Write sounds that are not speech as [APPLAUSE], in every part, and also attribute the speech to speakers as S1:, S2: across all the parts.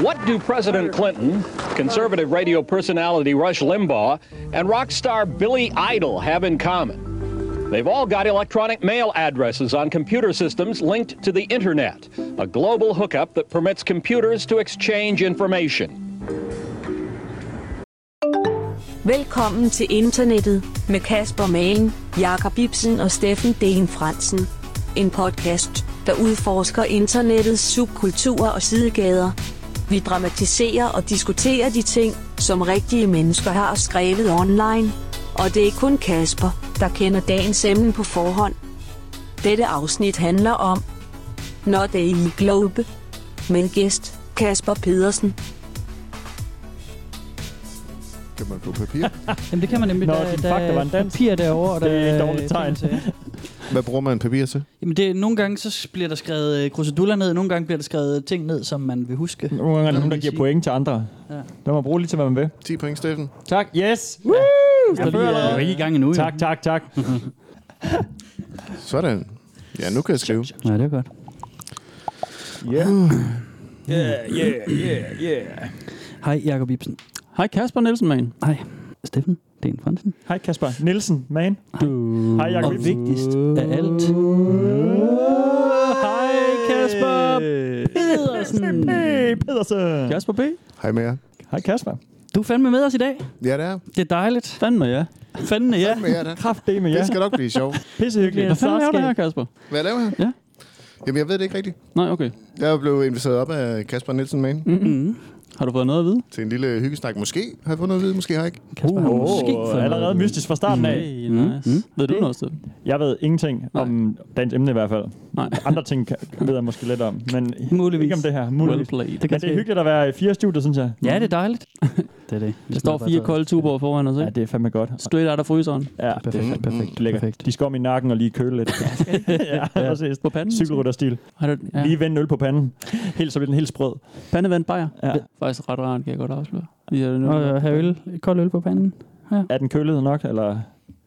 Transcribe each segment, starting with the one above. S1: What do President Clinton, conservative radio personality Rush Limbaugh, and rock star Billy Idol have in common? They've all got electronic mail addresses on computer systems linked to the internet, a global hookup that permits computers to exchange information.
S2: Velkommen til internettet med Kasper Malen, Jakob Ibsen og Steffen Dane Fransen. En podcast, der udforsker internettets subkulturer og sidegader. Vi dramatiserer og diskuterer de ting, som rigtige mennesker har skrevet online. Og det er kun Kasper, der kender dagens emne på forhånd. Dette afsnit handler om Når det i Globe med gæst Kasper Pedersen.
S3: Kan man få papir?
S4: Jamen det kan man nemlig.
S5: Nå,
S4: der,
S5: din
S4: der
S5: fuck, [LAUGHS] der var en
S4: er
S5: dans.
S4: papir derovre. og Der,
S5: Det er et
S4: er
S5: dårligt tegn.
S4: ting og sager.
S3: [LAUGHS] Hvad bruger man papir til?
S4: Jamen det, nogle gange så bliver der skrevet øh, kruseduller ned, nogle gange bliver der skrevet ting ned, som man vil huske.
S5: Nogle gange er der
S4: Nå,
S5: nogen, der
S4: vi
S5: giver
S4: siger.
S5: point til andre.
S4: Ja.
S5: Der må bruge lige til, hvad man vil.
S3: 10 point, Steffen.
S5: Tak. Yes. Woo!
S4: Jeg føler, jeg er ikke i gang endnu. jo.
S5: Tak, tak, tak.
S3: Sådan. Ja, nu kan jeg skrive.
S4: Ja, det er godt.
S5: Yeah.
S6: [SIGHS]
S4: Hej Jakob Ibsen.
S6: Hej Kasper Nielsen, man.
S4: Hej Steffen. Det er en Fransen.
S5: Hej Kasper Nielsen, man. Du. Hej Jacob
S4: Og
S5: Ibsen.
S4: vigtigst af alt,
S5: Hej Kasper
S4: Pedersen.
S5: P. Pedersen.
S6: Øh. Kasper B.
S3: Hej med jer.
S5: Hej Kasper.
S4: Du er fandme med os i dag.
S3: Ja, det er.
S4: Det er dejligt.
S6: Fandme, ja.
S4: Fandme, ja.
S3: Med jer, det. er.
S5: Kraft det med jer.
S3: Det skal nok blive
S5: [LAUGHS]
S3: sjovt.
S5: Pissehyggeligt.
S6: Hvad fanden laver du her,
S5: Sarskab.
S6: Kasper?
S3: Hvad laver han?
S6: Ja.
S3: Jamen, jeg ved det ikke rigtigt.
S6: Nej, okay.
S3: Jeg blev inviteret op af Kasper Nielsen med
S6: Har du fået noget at vide?
S3: til en lille hyggesnak. Måske har jeg fået noget at vide, måske har jeg ikke.
S4: Kasper, har du måske fået
S5: Åh, Uh, allerede mystisk fra starten af.
S6: Hey, nice. Mm. Ved du
S5: Det-
S6: noget, Steffen?
S5: Jeg ved ingenting
S6: Nej.
S5: om dagens emne i hvert fald.
S6: Nej. [LAUGHS]
S5: Andre ting kan- ved jeg måske lidt om, men
S4: Muligvis.
S5: ikke om det her.
S6: Well
S5: Muligvis.
S6: played.
S5: Men det er hyggeligt at være i fire studier, synes jeg.
S6: Mm.
S4: Ja, det er dejligt. det er det.
S6: Der står fire kolde tuber foran os,
S5: Ja,
S6: ikke?
S5: det er fandme godt.
S6: Straight out af fryseren.
S5: Ja,
S3: Perfekt, perfekt,
S5: lækkert. De skal om i nakken og lige køle
S6: [LAUGHS]
S5: lidt. ja, præcis.
S6: På panden?
S5: Cykelrytterstil.
S6: Har du, ja.
S5: Ja. Lige vende øl på panden. Helt, så bliver den helt sprød.
S6: Pandevand bajer.
S5: Ja.
S6: Det er faktisk ret rart, kan jeg godt afsløre. Lige er det nu.
S4: Og øh, have øl, kold øl på panden.
S5: Er den kølet nok? Eller?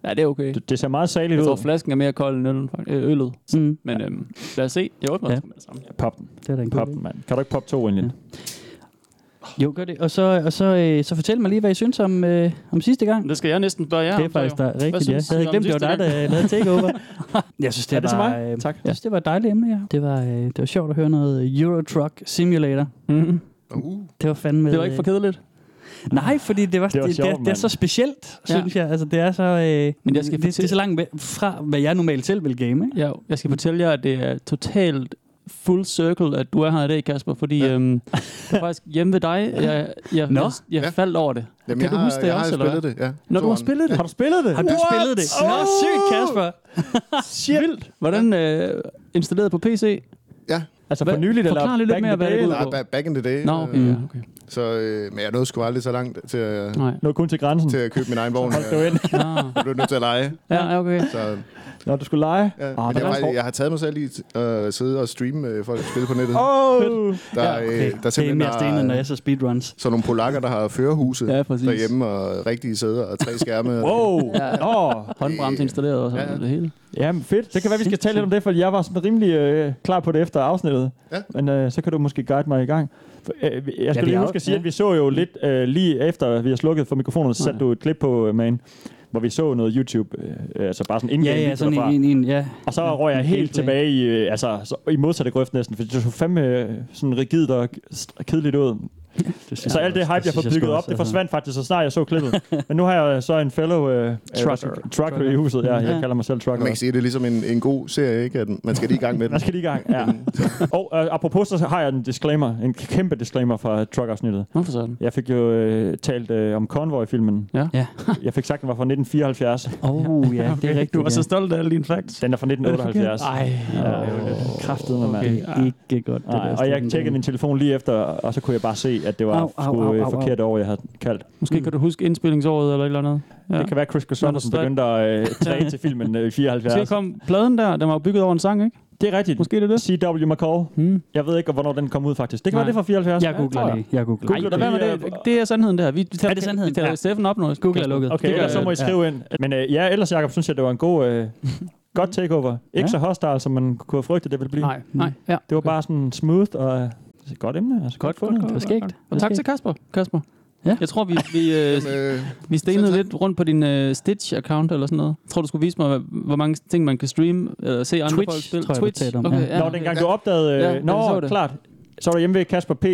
S6: Ja, det er okay.
S5: Det, det ser meget saligt
S6: Jeg tror,
S5: ud.
S6: flasken er mere kold end øllen, faktisk. Øh, øllet.
S4: Mm.
S6: Men øhm, lad os se. Jeg åbner
S4: Ja.
S6: ja. med det samme.
S5: Pop den.
S4: Det er da en god
S5: Pop
S4: idé.
S5: den, mand. Kan du ikke poppe to ind?
S4: Ja. Jo, gør det. Og så, og så, øh, så fortæl mig lige, hvad I synes om, øh, om sidste gang.
S6: Det skal jeg næsten spørge jer
S4: det er
S6: om, så
S4: faktisk
S6: jo.
S4: der, rigtigt, ja. Jeg
S6: synes
S4: havde
S6: I om
S4: glemt, det var
S6: sidste
S4: dig, der lavede
S6: [LAUGHS]
S4: takeover. jeg synes, det,
S5: Er det til
S4: var,
S5: mig?
S4: øh,
S5: Tak.
S4: Jeg synes, det var et dejligt emne, ja. Det var, øh, det var sjovt at høre noget Euro Truck Simulator.
S5: Mm-hmm.
S6: Mhm.
S3: Uh,
S4: Det var fandme...
S6: Det var ikke for kedeligt.
S4: kedeligt. Nej, fordi det, var,
S5: Det
S4: det,
S5: var
S4: det,
S5: sjovt,
S4: er, det er
S5: mand.
S4: så specielt,
S6: Ja.
S4: synes jeg. Altså, det er så... Øh,
S6: Men jeg skal
S4: det, det, er
S6: fortælle-
S4: så langt væk fra, hvad jeg normalt selv vil game, ikke?
S6: Ja, jeg skal fortælle jer, at det er totalt full circle, at du er her i dag, Kasper, fordi ja. øhm, det
S3: [LAUGHS]
S6: er faktisk hjemme ved dig, jeg, jeg,
S4: Nå.
S6: jeg, jeg
S3: Ja.
S6: faldt over det.
S3: jamen,
S6: kan
S3: jeg
S6: du
S3: har,
S6: huske det
S3: jeg
S6: også,
S3: har
S6: eller
S3: spillet det, ja.
S6: Når du har
S3: Toeren.
S6: spillet det?
S5: Har du spillet det?
S4: Har du spillet det?
S6: Oh!
S4: Nå, sygt,
S6: [LAUGHS]
S4: Kasper!
S5: Shit. Vildt.
S6: Hvordan øh, installeret på PC?
S5: Altså for
S6: Hvad-
S5: nyligt, eller?
S6: forklar lige lidt
S5: back in
S6: mere,
S5: the
S6: hvad det
S5: day?
S6: går ud
S3: Nej, ba- back in the day.
S6: Nå,
S3: øh,
S6: okay. Ja, okay.
S3: Så, øh, men jeg nåede sgu aldrig så langt til, at-
S6: Nej.
S5: Nå, kun til grænsen.
S3: til at købe min egen vogn. øh.
S5: [LAUGHS] Hold du
S3: Jeg
S5: ind.
S6: Ah.
S3: blev nødt til at lege.
S6: Ja, ja, okay.
S3: Så,
S5: Når du skulle lege.
S3: ja. Men
S5: Ah, der
S3: jeg,
S5: er
S3: har,
S5: sjovt.
S3: jeg har taget mig selv i at øh, sidde og streame øh, folk spille på nettet.
S5: Åh!
S3: Der,
S5: Ja,
S3: er, øh,
S4: Okay,
S3: der
S4: det er
S3: simpelthen
S4: mere stenet, når
S3: er
S4: jeg så speedruns.
S3: sådan nogle polakker, der har førerhuse
S6: Ja, præcis.
S3: derhjemme og rigtige sæder og tre skærme.
S5: Wow.
S6: Ja.
S5: Nå.
S6: Håndbremse installeret og sådan
S3: Ja, ja.
S6: ja. det hele.
S5: Jamen fedt. Det kan være, vi skal tale lidt om det, for jeg var sådan rimelig øh, klar på det efter afsnittet.
S3: Ja.
S5: Men øh, så kan du måske guide mig i gang. For, øh, jeg skal ja,
S4: vi
S5: lige
S4: har-
S5: huske at sige,
S4: ja.
S5: at vi så jo lidt øh, lige efter, vi har slukket for mikrofonerne, så satte du et klip på, øh, man, hvor vi så noget YouTube, øh, øh, altså bare sådan indgående
S4: Ja, ja, sådan en, en, en ja.
S5: Og så røg jeg helt
S4: gameplay.
S5: tilbage i, øh, altså, så, i modsatte grøft næsten, fordi det så fandme øh, sådan rigidt og k- kedeligt ud.
S4: Det
S5: Så alt det hype, jeg får bygget op,
S4: altså.
S5: det forsvandt faktisk, så snart jeg så
S4: [LAUGHS]
S5: klippet. Men nu har jeg så en fellow øh,
S6: Trucker.
S5: trucker. trucker i huset. Ja, jeg
S6: Ja.
S5: kalder mig selv
S3: Man
S5: trucker.
S3: kan sige, at det er ligesom en, en god serie, ikke? At man skal lige i gang med den.
S5: Man skal lige i gang, ja. Og øh, apropos, så har jeg en disclaimer, en kæmpe disclaimer fra truck-afsnittet.
S6: Hvorfor sådan?
S5: Jeg fik jo øh, talt øh, om Convoy-filmen.
S6: Ja.
S4: Ja.
S5: [LAUGHS] Jeg fik sagt, den var fra 1974.
S4: Åh, oh, ja, det er rigtigt.
S6: Du var
S4: ja.
S6: så stolt af alle dine facts.
S5: Den er fra 1978.
S6: Ej,
S5: Ja, Kraftedeme, mand.
S4: Det er ikke godt, det
S5: Nej,
S4: der
S5: og jeg
S4: Steffen
S5: tjekkede
S4: Dane.
S5: min telefon lige efter, og så kunne jeg bare se, at det var
S4: Au,
S5: au,
S4: au,
S5: sgu, au,
S4: au, au, au.
S5: forkert over, jeg havde kaldt.
S6: Måske kan du huske indspillingsåret eller et eller andet. Ja.
S5: Det kan være, at Chris Christoffersen
S6: Nå, der-
S5: begyndte at øh, træne til filmen øh, i
S6: Måske
S5: 74.
S6: kom pladen der, den var jo bygget over en sang, ikke?
S5: Det er rigtigt.
S6: Måske er det det.
S5: C.W. McCall.
S6: Hmm.
S5: Jeg ved ikke, hvornår den kom ud faktisk. Det kan
S6: Nej.
S5: være, det er fra 74.
S4: Jeg googler
S5: tror
S4: det. Jeg googler
S6: Ej,
S5: Googler
S6: lad være med det.
S5: lige, øh,
S6: Det er sandheden der. Vi, vi tager,
S4: Er det sandheden?
S6: Vi tager
S4: Ja.
S6: Steffen op noget.
S4: Google er lukket.
S5: Okay,
S6: Det
S5: ellers
S6: gør
S5: så må I
S6: jeg.
S5: skrive ind. Men øh, ja, ellers Jacob, synes jeg, det var en god,
S6: [LAUGHS]
S5: øh, godt takeover.
S6: Ja.
S5: Ikke så hostile, som man kunne have frygtet, det ville blive.
S6: Nej, nej. Ja.
S5: Det var bare sådan smooth og øh, Det er et godt emne. Altså,
S6: Godt,
S5: fundet.
S6: godt, godt.
S4: var skægt. Det var
S6: Og tak til
S4: skægt.
S6: Kasper. Kasper.
S4: Ja.
S6: Jeg tror, vi, vi, øh,
S3: Øh, selv
S6: vi stenede
S3: tak.
S6: lidt rundt på din øh, Stitch-account eller sådan noget. Jeg tror, du skulle vise mig, hvad- hvor mange ting, man kan streame eller se andre
S4: Twitch,
S6: folk spille.
S4: tror jeg, vi talte om,
S6: okay,
S4: ja.
S6: ja.
S5: Nå, dengang du opdagede...
S6: Ja,
S5: Øh,
S6: da vi så
S5: nå,
S6: det.
S5: klart. Så var du hjemme ved Kasper P.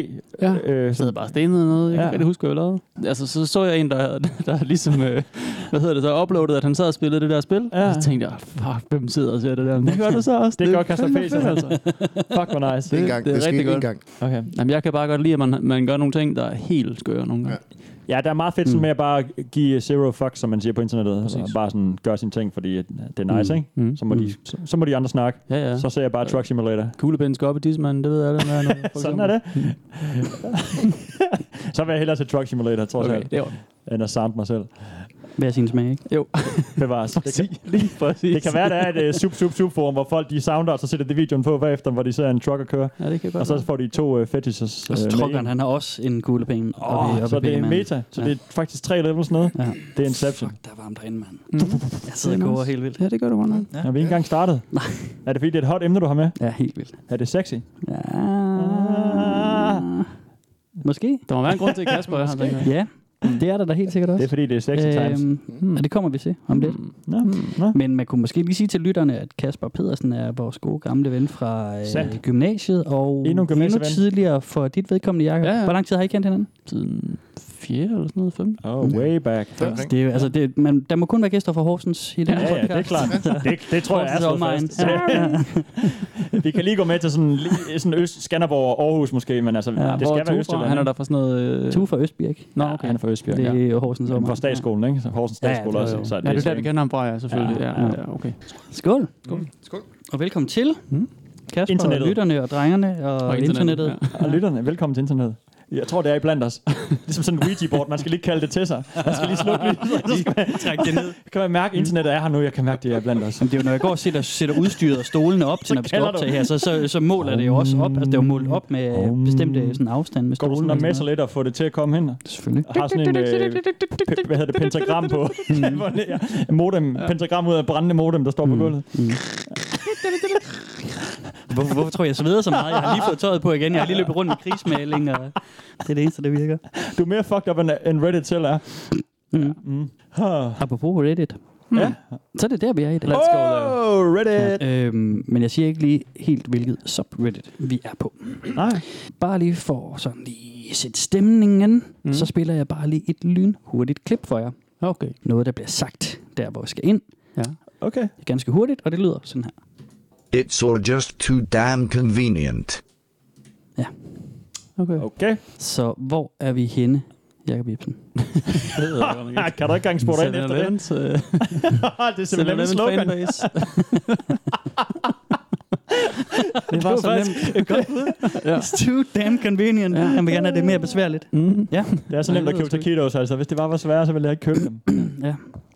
S6: Ja.
S5: Øh,
S6: Jeg sad bare og stenede noget. Jeg kan
S5: Ja.
S6: ikke rigtig huske, hvad jeg lavede. Altså, så så jeg en, der, [LAUGHS] havde- der ligesom, øh, hvad hedder det, så uploadede, at han sad og spillede det der spil.
S5: Ja.
S6: Og så tænkte jeg, fuck, hvem sidder og ser det der? Men det gør du så også.
S5: det
S6: er
S5: gør Kasper
S6: fandme
S5: P.
S6: fedt,
S5: så altså. Fuck, hvor nice.
S3: det,
S6: det-
S3: en gang.
S6: det
S3: Det, det
S6: er
S3: skete
S6: rigtig
S3: en
S6: godt.
S3: gang.
S5: Okay.
S6: Jamen, jeg kan bare godt lide, at man, man gør nogle ting, der er helt skøre nogle gange. Mm.
S5: Ja, der er meget fedt sådan med at bare give zero fucks, som man siger på internettet.
S6: Præcis.
S5: Og bare sådan gøre sine ting, fordi at øh, det er nice,
S6: Mm.
S5: ikke?
S6: Mm.
S5: Så må, de, så, så må de andre snakke.
S6: Ja, ja.
S5: Så ser jeg bare Truck Simulator.
S6: Kuglepind, skoppe, tidsmand, det ved alle.
S5: [LAUGHS]
S6: hvad er noget, for
S5: Sådan
S6: eksempel.
S5: er det. så vil jeg hellere til Truck Simulator, tror
S6: Okay,
S5: jeg,
S6: det var
S5: end at sound mig selv.
S4: Hver sin smag, ikke?
S6: [LAUGHS] Jo,
S5: Bevares. Det kan,
S6: lige [LAUGHS] præcis.
S5: det kan være, der er et uh, sub sub sub forum hvor folk de sounder, og så sætter de videoen på bagefter, hvor de ser en trucker køre.
S6: Ja, det kan godt
S5: Og så får de to uh, fetishes.
S4: Og så
S5: med en.
S4: trukkeren, han har også en kuglepen.
S5: Åh,
S4: oppe i- oppe
S5: så
S4: i
S5: det er
S4: benmanden.
S5: meta. Så
S4: Ja.
S5: det er faktisk tre levels nede.
S4: Ja.
S5: Det er Inception.
S4: Fuck, der er varmt derinde, mand.
S5: Mm-hmm.
S6: Mm.
S4: Jeg sidder og koger helt vildt.
S6: Ja, det gør du godt nok.
S5: Når vi ikke engang startet. Er det fordi, det er et hot emne, du har med?
S4: Ja, helt vildt.
S5: Er det sexy?
S4: Ja.
S5: Ah.
S4: Måske.
S6: Der må være en [LAUGHS] grund til, at Kasper er her. tænker jeg.
S4: Ja, det er der da helt sikkert
S5: Det
S4: også.
S5: er fordi, det er sexy times.
S6: Øhm, Hmm.
S4: og det kommer vi til om lidt.
S5: Nå, nå.
S4: Men man kunne måske lige sige til lytterne, at Kasper Pedersen er vores gode gamle ven fra øh,
S5: Sandt.
S4: gymnasiet, og
S5: Endnu en
S4: endnu
S5: gymnasieven.
S4: tidligere for dit vedkommende, Jacob.
S6: Ja, ja.
S4: Hvor lang tid har I kendt hinanden?
S6: Siden 4 eller sådan noget, 5.
S5: Oh, way back.
S3: Det er omkring.
S4: Det er, jo- altså, det, er- man, der må kun være gæster fra Horsens i den
S5: Ja,
S4: her
S5: ja, det er
S4: podcast.
S5: klart. Det, det tror jeg er slået
S4: Omegn.
S5: fast. Så- [LAUGHS] Vi kan lige gå med til sådan, lige- sådan Øst, Skanderborg og Aarhus måske, men altså, ja,
S6: Ja,
S5: det
S6: hvor
S5: skal
S6: er
S5: være
S6: Tue
S5: Øst.
S6: fra? Han er der fra sådan noget... øh,
S4: Tue fra Østbirk.
S6: Nå,
S5: Ja,
S6: okay.
S5: han er fra Østbjerg.
S4: Det
S5: Ja.
S4: er Horsens
S5: Han er
S4: omegn.
S5: fra statsskolen, ikke? Så Horsens
S4: Ja,
S5: statsskole
S4: det er
S5: også.
S4: jo-
S5: Så
S6: Ja, det er der,
S5: same.
S6: vi kender ham fra, ja, selvfølgelig. Ja, ja, ja okay.
S4: Ja. Skål.
S3: Skål.
S4: Og velkommen til. Kasper
S5: Hmm?
S4: internettet.
S5: Internettet.
S4: og lytterne og drengerne og, og internettet.
S6: Ja.
S4: internettet.
S5: Og lytterne, velkommen til internettet. Jeg tror, det er i blandt os. [LAUGHS] ligesom sådan en Ouija-board, man skal lige kalde det til sig. Man skal lige slukke lyset. Så skal man,
S4: Træk det ned.
S5: kan man mærke, at internettet er her nu. Jeg kan mærke, det er blandt os.
S4: Jamen, det er jo, når jeg går og sætter, sætter udstyret og
S5: [LAUGHS]
S4: stolene op til, når vi skal
S5: kalder du.
S4: optage her, så, så, så måler det jo også op. Altså, det er jo målt op med
S5: Om.
S4: um, bestemte sådan, afstand med
S5: Går du
S4: stolen.
S5: sådan og messer lidt og får det til at komme hen?
S4: Selvfølgelig.
S5: Og har sådan en, øh, pe- hvad hedder det, pentagram på.
S6: Mm.
S5: [LAUGHS] Hvor det er modem, pentagram ud af brændende modem, der står på gulvet.
S6: Mm.
S4: Hvor, hvorfor tror jeg, jeg sveder så meget? Jeg har lige fået tøjet på igen. Jeg har lige løbet rundt med krigsmaling, og det er det eneste, der virker.
S5: Du er mere fucked up, end, end Reddit selv er.
S4: Mm.
S5: Mm. Huh.
S4: Apropos Reddit.
S5: Ja.
S4: Så er det der, vi er i dag.
S6: Let's go there.
S5: Oh, Reddit!
S4: Øhm, men jeg siger ikke lige helt, hvilket subreddit vi er på.
S5: Nej.
S4: Bare lige for sådan lige at sætte stemningen,
S6: Mm.
S4: mm. så spiller jeg bare lige et lynhurtigt klip for jer.
S6: Okay.
S4: Noget, der bliver sagt der, hvor vi skal ind.
S6: Ja.
S5: Okay.
S4: Ganske hurtigt, og det lyder sådan her.
S7: It's all just too damn convenient.
S6: Okay.
S5: Okay.
S4: Så hvor er vi henne, Jakob
S5: [LAUGHS]
S4: Ibsen?
S5: Ah, kan du ikke engang spurgte ind efter det?
S4: [LAUGHS]
S5: [LAUGHS] det er simpelthen en slogan. [LAUGHS]
S6: det var så nemt.
S4: Godt ud. It's too damn convenient. Ja. Han vil gerne have det mere besværligt.
S6: Mm.
S4: Ja.
S5: Det er så nemt at købe taquitos, altså. Hvis det bare var sværere, så ville jeg ikke købe dem.
S4: [CLEARS THROAT] ja.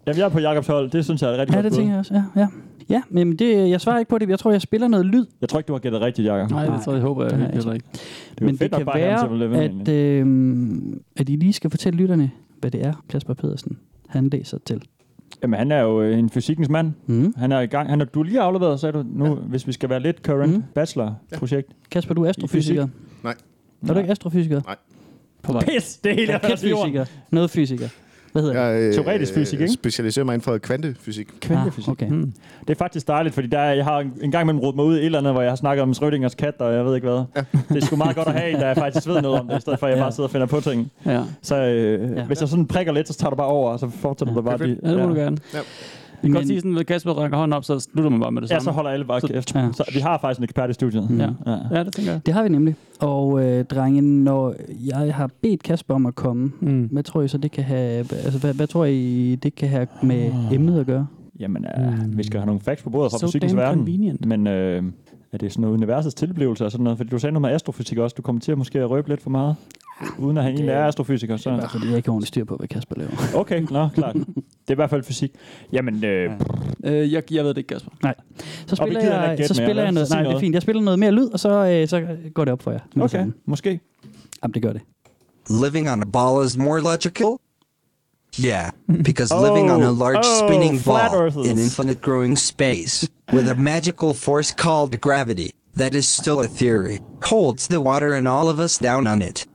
S5: Jamen, jeg er på Jakobs hold. Det synes jeg er et rigtig
S4: Ja,
S5: godt
S4: det
S5: bud.
S4: tænker jeg også. Ja, ja. ja men det, jeg svarer ikke på det. Jeg tror, jeg spiller noget lyd.
S5: Jeg tror ikke, du har gættet rigtigt, Jakob.
S6: Nej, det tror jeg, håber jeg
S4: Det har jeg
S6: heller ikke.
S5: Det er
S4: men
S5: men fedt
S4: det
S5: det
S4: kan
S5: bare være, ham,
S4: være, at, øh, at I lige skal fortælle lytterne, hvad det er, Kasper Pedersen han læser til.
S5: Jamen, han er jo øh, en fysikkens mand.
S4: Mm.
S5: Han er i gang. Han er, du er lige afleveret, sagde du nu, ja. hvis vi skal være lidt current
S4: Mhm.
S5: mm. bachelor-projekt.
S4: Kasper, du er astrofysiker.
S3: Nej.
S4: Er du ikke astrofysiker?
S6: På vej.
S5: Pis! Det er helt
S4: Raket fysiker. Noget fysiker. Hvad hedder det?
S3: Jeg øh,
S5: Teoretisk fysik, ikke?
S3: specialiserer mig inden for kvantefysik.
S5: Kvantefysik.
S4: Ah, okay.
S6: Mm.
S5: Det er faktisk dejligt, fordi der, er- jeg har en gang imellem rodet mig ud i et eller andet, hvor jeg har snakket om Schrödingers kat, og jeg ved ikke hvad. Ja. Det er sgu meget godt at have en, der faktisk ved noget om det, i stedet for at jeg
S4: Ja.
S5: bare sidder og finder på ting.
S6: Ja.
S5: Så øh,
S4: Ja.
S5: ja. hvis jeg sådan prikker lidt, så tager du bare over, og så fortsætter
S4: Ja.
S5: du bare.
S3: Det er fedt.
S6: Ja, det må du gerne.
S3: Ja.
S6: Vi kan godt
S4: Men-
S6: sige sådan, at Kasper rækker hånden op, så slutter man bare med det
S5: Ja,
S6: samme.
S5: så holder alle bare kæft.
S4: Ja.
S5: Ja. Så, vi har faktisk en ekspert i studiet.
S4: Mm.
S6: Ja.
S5: Ja.
S6: Ja, det tænker jeg.
S4: Det har vi nemlig. Og øh, drenge, når jeg har bedt Kasper om at komme,
S6: Mm.
S4: hvad tror I så det kan have, altså hvad, hvad tror I det kan have med emnet at gøre?
S5: Ah. Jamen, øh,
S6: Mm.
S5: vi skal have nogle facts på bordet fra
S6: So
S5: fysikkens
S6: damn
S5: verden.
S6: convenient.
S5: Men øh, er det sådan noget universets tilblivelse og sådan noget? Fordi du sagde noget med astrofysik også. Du kommer til at måske at røbe lidt for meget. Uden at han egentlig er astrofysiker.
S4: Det er bare
S5: Så.
S4: fordi, jeg ikke har ordentligt styr på, hvad Kasper laver.
S5: Okay, nå, klart. Det er i hvert fald fysik. Jamen, øh,
S6: Øh, jeg, jeg ved det ikke, Kasper.
S4: Så
S5: Og vi
S4: spiller,
S5: gider heller
S4: jeg,
S5: ikke
S4: så
S5: gætte mere,
S4: spiller
S5: vel? Så
S4: jeg noget,
S5: sig
S4: nej, det er
S5: noget.
S4: fint. Jeg spiller noget mere lyd, og så, øh, så går det op for jer. med det
S5: okay,
S4: samme.
S5: måske.
S4: Jamen, det gør det.
S7: Living on a ball is more logical? Yeah, because living on a
S5: Oh,
S7: large
S5: oh,
S7: spinning
S5: flat
S7: ball
S5: earthers.
S7: in infinite growing space with a magical force called gravity that is still a theory, holds the water and all of us down on it.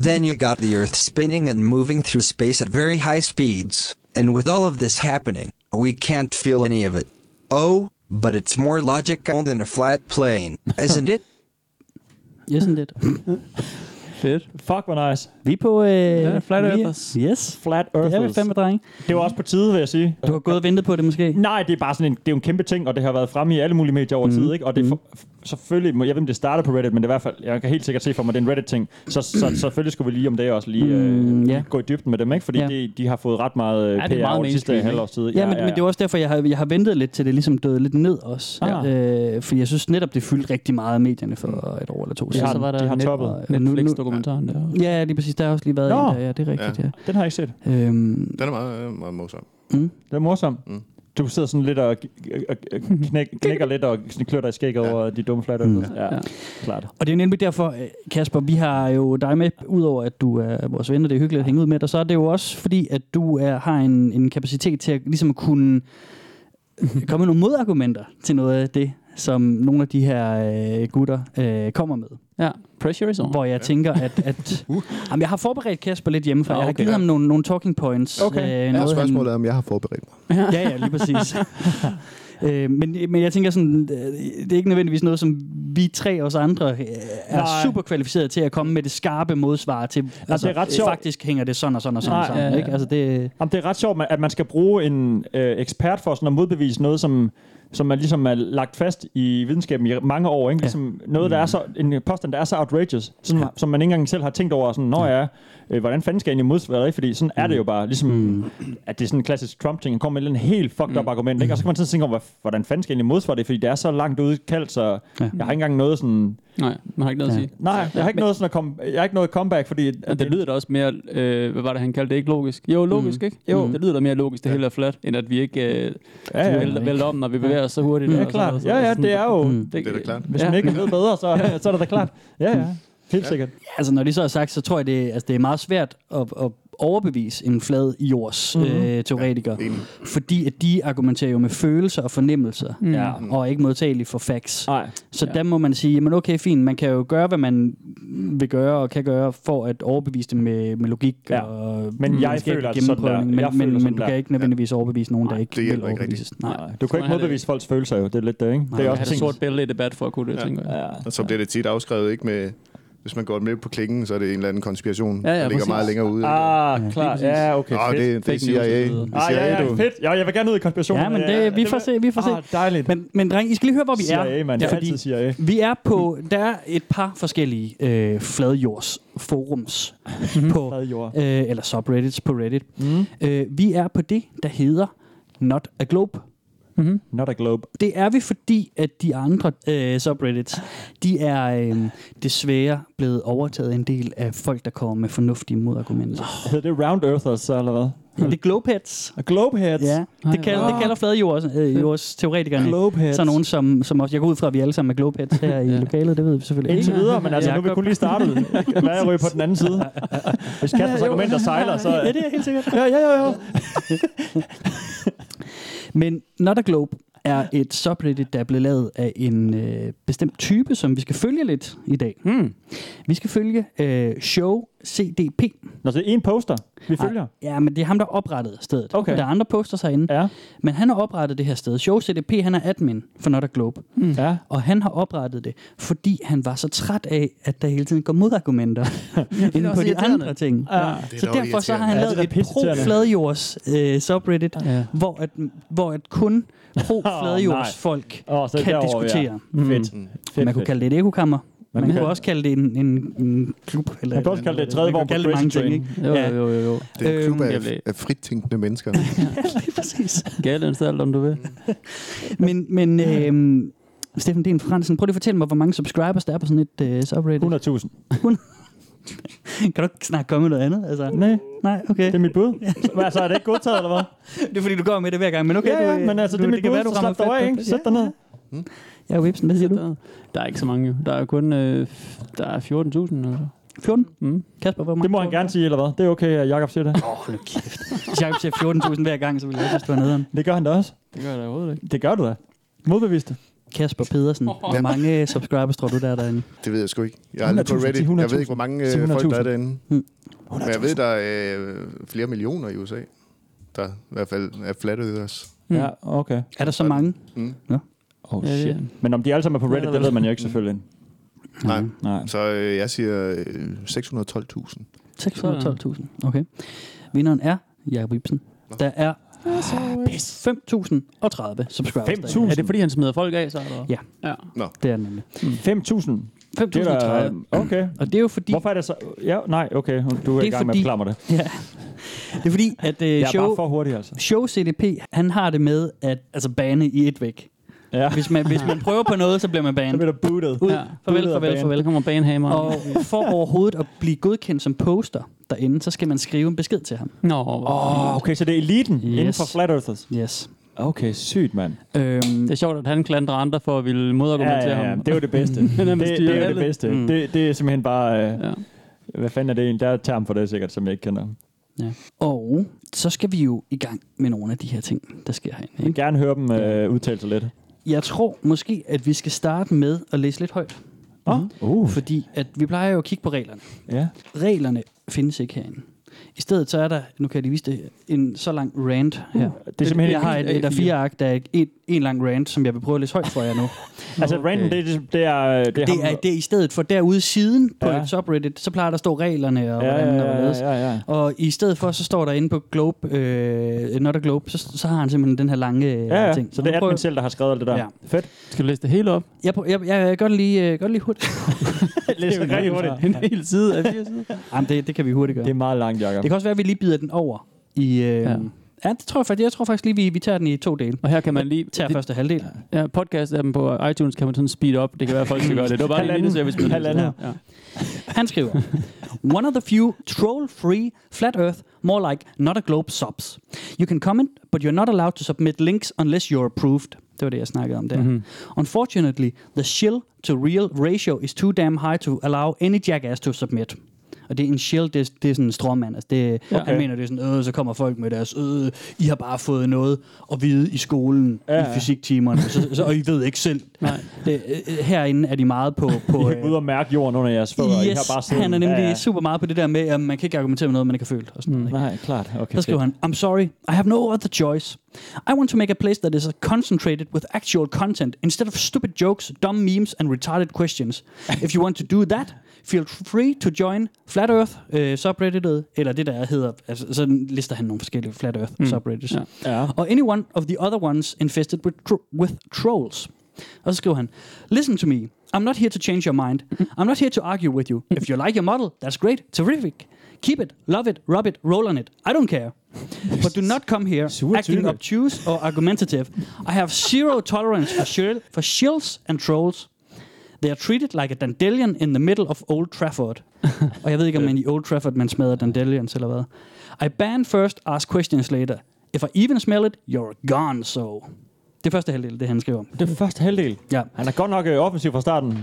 S7: then you got the Earth spinning and moving through space at very high speeds, and with all of this happening, we can't feel any of it. Oh, but it's more logical than a flat plane, isn't
S5: [LAUGHS]
S7: it?
S4: Isn't it?
S5: [CLEARS THROAT]
S6: Fedt.
S5: Fuck, hvor nice.
S4: Vi er på... Øh,
S6: Ja, Flat
S4: vi er-
S6: Earthers.
S4: Yes.
S5: Flat
S4: Det er vi
S5: Earthers.
S4: fandme, dreng.
S5: Det var også på tide, vil jeg sige.
S4: Du har gået og ventet på det måske.
S5: Nej, det er bare sådan en, det er jo en kæmpe ting, og det har været fremme i alle mulige medier over mm. tid, ikke? Og det er for, f- selvfølgelig, jeg ved ikke, om det startede på Reddit, men det er i hvert fald, jeg kan helt sikkert se for mig, det er en Reddit-ting. Så, så selvfølgelig skulle vi lige om det også lige, øh,
S4: Mm, ja.
S5: lige gå i dybden med dem, ikke? Fordi
S4: Ja.
S5: de, de har fået ret meget øh,
S6: Ja, det er
S5: PR
S6: meget
S5: over de sidste
S6: mainstream,
S5: halvårs tid.
S4: Ja, men, men det er jo også derfor, jeg har, jeg har ventet lidt til det ligesom døde lidt ned også.
S5: Ah.
S4: Øh, fordi jeg synes netop, det fyldte rigtig meget af medierne for et år eller to
S5: har
S6: så
S5: den.
S6: var
S5: De
S6: der
S5: har
S6: net,
S5: toppet.
S4: Og, øh, nu- nu-
S6: Netflix-dokumentaren der.
S4: Ja, lige præcis. Der har også lige været
S5: Nå.
S4: en der. Ja, det er rigtigt, ja.
S5: Den har jeg ikke set.
S4: ja. Øhm,
S3: Den er meget, øh, meget morsom.
S5: Det er morsom. Mm. Du sidder sådan lidt og g- og- og [LAUGHS] knæk, knækker lidt og sådan klør dig i skæg over de dumme flat mm. ja, ja, klart.
S4: og det er jo nemlig derfor, øh, Kasper, vi har jo dig med, udover at du er vores ven, og det er hyggeligt at hænge ud med dig, så er det jo også fordi, at du er, har en, en kapacitet til at, ligesom at kunne komme med nogle modargumenter til noget af det, som nogle af de her øh, gutter øh, kommer med.
S6: Ja, pressure is on.
S4: hvor jeg tænker, at... at jamen, jeg har forberedt Kasper lidt hjemmefra.
S6: Nå,
S4: Jeg har
S6: okay.
S4: givet ham nogle, nogle talking points.
S5: Okay.
S4: Øh,
S3: Ja,
S4: noget,
S3: spørgsmålet er, om jeg har forberedt mig.
S4: Han, ja, ja, lige
S5: [LAUGHS]
S4: præcis. øh, men, men jeg tænker sådan, øh, det er ikke nødvendigvis noget, som vi tre os andre øh, er
S5: Nej.
S4: super kvalificerede til at komme med det skarpe modsvar til.
S5: det er ret
S4: øh,
S5: sjovt.
S4: Faktisk hænger det sådan og sådan og sådan
S5: Nej,
S4: sammen.
S6: ja, ja.
S4: Ikke? Altså, det,
S5: Jamen, det er ret sjovt, man- at man skal bruge en øh, ekspert for sådan at modbevise noget, som, som er, ligesom er lagt fast i videnskaben i mange år. Ikke? Ligesom noget, der
S4: Mm.
S5: er så, en påstand, der er så outrageous, sådan, ja. som man ikke engang selv har tænkt over. Sådan, Nå ja, øh, hvordan fanden skal jeg egentlig modsvare det? Fordi sådan er
S4: Mm.
S5: det jo bare. Ligesom, at det er sådan en klassisk Trump-ting. Han kommer med en helt fucked
S4: Mm.
S5: up argument, ikke? og så kan man sådan tænke over, "Hvad- hvordan fanden skal jeg egentlig modsvare det? Fordi det er så langt ude kaldt, så jeg har ikke engang noget sådan...
S6: Nej, man har ikke noget at sige.
S5: Nej, jeg har ikke noget sådan at komme... Jeg har ikke noget comeback, fordi...
S6: Men det lyder da også mere, øh, hvad var det, han kaldte det? Ikke logisk? Jo, logisk, mm. ikke? Jo. Mm. Det lyder da mere logisk, det hele er flat, end at vi ikke øh,
S5: ja, ja.
S6: vælter vælter om, når vi bevæger os så hurtigt.
S5: Ja,
S6: og sådan noget.
S5: klart.
S6: Så
S5: Ja, ja,
S6: sådan-
S5: det er jo...
S4: Mm.
S3: Det er da klart.
S5: Hvis ja. man ikke ved bedre, så, så er det da klart. Ja, ja. Helt sikkert.
S4: altså, når det så er sagt, så tror jeg, det, altså, det er meget svært at, at overbevise en flad jords
S5: Mhm.
S4: mm-hmm. øh, teoretiker. Ja, fordi at de argumenterer jo med følelser og fornemmelser, mm. ja, og er ikke modtagelige for facts.
S5: Nej.
S4: Så ja. der må man sige, jamen okay, fint, man kan jo gøre, hvad man vil gøre og kan gøre, for at overbevise dem med, med logik
S5: Ja.
S4: og
S5: Men jeg
S4: videnskabelig
S5: føler altså
S4: gennemprøvning.
S5: sådan der. Jeg
S4: Men, men,
S5: føler
S4: men
S5: sådan
S4: du
S5: der.
S4: kan ikke nødvendigvis overbevise nogen, der ikke
S3: det
S4: vil
S3: hjælper ikke
S4: overbevises. Nej.
S5: Du kan jo ikke
S6: man
S5: modbevise folks følelser jo. Det er lidt det, ikke? Det er
S6: Jeg
S5: også
S6: har et
S5: ting.
S6: sort billede i debat for at kunne det, ja. tænker jeg.
S5: Ja.
S3: Og så bliver det tit afskrevet, ikke med... Hvis man går med på klingen, så er det en eller anden konspiration,
S6: Ja, ja,
S3: der ligger
S6: præcis.
S3: meget længere ude.
S5: Ah, klart. Ja, okay.
S3: Nå,
S5: fedt.
S3: det, det er
S6: Fake news og
S3: CIA.
S6: så
S3: Det
S6: videre.
S3: er
S5: Ah, ja,
S3: CIA,
S5: ja,
S3: du.
S5: fedt. Ja, jeg vil gerne ud i konspirationen.
S4: Ja, men det, vi får se, vi får se.
S5: Ah, dejligt.
S4: Men, men dreng, I skal lige høre, hvor vi er.
S5: CIA, mand. Det er
S4: fordi
S5: altid CIA.
S4: Vi er på, der er et par forskellige øh, fladjordsforums på,
S5: Mhm. Fladjord. Mhm.
S4: øh, eller subreddits på Reddit. Mm. Øh, vi er på det, der hedder Not a Globe.
S5: Mhm. Not a globe.
S4: Det er vi, fordi at de andre øh, subreddits, de er øh, desværre blevet overtaget af en del af folk, der kommer med fornuftige modargumenter.
S5: Hedder det Round Earthers, så, eller hvad?
S4: Ja, det er Globeheads.
S5: A globeheads?
S4: Ja, Ah. det kalder, det kalder fladjords, øh, jords teoretikerne.
S5: Globeheads.
S4: Så nogen, som, som også, jeg går ud fra, at vi alle sammen er Globeheads her i lokalet, det ved vi selvfølgelig
S5: Indtil videre, men altså, nu er vi
S4: Jakob.
S5: kun lige startet. Hvad er jeg på den anden
S4: [LAUGHS]
S5: side? Hvis Kaspers argumenter sejler, så...
S4: Ja, det er helt sikkert.
S5: Ja, ja, ja, ja.
S4: Men Not a Globe er et subreddit, der er blevet lavet af en øh, bestemt type, som vi skal følge lidt i dag.
S5: Hmm.
S4: Mm. Vi skal følge øh, Show CDP.
S5: Nå, så det er en poster, vi følger.
S4: Ah, Ja, men det er ham, der oprettede stedet.
S5: Okay.
S4: Der er andre poster herinde.
S5: Ja,
S4: Men han har oprettet det her sted. Show CDP, han er admin for Not a Globe. Mm.
S5: Hmm. ja.
S4: Og han har oprettet det, fordi han var så træt af, at der hele tiden går
S5: [LAUGHS]
S4: modargumenter [LAUGHS] inden på
S6: også
S4: de
S6: irriterende.
S4: andre ting.
S5: Ja.
S3: Det
S4: Så
S3: er dog
S4: derfor så har han
S3: irriterende.
S5: Ja, det er
S4: lavet
S5: da
S4: et
S5: pisseirriterende.
S4: pro-fladjords øh, subreddit,
S6: Ja.
S4: hvor, at, hvor at kun pro-fladjords
S5: [LAUGHS]
S4: folk
S5: Åh, så
S4: kan
S5: derovre, ja. Mm.
S4: diskutere.
S5: Fedt.
S4: Man
S5: Fedt,
S4: kunne
S5: fedt.
S4: kalde det et ekokammer. Man,
S5: kan-
S4: man kunne også kalde det en, en, en klub. Eller
S5: Man kan også kalde det et tredje
S4: man
S5: vogn
S4: kunne kalde
S5: på
S4: det mange
S5: Crazy
S4: ting,
S5: Train.
S4: ikke?
S6: Jo, jo,
S4: Ja.
S6: jo, Øhm, jo.
S3: Det er en klub
S6: jeg ved-
S3: af, af fritænkende
S6: [LAUGHS]
S3: mennesker.
S4: Lige præcis.
S6: Gale alt, om du vil.
S4: Men, men øhm, Steffen D. Fransen, prøv lige at fortælle mig, hvor mange subscribers der er på sådan et øh, subreddit.
S5: 100.000.
S4: [LAUGHS] Kan du ikke snart komme med noget andet? Altså?
S5: Nej,
S4: Nej, okay.
S5: det er mit bud. Så- Hvad, så er det ikke godtaget, eller hvad?
S4: Det er fordi, du går med det hver gang, men okay.
S5: Ja,
S4: du,
S5: ja,
S4: øh,
S5: men altså,
S4: du,
S5: det er mit
S4: kan være,
S5: bud,
S4: du
S5: så
S4: rammer
S5: slap dig
S4: flat
S5: af,
S4: på
S5: ikke?
S4: det.
S5: Sæt dig ned.
S4: [LAUGHS] Ja, ja Websen, hvad siger du?
S6: Der, der er ikke så mange. jo. Der er kun øh, f- der er 14.000. Altså.
S4: 14?
S6: Mm.
S4: Kasper, hvor mange?
S5: Det må han gerne sige, eller hvad? Det er okay, at Jacob siger det.
S4: Hvis jeg siger 14.000 hver gang, så ville jeg også synes, du var nederen.
S5: Det gør han da også.
S6: Det gør jeg da overhovedet ikke.
S5: Det gør du da. Modbevist det.
S4: Kasper
S5: [LAUGHS]
S4: Pedersen. Hvor mange øh, subscribers tror du, der er derinde?
S3: Det ved jeg sgu ikke. Jeg er aldrig på
S5: 100.000,
S3: Reddit.
S5: til
S3: Jeg ved
S5: 100.000.
S3: ikke, hvor mange
S5: Til
S3: øh, folk, der er
S5: 100.000.
S3: derinde. Men jeg ved, der er øh, flere millioner i USA, der i hvert fald er flat-earthers.
S5: Ja, okay.
S4: Mm. Er der så mange?
S3: Mm.
S5: Oh,
S6: Ja, det-
S5: shit. Men om de alle sammen er på Reddit, det ved man jo ikke selvfølgelig.
S3: Nej.
S5: Nej.
S3: Så øh, jeg siger øh, 612.000.
S4: 612.000. Okay. Vinderen er Jacob Ibsen. Der er 5.030 subscribers.
S5: 5.000?
S6: Er det fordi, han smider folk af, så? Eller?
S4: Ja.
S6: ja.
S4: Det er den nemlig.
S5: 5.000? Det er der,
S4: 5.030.
S5: okay.
S4: Og det er jo fordi,
S5: Hvorfor er det så? Ja, nej, okay. Du er,
S4: Det er
S5: i gang med at
S4: fordi-
S5: forklare mig det.
S4: [LAUGHS] det er fordi at øh,
S5: Jeg er bare
S4: show,
S5: for hurtig, altså.
S4: show CDP, han har det med at altså bane i et væk.
S5: Ja.
S4: Hvis man, hvis man prøver på noget, så bliver man
S5: Så
S4: banet.
S5: bliver du bootet.
S4: Ud.
S6: Ja.
S4: Farvel,
S5: Bootet af
S4: farvel,
S5: banen.
S4: farvel.
S6: Der kommer banehammer.
S4: Og for overhovedet at blive godkendt som poster derinde, så skal man skrive en besked til ham.
S6: Nå, oh.
S5: Åh, okay, så det er eliten yes. inden
S4: Yes.
S5: for Flat Earthers.
S4: Yes.
S5: Okay, sygt, mand.
S4: Øhm,
S6: det er sjovt, at han klandrer andre for at ville modargumentere ham.
S5: det er jo det bedste.
S6: [LAUGHS]
S5: det,
S6: Han er med
S5: det,
S6: styrer
S5: er jo
S6: alle.
S5: det bedste.
S4: Mm.
S5: Det, det er simpelthen bare... Øh,
S6: Ja.
S5: Hvad fanden er det egentlig? Der er et term for det sikkert, som jeg ikke kender.
S4: og så skal vi jo i gang med nogle af de her ting, der sker herinde. Ikke?
S5: Gerne høre dem øh, udtale sig lidt.
S4: Jeg tror måske, at vi skal starte med at læse lidt højt. Mm-hmm.
S5: Uh,
S4: Fordi at vi plejer jo at kigge på reglerne.
S5: ja.
S4: Reglerne findes ikke herinde. I stedet så er der, nu kan jeg lige vise det, en så lang rant her. Uh,
S5: det er simpelthen øh,
S4: jeg har
S5: en
S4: et, et af fire ark, der er en, en lang rant, som jeg vil prøve at læse højt
S5: [LAUGHS]
S4: for jer nu.
S5: Altså, random, det, det, det er... øh, Det er,
S4: det, er,
S5: ham,
S4: det er i stedet for derude siden på
S5: Ja.
S4: ja. et subreddit, så plejer der at stå reglerne og
S5: Ja, ja,
S4: hvordan der
S5: ja,
S4: var
S5: ja, ja, ja.
S4: Og i stedet for, så står der inde på Globe, øh, Not a Globe, så, så har han simpelthen den her lange øh,
S5: Ja, ja.
S4: ting.
S5: Så det
S4: nu
S5: er
S4: prøver-
S5: admin selv, der har skrevet alt [LAUGHS] det der.
S4: Ja.
S5: Fedt.
S6: Skal du læse det hele op?
S4: Jeg, prøver- jeg, jeg, jeg godt lige, øh, godt lige hurtigt.
S5: Læs det rigtig hurtigt.
S6: En hel side af fire sider.
S4: Jamen, det, det kan vi hurtigt gøre.
S5: Det er meget langt, Jacob.
S4: Det kan også være, at vi lige bider den over i... Øh, ja.
S6: Ja.
S4: ja, det tror jeg faktisk. Jeg tror faktisk lige, vi, vi tager den i to dele.
S6: Og her kan man lige...
S4: Tager første halvdel.
S6: Ja, podcast af dem på iTunes kan man sådan speed op. Det kan være, at folk skal gøre det. Det var bare lige en
S5: Halvanden-
S6: lille service. men-
S5: halvanden.
S6: Ja.
S4: Han skriver, One of the few troll-free flat earth, more like not a globe subs. You can comment, but you're not allowed to submit links unless you're approved. Det var det, jeg snakkede om der.
S6: Mhm.
S4: Mm-hmm. Unfortunately, the shill to real ratio is too damn high to allow any jackass to submit. Og det er en shill, det er, det er sådan en stråmand. Altså det, okay. Han mener, det er sådan, øh, så kommer folk med deres, øh, I har bare fået noget at vide i skolen, ja. i fysiktimerne, så, så, og I ved ikke selv. Nej. Det, øh, herinde er de meget på... på øh,
S5: I kan gå ud og mærke jorden under jeres fødder. I har
S4: Yes,
S5: bare siddet-
S4: han er nemlig
S5: Ja,
S4: ja.
S5: ja.
S4: super meget på det der med, at man kan ikke argumentere med noget, man ikke har følt. Og sådan noget, ikke?
S5: Nej, klart. Okay,
S4: Så skriver
S5: fedt.
S4: han, I'm sorry, I have no other choice. I want to make a place that is concentrated with actual content instead of stupid jokes, dumb memes and retarded questions. If you want to do that, feel free to join Flat Earth øh, subredditet, eller det der hedder, altså sådan lister han nogle forskellige Flat Earth mm. subreddits.
S6: Ja.
S5: Ja.
S4: Or any one of the other ones infested with, tro- with trolls. Og så skriver han, Listen to me. I'm not here to change your mind. I'm not here to argue with you. If you like your model, that's great. Terrific. Keep it, love it, rub it, roll on it. I don't care. But do not come here acting obtuse or argumentative. I have zero tolerance for, shil- for shills and trolls. They are treated like a dandelion in the middle of Old Trafford. og jeg ved ikke, om man i Old Trafford, man smadrer dandelions eller hvad. I ban first, ask questions later. If I even smell it, you're gone, so. Det første halvdel, det han skriver om.
S5: Det er første halvdel.
S4: Ja.
S5: Han er godt nok øh, offensiv fra starten.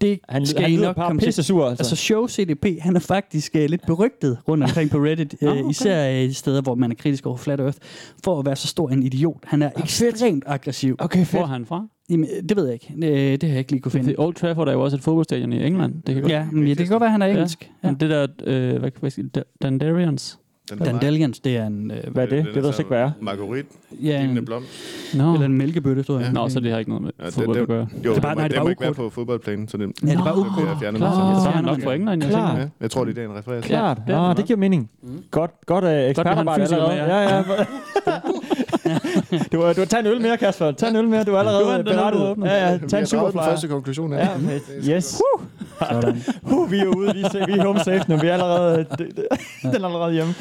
S4: Det
S5: Han,
S4: skal
S5: han
S4: I
S5: lyder
S4: nok
S5: bare
S4: komme til.
S5: pisse sur. Altså.
S4: Altså Show CDP, han er faktisk uh, lidt berygtet rundt omkring på Reddit, uh, okay. især øh, steder, hvor man er kritisk over Flat Earth, for at være så stor en idiot. Han er ekstremt aggressiv.
S5: Ah, okay,
S6: Hvor er han fra?
S4: Jamen, øh, det ved jeg ikke. Øh, det har jeg ikke lige kunne finde.
S6: Det Old Trafford er jo også et fodboldstadion i England. Det kan godt
S4: Ja, men ja, det kan godt være, han er engelsk.
S6: Ja.
S4: Ja.
S6: Men det der, øh, hvad, hvad skal da- Dandarians?
S3: Den
S4: Dandelions, det er en, øh,
S5: Hvad er det? Det ved jeg slet ikke, hvad er.
S3: Marguerite,
S4: ja,
S3: lignende
S4: en,
S3: blomst.
S6: Nå,
S4: eller en mælkebøtte, tror jeg.
S3: Ja.
S6: Nå så det har ikke noget med
S3: Ja,
S6: fodbold
S3: det-
S6: at gøre.
S3: Jo,
S4: er
S3: det bare,
S4: bare-
S3: den,
S4: nej, det
S3: den
S4: er
S3: må
S4: bare
S3: ikke være
S4: ukrudt.
S3: på fodboldplanen, så det,
S4: Ja, det
S6: Nå,
S4: var
S3: det bliver fjernet med
S6: Klar.
S3: sådan.
S6: Så
S4: Ja,
S6: er han
S4: han er
S6: nok fra
S4: nok.
S6: England, jeg
S5: Klar.
S6: tænker.
S3: Ja, jeg tror, det er det, han refererer til.
S5: Klart.
S6: det er
S5: Ja, ah,
S6: det
S5: det giver mening. Godt, godt uh, ekspertarbejde
S6: fysiker
S5: allerede.
S6: med
S5: Ja, ja. [LAUGHS] du, har- du har taget en øl mere, Kasper. Tag en øl mere. Du er
S6: Du er
S5: allerede
S6: den, der
S5: berettet.
S6: åbner.
S5: Ja, ja.
S3: Vi
S5: Tag en
S3: har draget den
S5: superflyer.
S3: første konklusion af.
S5: Ja,
S3: det.
S5: men-
S3: Det er sgu
S5: yes.
S3: godt.
S4: Sådan.
S5: Uh, vi er ude. Vi er, vi er home safe nu. Vi er allerede, det, det, den er allerede hjemme.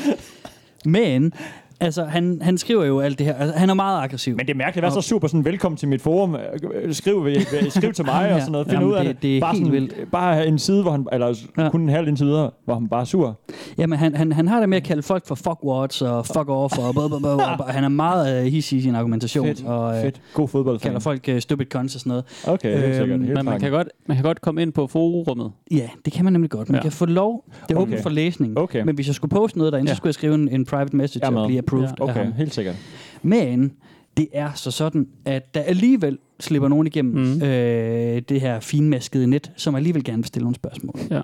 S4: Men, altså, han, han skriver jo alt det her. Altså, han er meget aggressiv.
S5: Men det er mærkeligt at være så super sådan, velkommen til mit forum. Øh, øh, Skriv, øh, øh, skriv til mig og sådan
S4: [LAUGHS]
S5: noget. Find
S4: Jamen,
S5: ud af
S4: det-
S5: det.
S4: det er
S5: bare
S4: helt
S5: sådan,
S4: vildt.
S5: øh, Bare en side, hvor han, eller
S4: Ja.
S5: kun en halv indtil videre, hvor han bare er sur.
S4: Jamen, han, han, han har det med at kalde folk for fuckwats og fuck off, og blah, blah, blah, blah, blah. han er meget uh, hissig i sin argumentation,
S5: Fedt,
S4: og øh,
S5: fedt. God fodboldfan.
S4: kalder folk uh, stupid cons og sådan noget.
S5: Okay, helt
S4: Øhm,
S5: sikkert. Helt
S6: Øh, Men man kan,
S5: sikkert.
S6: godt, man kan godt komme ind på forummet.
S4: Ja, det kan man nemlig godt. Man ja.
S6: Ja.
S4: kan få lov, det er okay. åbent
S5: Okay.
S4: for læsning,
S5: Okay.
S4: men hvis jeg skulle poste noget derinde, ja.
S6: Ja.
S4: så skulle jeg skrive en, en private message
S5: Jeg er
S4: og
S5: med.
S4: blive approved
S6: Ja.
S4: af
S5: Okay,
S4: ham.
S5: helt sikkert.
S4: Men det er så sådan, at der alligevel slipper nogen igennem
S5: Mhm.
S4: mm. øh, det her finmaskede net, som alligevel gerne vil stille nogle spørgsmål.
S6: Ja.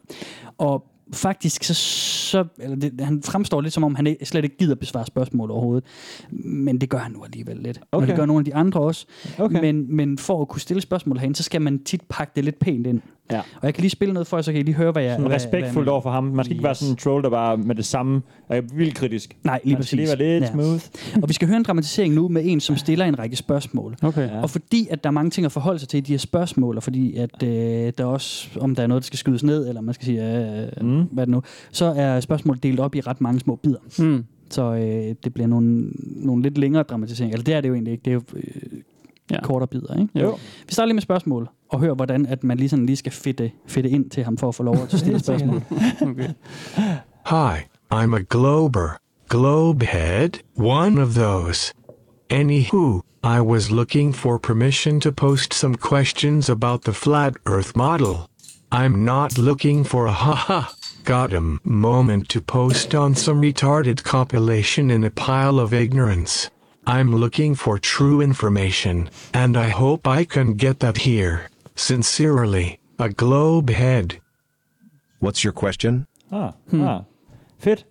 S4: Og faktisk så, så eller det, han fremstår lidt som om, han ikke- slet ikke gider besvare spørgsmål overhovedet. Men det gør han nu alligevel lidt. Okay. Og
S5: Okay.
S4: det gør nogle af de andre også.
S5: Okay.
S4: Men, men for at kunne stille spørgsmål herinde, så skal man tit pakke det lidt pænt ind.
S5: Ja.
S4: Og jeg kan lige spille noget for jer, så kan I lige høre, hvad jeg...
S5: Sådan
S4: hvad,
S5: respektfuldt
S4: hvad
S5: over for ham. Man skal ikke være
S4: Yes.
S5: sådan en troll, der bare med det samme er vildt kritisk.
S4: Nej, lige
S5: Man skal
S4: præcis.
S5: lige være lidt
S4: Ja.
S5: smooth.
S4: Og vi skal høre en dramatisering nu med en, som stiller en række spørgsmål.
S6: Okay.
S4: Og fordi at der er mange ting at forholde sig til i de her spørgsmål, og fordi at øh, der er også, om der er noget, der skal skydes ned, eller man skal sige, øh, mm. hvad er det nu, så er spørgsmålet delt op i ret mange små bidder.
S6: Mm.
S4: Så øh, det bliver nogle, nogle lidt længere dramatiseringer. Eller det er det jo egentlig ikke. Det er jo øh,
S6: Ja.
S4: ja. kortere bidder, ikke?
S6: Jo.
S4: Vi starter lige med spørgsmål, og hører, hvordan at man lige, sådan lige skal fedte, fedte ind til ham, for at få lov at stille spørgsmål.
S8: Hi, I'm a glober, globehead, one of those. Anywho, I was looking for permission to post some questions about the flat earth model. I'm not looking for a haha, got him moment to post on some retarded compilation in a pile of ignorance. I'm looking for true information, and I hope I can get that here. Sincerely, a globehead.
S9: What's your question?
S5: Ah,
S4: Hmm.
S5: ah. Fedt.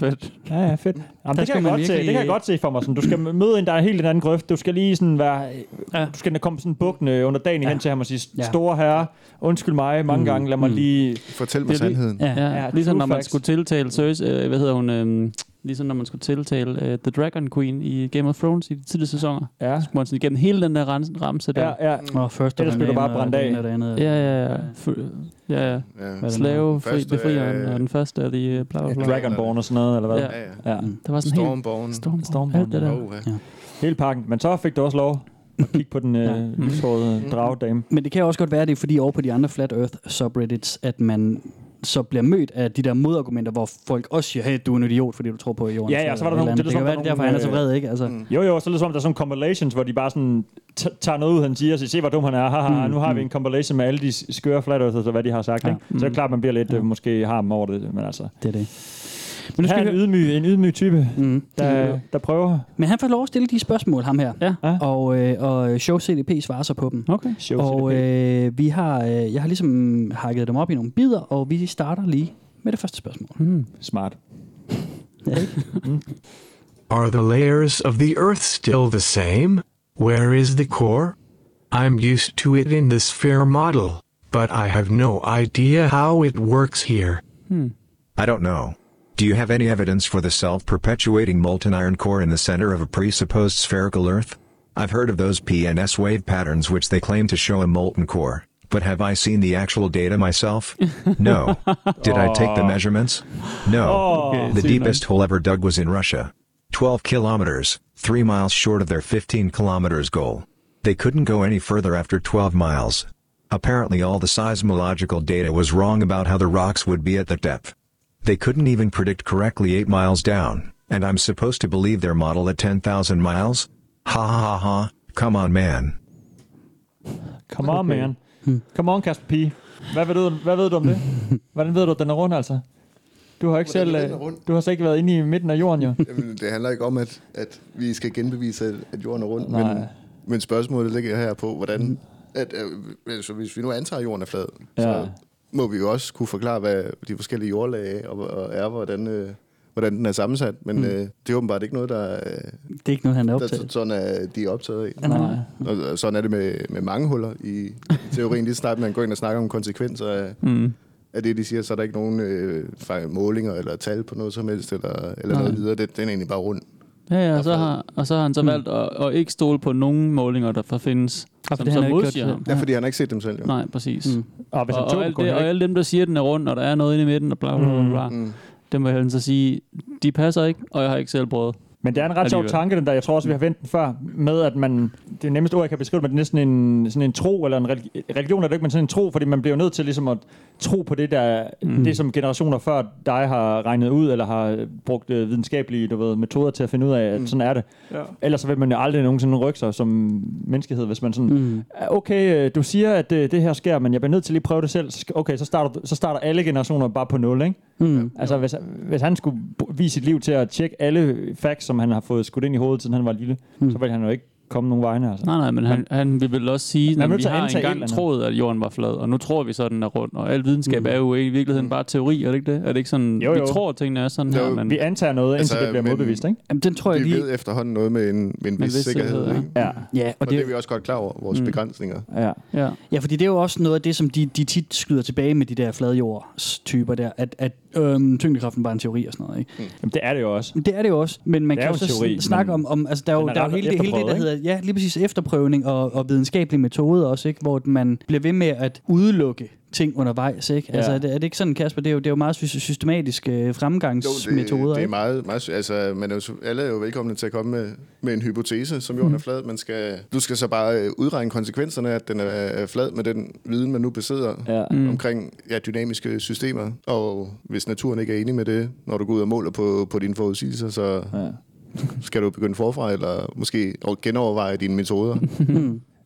S6: Fedt.
S5: Ja, ja, fedt. Jamen, det,
S4: skal
S5: kan jeg
S4: man
S5: godt se, det
S4: virkelig-
S5: kan jeg godt se for mig. Sådan. Du skal møde en, der er helt i en anden grøft. Du skal lige sådan være...
S4: Ja.
S5: Ja. Du skal komme sådan bukkende under dagen ja. hen til ham og sige,
S4: Ja.
S5: store herre, undskyld mig mange gange, lad mig lige...
S3: Hmm. Fortæl mig
S6: Det er lige-
S3: sandheden.
S4: Ja.
S6: Ja,
S5: Ja,
S6: ja ligesom
S5: true
S6: når man
S5: facts.
S6: skulle tiltale Cersei, øh, hvad hedder hun, øh, ligesom når man skulle tiltale øh, The Dragon Queen i Game of Thrones i de tidlige sæsoner.
S5: Ja,
S6: Må man sådan igennem hele den der rens- ramse der. Mm.
S5: ja, ja.
S4: Og først og
S5: Ellers bliver du
S4: den
S5: bare
S4: ene, og
S5: brændt
S4: det
S5: af.
S4: ene og det andet.
S6: Ja, ja, ja. Fu- ja, ja.
S3: Ja.
S4: Hvad er det nu?
S6: Slave, fri,
S3: Første,
S6: befrieren,
S3: øh,
S6: og den første af de øh, bla bla bla.
S3: Dra-
S5: Dragonborn og sådan noget, eller hvad?
S6: Ja.
S5: Ja.
S3: Ja, ja.
S5: ja.
S4: Mm,
S6: Der var sådan helt...
S3: Stormborn.
S6: Storm,
S5: Stormborn,
S6: alt det der.
S3: Åh, ja.
S5: Hele pakken. Men så fik du også lov at kigge på den øh, [LAUGHS]
S3: Mm.
S5: lyshårede dragdame.
S4: Men det kan jo også godt være, at det er fordi over på de andre Flat Earth subreddits, at man så bliver mødt af de der modargumenter, hvor folk også siger, hey, du er en idiot, fordi du tror på jorden.
S5: Ja, ja, så var der nogle-
S4: Det,
S5: det
S4: Mm. det
S5: lyder
S4: kan
S5: som,
S4: være,
S5: der
S4: det
S5: var øh,
S4: er derfor, han
S5: nogle,
S4: er så vred, ikke? Altså,
S3: Mm.
S5: Jo, jo, så er det som, om, der er sådan compilations, hvor de bare sådan t- tager noget ud, han siger, og siger, se, hvor dum han er, haha,
S4: Mm.
S5: nu har vi en compilation med alle de s- skøre flat earthers, og hvad de har sagt, ja. ikke? Så er det klart, man bliver lidt, ja. måske har dem over det, men altså.
S4: Mm. det er det. Men,
S5: Nu
S4: nu
S5: skal
S4: skal
S5: her
S4: vi
S5: er en
S4: høre,
S5: ydmyg, en ydmyg type, mm. der, der prøver.
S4: men han får lov at stille de spørgsmål, ham her.
S6: Ja.
S4: Og, øh, og Show CDP svarer så på dem.
S6: Okay.
S5: Show
S4: Og øh, vi har, øh, jeg har ligesom hakket dem op i nogle bidder, og vi starter lige med det første spørgsmål.
S5: Hmm. Smart.
S8: Are the layers of the Earth still the same? Where is the core? I'm used to it in the sphere model, but I have no idea how it works here.
S6: Hmm.
S9: I don't know. Do you have any evidence for the self perpetuating molten iron core in the center of a presupposed spherical Earth? I've heard of those PNS wave patterns which they claim to show a molten core, but have I seen the actual data myself? No. Did I take the measurements? No. the deepest hole ever dug was in Russia. 12 kilometers, 3 miles short of their 15 kilometers goal. They couldn't go any further after 12 miles. Apparently, all the seismological data was wrong about how the rocks would be at that depth. They couldn't even predict correctly 8 miles down, and I'm supposed to believe their model at 10,000 miles? Ha ha ha ha, come on man.
S5: Come on, man. Come on, Kasper P. Hvad ved, du, hvad ved du om det? Hvordan ved du, at den er rund, altså? Du har ikke
S3: Hvordan
S5: selv,
S3: ved den er
S5: øh,
S3: rund?
S5: du har slet ikke været inde i midten af jorden, jo.
S3: Jamen, det handler ikke om, at, at vi skal genbevise, at- at jorden er rundt. Men,
S5: Nej.
S3: men spørgsmålet ligger her på,
S4: Mm.
S3: hvordan... At, øh, altså, hvis vi nu antager, at jorden er flad, ja.
S5: Ja.
S3: så må vi jo også kunne forklare, hvad de forskellige jordlag er, og, og er, hvordan, øh, hvordan den er sammensat. Men mm. øh, det er åbenbart ikke noget, der, øh,
S4: Det er ikke noget, han er
S3: der
S4: optaget.
S3: så- sådan er, de er optaget af.
S5: Nej.
S3: Og og sådan er det med, med mange huller i i teorien. Lige så snart man går ind og snakker om konsekvenser af,
S6: Hmm.
S3: mm. af det, de siger, så er der ikke nogen øh, fejl- målinger eller tal på noget som helst, eller, eller noget videre. Det, den er egentlig bare rund.
S6: Ja, ja, og så har, og så har
S4: Hmm.
S6: han så valgt at, at ikke stole på nogen målinger, der findes,
S4: for
S6: som
S4: det har
S6: så
S4: han jo ikke gjort
S6: modsiger
S4: selv.
S6: ham.
S3: Ja, fordi han har ikke set dem selv, jo.
S6: Nej, præcis.
S5: Mm. Og hvis
S6: Og,
S5: han
S6: og,
S5: tog det,
S6: alt
S5: kunne
S6: det,
S5: han
S6: og
S5: ikke.
S6: alle dem, der siger, at den er rund, og der er noget inde i midten, og bla bla bla, bla. Mm. dem vil han så sige, de passer ikke, og jeg har ikke selv prøvet.
S5: Men det er en ret sjov
S6: Alligevel.
S5: tanke, den der. Jeg tror også, vi har vendt den før, med at man... Det er nemmest ord, jeg kan beskrive, det, men det er næsten en, sådan en tro, eller en religi- religion er det ikke, men sådan en tro, fordi man bliver jo nødt til ligesom at tro på det, der, mm. det som generationer før dig har regnet ud, eller har brugt øh, videnskabelige du ved, metoder til at finde ud af,
S3: Mhm.
S5: at mm. sådan er det. Ja. Ellers så vil man jo aldrig nogensinde rykke sig som menneskehed, hvis man sådan... Mm. Okay, øh, du siger, at øh, det her sker, men jeg bliver nødt til lige at prøve det selv. Så sk- Okay, så starter, du- så starter alle generationer bare på nul, ikke?
S4: Hmm.
S5: Mm. Altså, hvis, hvis han skulle b- vise sit liv til at tjekke alle facts, som han har fået skudt ind i hovedet, siden han var lille, mm. så ville han jo ikke komme nogen vegne, altså.
S6: Nej, nej, men han, han vil vel også sige,
S5: er
S6: at
S5: nødt
S6: vi
S5: til at
S6: har
S5: antage et
S6: engang
S5: eller andet.
S6: troet, at jorden var flad, og nu tror vi så, at den er rund, og al videnskab mm. er jo i virkeligheden bare teori, er det ikke det? Er det ikke sådan,
S5: Jo,
S6: jo, jo.
S5: jo.
S6: vi tror, at tingene er sådan
S3: Jo,
S6: her, men
S5: Vi antager noget, indtil
S3: Altså,
S5: altså, det bliver
S3: men-
S5: modbevist, ikke?
S4: Jamen, den tror jeg
S3: Vi
S4: lige...
S3: ved efterhånden noget med en, med en vis
S6: vis
S3: sikkerhed,
S6: sikkerhed, ja.
S3: ikke?
S5: Ja,
S4: Ja,
S3: Og
S4: og
S3: det, det er
S4: det,
S3: vi også godt klar over, vores mm. begrænsninger.
S5: ja.
S6: ja.
S4: ja, fordi det er jo også noget af det, som de, de tit skyder tilbage med de der fladjordstyper der, at, at øhm, tyngdekraften var en teori og sådan noget. Ikke?
S5: Mm. Jamen, det er det jo også.
S4: Det er det jo også, men man
S5: Det
S4: kan
S5: er jo
S4: jo så
S5: en teori,
S4: teori, snakke
S5: men
S4: om, om altså der er jo,
S5: den er
S4: der er jo
S5: ret
S4: hele, det, hele det, der
S5: efterprøvet,
S4: hedder, ja, lige præcis efterprøvning og, og videnskabelige metoder også, ikke? hvor man bliver ved med at udelukke ting undervejs. Ikke? Ja. Altså,
S5: Ja.
S4: er det, er det ikke sådan, Kasper? Det er jo, det er jo meget sy- systematiske øh,
S3: Jo, det,
S4: fremgangsmetoder.
S3: det er
S4: ikke?
S3: meget, meget altså, man er jo, alle er jo velkomne til at komme med, med en hypotese, som jorden er flad. Man
S6: [LAUGHS]
S3: skal, du skal så bare øh, udregne konsekvenserne af, at den er- er flad med den viden, man nu besidder
S5: Ja.
S3: mm. omkring ja, dynamiske systemer. Og hvis naturen ikke er enig med det, når du går ud og måler på, på dine forudsigelser, så
S5: Ja.
S3: skal du begynde forfra, eller måske og- genoverveje dine
S5: [LAUGHS]
S3: metoder.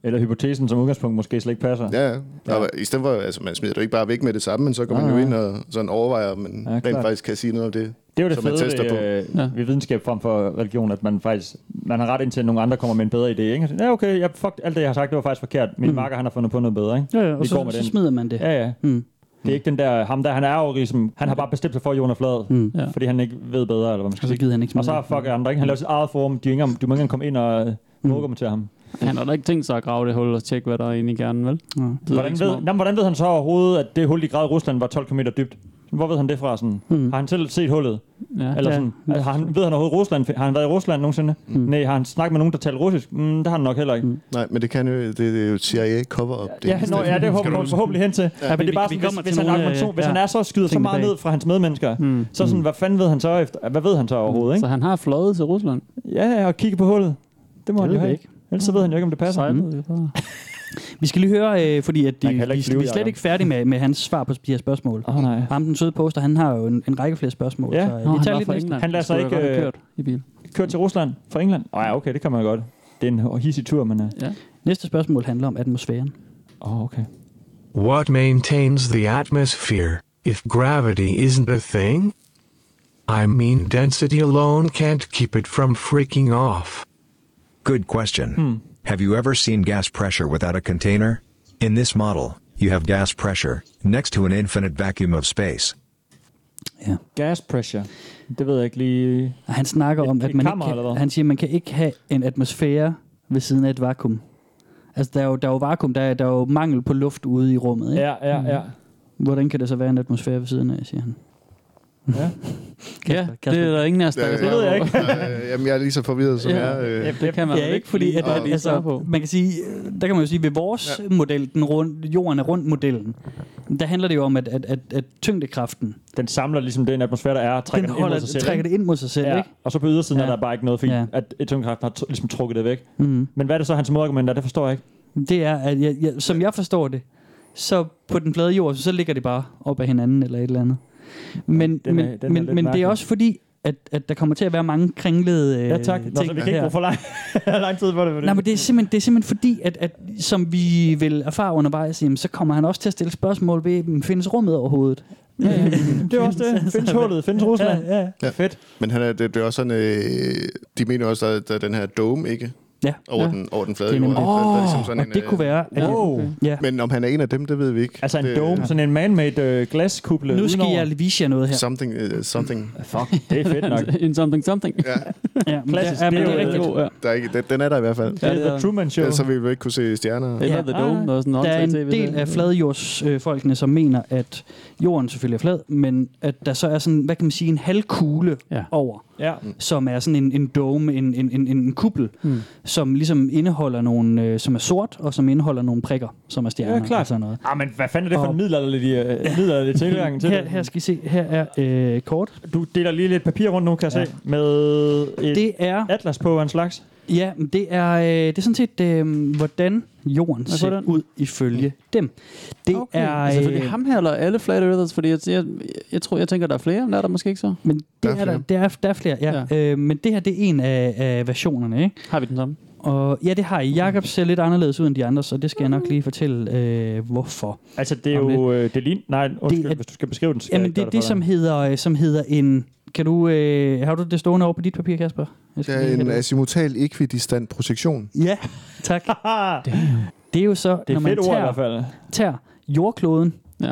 S5: Eller hypotesen som udgangspunkt måske slet ikke passer.
S3: ja, ja. Og I stedet for, altså, man smider det jo ikke bare væk med det samme, men så går man jo ind og sådan overvejer, om man ja, rent
S5: klart.
S3: faktisk kan sige noget om det.
S5: Det er jo det
S3: som man
S5: fede
S3: tester på.
S5: ved, øh, ved videnskab frem for religion, at man faktisk man har ret indtil nogle andre kommer med en bedre idé. Ikke? Så, Ja, okay, jeg, fuck, alt det, jeg har sagt, det var faktisk forkert. Min mm. marker, han har fundet på noget bedre. Ikke?
S4: Ja, ja, og
S5: Vi går
S4: så,
S5: med
S4: så
S5: den.
S4: smider man det.
S5: Ja, ja. Mm. Det er ikke den der, ham der, han er jo ligesom, han har bare bestemt sig for, at jorden er flad, mm.
S6: Ja.
S5: fordi han ikke ved bedre, eller hvad man skal
S4: Og så
S5: sige.
S4: gider han ikke smide
S5: Og så har
S4: det.
S5: fuck andre, ikke? Han laver sit eget forum, de er ikke engang- du må ikke engang komme ind og mukke mm. til ham.
S6: han har da ikke tænkt sig at grave det hul og tjekke, hvad der er inde i kernen, vel? Ja.
S5: Hvordan ved, jamen, hvordan ved han så overhovedet, at det hul, de græd i Rusland, var 12 km dybt? Hvor ved han det fra? Sådan? Mm. Har han selv set hullet?
S6: Hmm. Ja.
S5: Eller
S6: Ja.
S5: sådan, ja. har han, ved han overhovedet Rusland? Har han været i Rusland nogensinde?
S6: Hmm.
S5: Mm. Nej, har han snakket med nogen, der taler russisk? Mm, det har han nok heller ikke. Mm.
S3: Nej, men det kan jo, det, det er jo CIA-cover-up. det
S5: Ja,
S3: eneste.
S5: nå, ja, det håber man forhåbentlig hen til. Ja, men
S6: vi-
S5: det er bare
S6: vi
S5: sådan,
S6: kommer til
S5: hvis, hvis, han,
S6: nogle,
S5: argumentation,
S6: øh,
S5: hvis
S6: ja,
S5: han er så skyder så
S6: ting
S5: meget
S6: bag.
S5: ned fra hans medmennesker, mm. så sådan, hvad fanden ved han så efter? Hvad ved han så overhovedet,
S6: Så
S5: ikke?
S6: han har fløjet til Rusland.
S5: Ja, ja, og kigge på hullet. Det må han
S6: ved
S5: jo
S6: vi
S5: have.
S6: ikke.
S5: Ikke. Ellers så ved han jo ikke, om det passer.
S6: Sejlede det bare.
S4: Vi skal lige høre, øh, fordi at de,
S5: Man kan
S4: vi,
S5: heller ikke
S4: vi
S5: flyve,
S4: er slet
S5: Jacob.
S4: ikke færdige med, med hans svar på de her spørgsmål.
S5: Åh, nej.
S4: Ham, den søde poster, han har jo en, en række flere spørgsmål.
S5: Ja.
S4: så, øh,
S6: Nå,
S4: vi
S6: han
S4: tager
S6: var
S4: lidt
S6: fra
S4: næste.
S6: England.
S5: Han lader sig
S6: Skulle
S5: ikke,
S6: jeg godt have
S5: øh,
S6: kørt i bil.
S5: Kørt til Rusland fra England. Nej, okay, det kan man godt. Det er en hissig tur, men... øh,
S6: Ja.
S4: næste spørgsmål handler om atmosfæren.
S5: Åh, oh, okay.
S8: What maintains the atmosphere, if gravity isn't a thing? I mean, density alone can't keep it from freaking off.
S9: Good question. Have you ever seen gas pressure without a container? In this model, you have gas pressure next to an infinite vacuum of space.
S5: Gas pressure. Det ved jeg ikke lige...
S4: Og han snakker
S5: Et-
S4: om, at
S5: et
S4: man
S5: kammer,
S4: ikke
S5: eller
S4: kan,
S5: hvad?
S4: han siger, at man kan ikke have en atmosfære ved siden af et vakuum. Altså, der er jo, der er jo vakuum, der er, der er jo mangel på luft ude i rummet. Ikke? Mm.
S5: Ja, ja, ja.
S4: Hvordan kan der så være en atmosfære ved siden af, siger han.
S5: ja.
S6: ja, det er der ingen af os, der
S3: Ja,
S6: kan
S3: det
S6: svare
S5: ved jeg
S6: på.
S5: ikke.
S3: Øh, jamen, jeg er lige så forvirret som
S6: Ja.
S3: ja. jeg. Øh,
S5: Jeg-
S6: Det kan man
S4: Ja,
S6: vel
S4: ikke fordi, at,
S6: lige
S4: at,
S6: lige svare på.
S4: altså, man kan sige, øh, der kan man jo sige, ved vores ja. model, den rund, jorden er rundt modellen, der handler det jo om, at, at, at, at tyngdekraften,
S5: Den samler ligesom den atmosfære, der er, og trækker den,
S4: den
S5: ind mod
S4: holder,
S5: sig selv.
S4: trækker
S5: ikke?
S4: det ind mod sig selv, ja.
S5: Ja,
S4: ikke?
S5: og så på ydersiden ja.
S4: Ja.
S5: er der bare ikke noget, fordi
S4: Ja.
S5: ja. at et tyngdekraften har t- ligesom trukket det væk.
S4: Mm.
S5: Men hvad er det så, hans modargument er? Det forstår jeg ikke.
S4: Det er, at jeg, jeg, som jeg forstår det, så på den flade jord, så ligger det bare op af hinanden eller et eller andet.
S5: den
S4: Men,
S5: er-
S4: men,
S5: den er
S4: men,
S5: lidt
S4: men det
S5: mærkelig.
S4: er også fordi, at, at der kommer til at være mange kringlede øh,
S5: Ja, tak. Nå, så
S4: ting
S5: vi kan ikke
S4: her.
S5: bruge for lang, [LAUGHS] lang tid på det.
S4: Nej, men det er simpelthen, det er simpelthen fordi, at, at som vi vil erfare undervejs, jamen, så kommer han også til at stille spørgsmål ved, jamen, findes rummet overhovedet?
S5: det er også
S4: [LAUGHS]
S5: det. Findes hullet. Findes Rusland. Ja, ja.
S3: Ja.
S5: Fedt.
S3: Men han er, det, det er også sådan, øh, de mener også, at der er den her dome, ikke?
S4: Ja.
S3: Over, ja. den, over den flade
S4: Det er
S3: jord.
S4: nemlig-
S3: Der- der er ligesom
S4: Og det
S3: øh,
S4: kunne være... At,
S5: Wow.
S4: ja.
S3: Men om han er en af dem, det ved vi ikke.
S5: Altså en
S3: det,
S5: dome, sådan en man-made øh, glaskuppel.
S4: Nu skal jeg vise jer noget her.
S3: Something, uh, something.
S5: Fuck, det er fedt nok.
S6: In something something.
S3: Ja,
S4: Ja, men
S5: Klassisk,
S4: men
S5: det er
S6: Det
S5: jo
S6: er
S5: rigtigt.
S6: rigtig god, ja.
S3: der er ikke, den, den er der i hvert fald.
S5: Det
S6: Ja,
S5: er
S6: det
S5: The
S6: er-
S5: Truman Show.
S3: Ja, så vil vi jo ikke kunne se stjerner.
S6: Det
S4: Ja.
S6: er The Dome, der er sådan altså, en
S4: Ah, Der er en
S6: åndssvagt
S4: del af fladjordsfolkene, som mener, at jorden selvfølgelig er flad, men at der så er sådan, hvad kan man sige, en halvkugle
S6: Ja.
S4: ja. over,
S5: Ja.
S4: som er sådan en, en dome, en, en, en, en kuppel, mm. som ligesom indeholder nogle, øh, som er sort, og som indeholder nogle prikker, som er stjerner.
S5: Ja, klart.
S4: Og sådan noget.
S5: Ah, men hvad fanden er det for
S4: Og-
S5: en middelalderlig, øh, middelalderlig tilgang til
S4: Her,
S5: det?
S4: her skal I se, her er øh, kort.
S5: Du deler lige lidt papir rundt nu, kan jeg ja. se, med et det...
S4: Det er,
S5: atlas på og en slags.
S4: ja, men det er, øh, det er sådan set, øh, hvordan jorden
S6: Hvad
S4: ser
S6: sådan?
S4: ud ifølge
S6: Mm.
S4: dem. Det
S6: Okay.
S4: er,
S6: Er, selvfølgelig
S4: øh,
S6: ham her, eller alle flat earthers, fordi jeg, jeg, jeg, tror, jeg tænker, der er flere, men der er der måske ikke så.
S4: Men det
S3: Der
S4: der
S3: er
S4: er, er der, der, er, der er flere, ja. ja. Øh, men det her, det er en af, af versionerne, ikke?
S6: Har vi den samme?
S4: Og ja, det har I. Jakob ser lidt anderledes ud end de andre, så det skal jeg nok lige fortælle, øh, hvorfor.
S5: Altså, det er
S4: Om
S5: jo... Øh, det ligner... Nej, undskyld,
S4: Det er-
S5: hvis du skal beskrive den. Skal
S4: Jamen,
S5: jeg gøre
S4: det er det,
S5: for
S4: som hedder, øh, som hedder en Kan du, øh, har du det stående over på dit papir, Kasper? Jeg skal
S3: Det er
S4: lige
S3: en
S4: have det.
S3: azimutal ekvidistant projektion.
S4: Ja,
S5: [LAUGHS]
S4: tak. det er jo så,
S5: Det er
S4: når
S5: et fedt
S4: man
S5: ord i
S4: tager,
S5: hvert fald.
S4: tager jordkloden,
S6: Ja.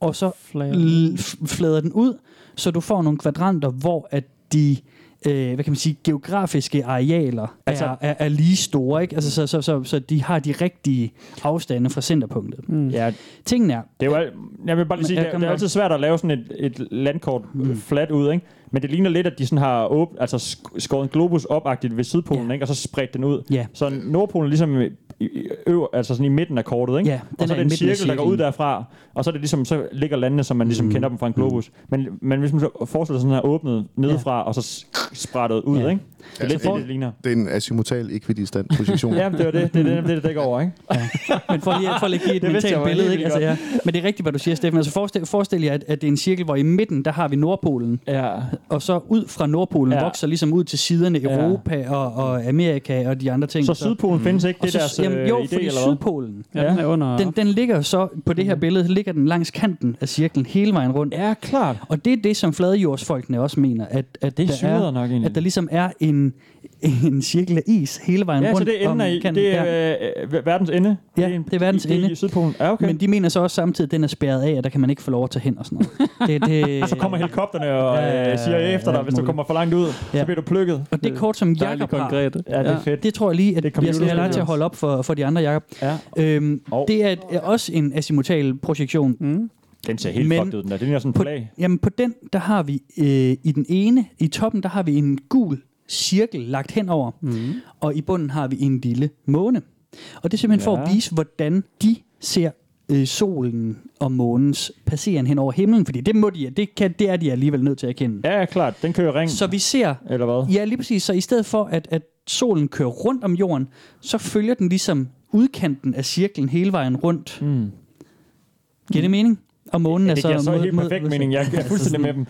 S4: og så
S6: Flader.
S4: l- f- flader den ud, så du får nogle kvadranter, hvor at de øh, hvad kan man sige, geografiske arealer altså, er, er, er lige store. Ikke? Altså, så, så, så, så de har de rigtige afstande fra centerpunktet. Mm.
S5: Ja,
S4: Tingene er,
S5: det er jo alt, jeg vil bare lige sige,
S4: Ja,
S5: det, er-
S4: kom
S5: det er
S4: bare.
S5: altid svært at lave sådan et, et landkort mm. flat ud, ikke? Men det ligner lidt, at de sådan har åb, altså sk- skåret en globus opagtigt ved Sydpolen,
S4: Ja.
S5: ikke? Og så spredt den ud.
S4: Ja.
S5: Så Nordpolen er ligesom i- i- øver, altså sådan i midten af kortet, ikke?
S4: Ja,
S5: og
S4: den
S5: så
S4: er
S5: er det
S4: i
S5: en
S4: midten af
S5: cirkel, der går
S4: cirklen.
S5: ud derfra, og så er det ligesom, så ligger landene, som man ligesom mm. kender dem fra en globus. Men, men hvis man så forestiller sig sådan her åbnet nedefra, og så s- sprættet ud,
S4: Ja. Altså,
S5: ikke? Det er
S3: Ja,
S5: lidt
S3: så
S5: det, det ligner.
S3: Det er en azimutal ekvidistant
S4: [LAUGHS]
S3: projektion.
S5: Ja, det var det. Det er det, det, det dækker over, ikke?
S4: Men for lige, for lige at give
S5: [LAUGHS]
S4: et
S5: Det vidste jeg
S4: mentalt
S5: var
S4: billede,
S5: helt
S4: ikke? Altså, ja. Men det er rigtigt, hvad du siger, Steffen. Altså forestil, forestil jer, at, at det er en cirkel, hvor i midten, der har vi Nordpolen.
S5: Ja.
S4: Og så ud fra Nordpolen
S5: Ja.
S4: ja. vokser ligesom ud til siderne
S5: Ja.
S4: Europa og, og Amerika og de andre ting.
S5: Så Sydpolen findes ikke,
S4: og
S5: det er deres
S4: jamen, jo,
S5: øh, idé,
S4: fordi
S5: eller hvad?
S4: Sydpolen,
S6: ja, den er under...
S4: den, den ligger jo så, på det her billede, ligger den langs kanten af cirklen hele vejen rundt.
S5: Mhm. Ja, klart.
S4: Og det er det, som fladjordsfolkene også mener, at, at,
S5: Det er
S4: der, er,
S5: syret nok egentlig.
S4: at der ligesom er en, [LAUGHS] en cirkel af is hele vejen
S5: Ja,
S4: rundt.
S5: så det
S4: om
S5: ender i,
S4: kanten.
S5: det
S4: Ja.
S5: er øh, øh, verdens ende.
S4: Ja,
S5: en-
S4: det er verdens
S5: i- det er
S4: ende.
S5: I Sydpolen. Ja, okay.
S4: Men de mener så også samtidig, at den er spærret af, og der kan man ikke få lov at tage hen og sådan
S5: [LAUGHS]
S4: noget. Det, det,
S5: så kommer helikopterne og
S4: Ja,
S5: øh, siger efter dig,
S4: alt
S5: hvis du
S4: muligt.
S5: kommer for langt ud, så
S4: Ja.
S5: bliver du plukket.
S4: Og det kort, som
S6: Dejligt
S4: Jacob har,
S6: konkret.
S5: Ja, det er fedt.
S4: det tror jeg lige, at
S5: Det er
S4: det jeg skal have
S5: computer-
S4: dig til at holde op for, for de andre, Jacob.
S5: Ja.
S4: Øhm,
S5: Og-
S4: oh. Det er, et- er også en azimutal projektion. Mm.
S5: Den ser helt
S4: Men-
S5: fucked ud, den der. Det ligner sådan en
S4: På,
S5: flag.
S4: jamen på den, der har vi øh, i den ene, i toppen, der har vi en gul cirkel lagt henover, mm. og i bunden har vi en lille måne. Og det er simpelthen ja. for
S5: Ja.
S4: at vise, hvordan de ser øh, solen og månens passeren hen over himlen, fordi det må de, det, kan, det er de alligevel nødt til at erkende.
S5: Ja, ja, klart. Den kører ring,
S4: Så vi ser
S5: eller hvad?
S4: Ja, lige præcis. Så i stedet for, at, at solen kører rundt om jorden, så følger den ligesom udkanten af cirklen hele vejen rundt. Mm. Giver det mening? Og månen er
S5: Det
S4: så...
S5: giver så
S4: mod-
S5: helt
S4: mod-
S5: perfekt
S4: mod-
S5: mening. Jeg er fuldstændig med dem.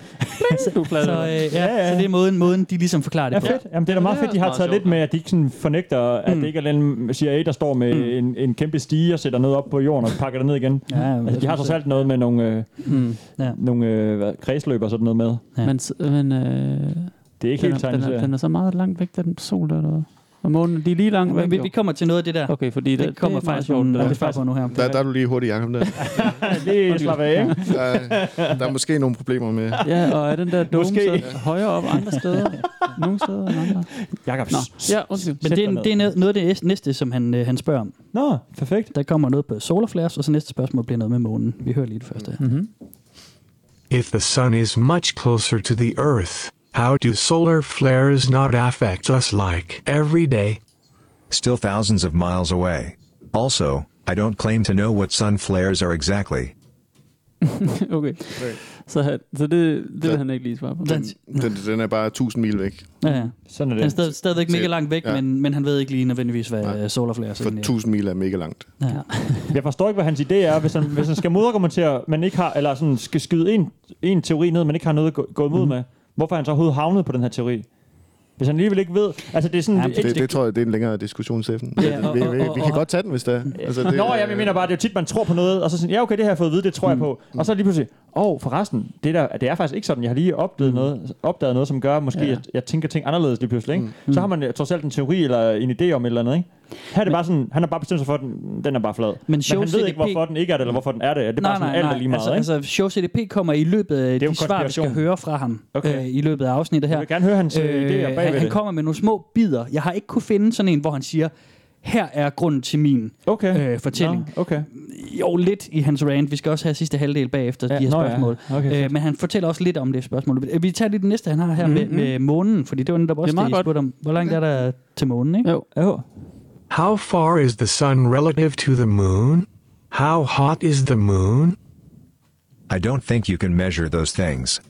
S6: du
S4: Så,
S6: flader
S4: øh,
S6: den.
S5: Ja,
S4: ja, ja,
S5: ja.
S4: ja. så det er måden, måden de ligesom forklarer
S5: Ja,
S4: det på.
S5: fedt. Jamen, det er da meget
S6: det er
S5: fedt, de har
S6: meget
S5: taget
S6: sjovt,
S5: lidt med, at de ikke sådan fornægter,
S4: Mm.
S5: at det ikke er den CIA, der står med en, en kæmpe stige og sætter noget op på jorden og pakker det ned igen.
S4: Ja, ja,
S5: altså, de har
S4: præcis.
S5: trods alt noget med nogle, øh,
S4: Mm. Ja.
S5: nogle øh, hvad, kredsløb og sådan noget med.
S4: Ja.
S6: Men, s- men øh,
S5: Det er ikke
S6: den,
S5: helt
S6: er, den, er,
S5: tegnet.
S6: den er så meget langt væk, den sol der. Eller? hvad? Og månen, de er lige langt væk.
S4: Men vi,
S6: jo.
S4: vi kommer til noget af det der.
S6: Okay, fordi det,
S4: Det kommer
S6: det er meget
S4: faktisk
S6: sjovt.
S4: nogle
S6: det
S4: nogle
S6: der.
S4: svar på nu her.
S3: Der, der er du lige hurtig, Jacob. Der.
S5: Det slapper af, ikke?
S3: Der, er- der er måske nogle problemer med...
S6: Ja, og er den der dome
S5: Måske.
S6: så højere op andre steder? Nogle steder end andre?
S5: Jakob,
S6: Nå, ja, undskyld.
S4: Men det er, det er noget- noget af det næste, som han, øh, han spørger om.
S5: Nå, perfekt.
S4: Der kommer noget på solar flares, og så næste spørgsmål bliver noget med månen. Vi hører lige det første. Mm.
S8: If the sun is much closer to the earth, how do solar flares not affect us like every day?
S9: Still thousands of miles away. Also, I don't claim to know what sun flares are exactly.
S6: [LAUGHS] Okay. Så, han- så det, det vil han ikke lige svare på. Men,
S3: Den, den er bare 1000 mil væk.
S4: Ja, ja.
S5: Sådan er
S4: Han er
S5: det.
S4: stadig, stadigvæk mega langt væk,
S3: Ja.
S4: ja. men, men han ved ikke lige nødvendigvis, hvad
S3: Nej.
S4: ja. solar flares
S3: For 1000 mil er mega langt.
S4: Ja.
S5: [LAUGHS] Jeg forstår ikke, hvad hans idé er, hvis han, hvis han skal modargumentere, men ikke har, eller sådan, skal skyde en, en teori ned, men ikke har noget at gå, gå imod mm. med. Hvorfor er han så overhovedet havnet på den her teori? Hvis han alligevel ikke ved... Altså, det er sådan...
S4: Ja,
S5: det,
S3: Det, det tror jeg, det er en længere diskussion, Steffen.
S4: Ja,
S3: Ja, vi,
S4: og-
S3: vi,
S4: og-
S3: vi kan
S4: og-
S3: godt tage den, hvis det er. Altså, det,
S5: Nå, ja, men jeg mener bare, det er jo tit, man tror på noget, og så sådan, ja, okay, det har jeg fået at vide, det tror jeg på. Og så lige pludselig, åh, oh, forresten, det, der, det er faktisk ikke sådan, jeg har lige opdaget, noget, opdaget noget, som gør, måske ja. jeg, jeg tænker ting anderledes lige pludselig, ikke? Så har man øh, trods alt en teori eller en idé om et eller andet, ikke? Her er det bare sådan, han har bare bestemt sig for, at den, den er bare flad. Men, men
S4: show
S5: han ved ikke,
S4: CDP
S5: hvorfor den ikke er det, eller hvorfor den er det. Det er bare sådan,
S4: Nej, nej,
S5: alt er
S4: nej.
S5: lige meget,
S4: altså,
S5: ikke?
S4: altså, Show CDP kommer i løbet af
S5: jo en
S4: de svar, vi skal
S5: konspiration.
S4: høre fra ham
S5: Okay.
S4: okay. øh, i løbet af afsnittet her.
S5: Jeg vil gerne høre hans øh, idéer bag
S4: han,
S5: ved
S4: han
S5: det.
S4: kommer med nogle små bidder. Jeg har ikke kunne finde sådan en, hvor han siger, her er grunden til min
S5: Okay.
S4: øh, fortælling.
S5: Nå, okay.
S4: Jo, lidt i hans rant. Vi skal også have sidste halvdel bagefter
S5: Ja,
S4: ja, de her
S5: nå ja.
S4: spørgsmål.
S5: Okay, fedt.
S4: øh, men han fortæller også lidt om det spørgsmål. Vi tager lige det næste, han har her mm-hmm.
S5: Mhm,
S4: med, med månen, fordi det var netop også
S6: meget
S4: det, I
S6: godt.
S4: spurgte om. Hvor langt er der til månen, ikke?
S6: jo.
S5: Jo.
S8: How far is the sun relative to the moon? How hot is the moon?
S9: I don't think you can measure those things.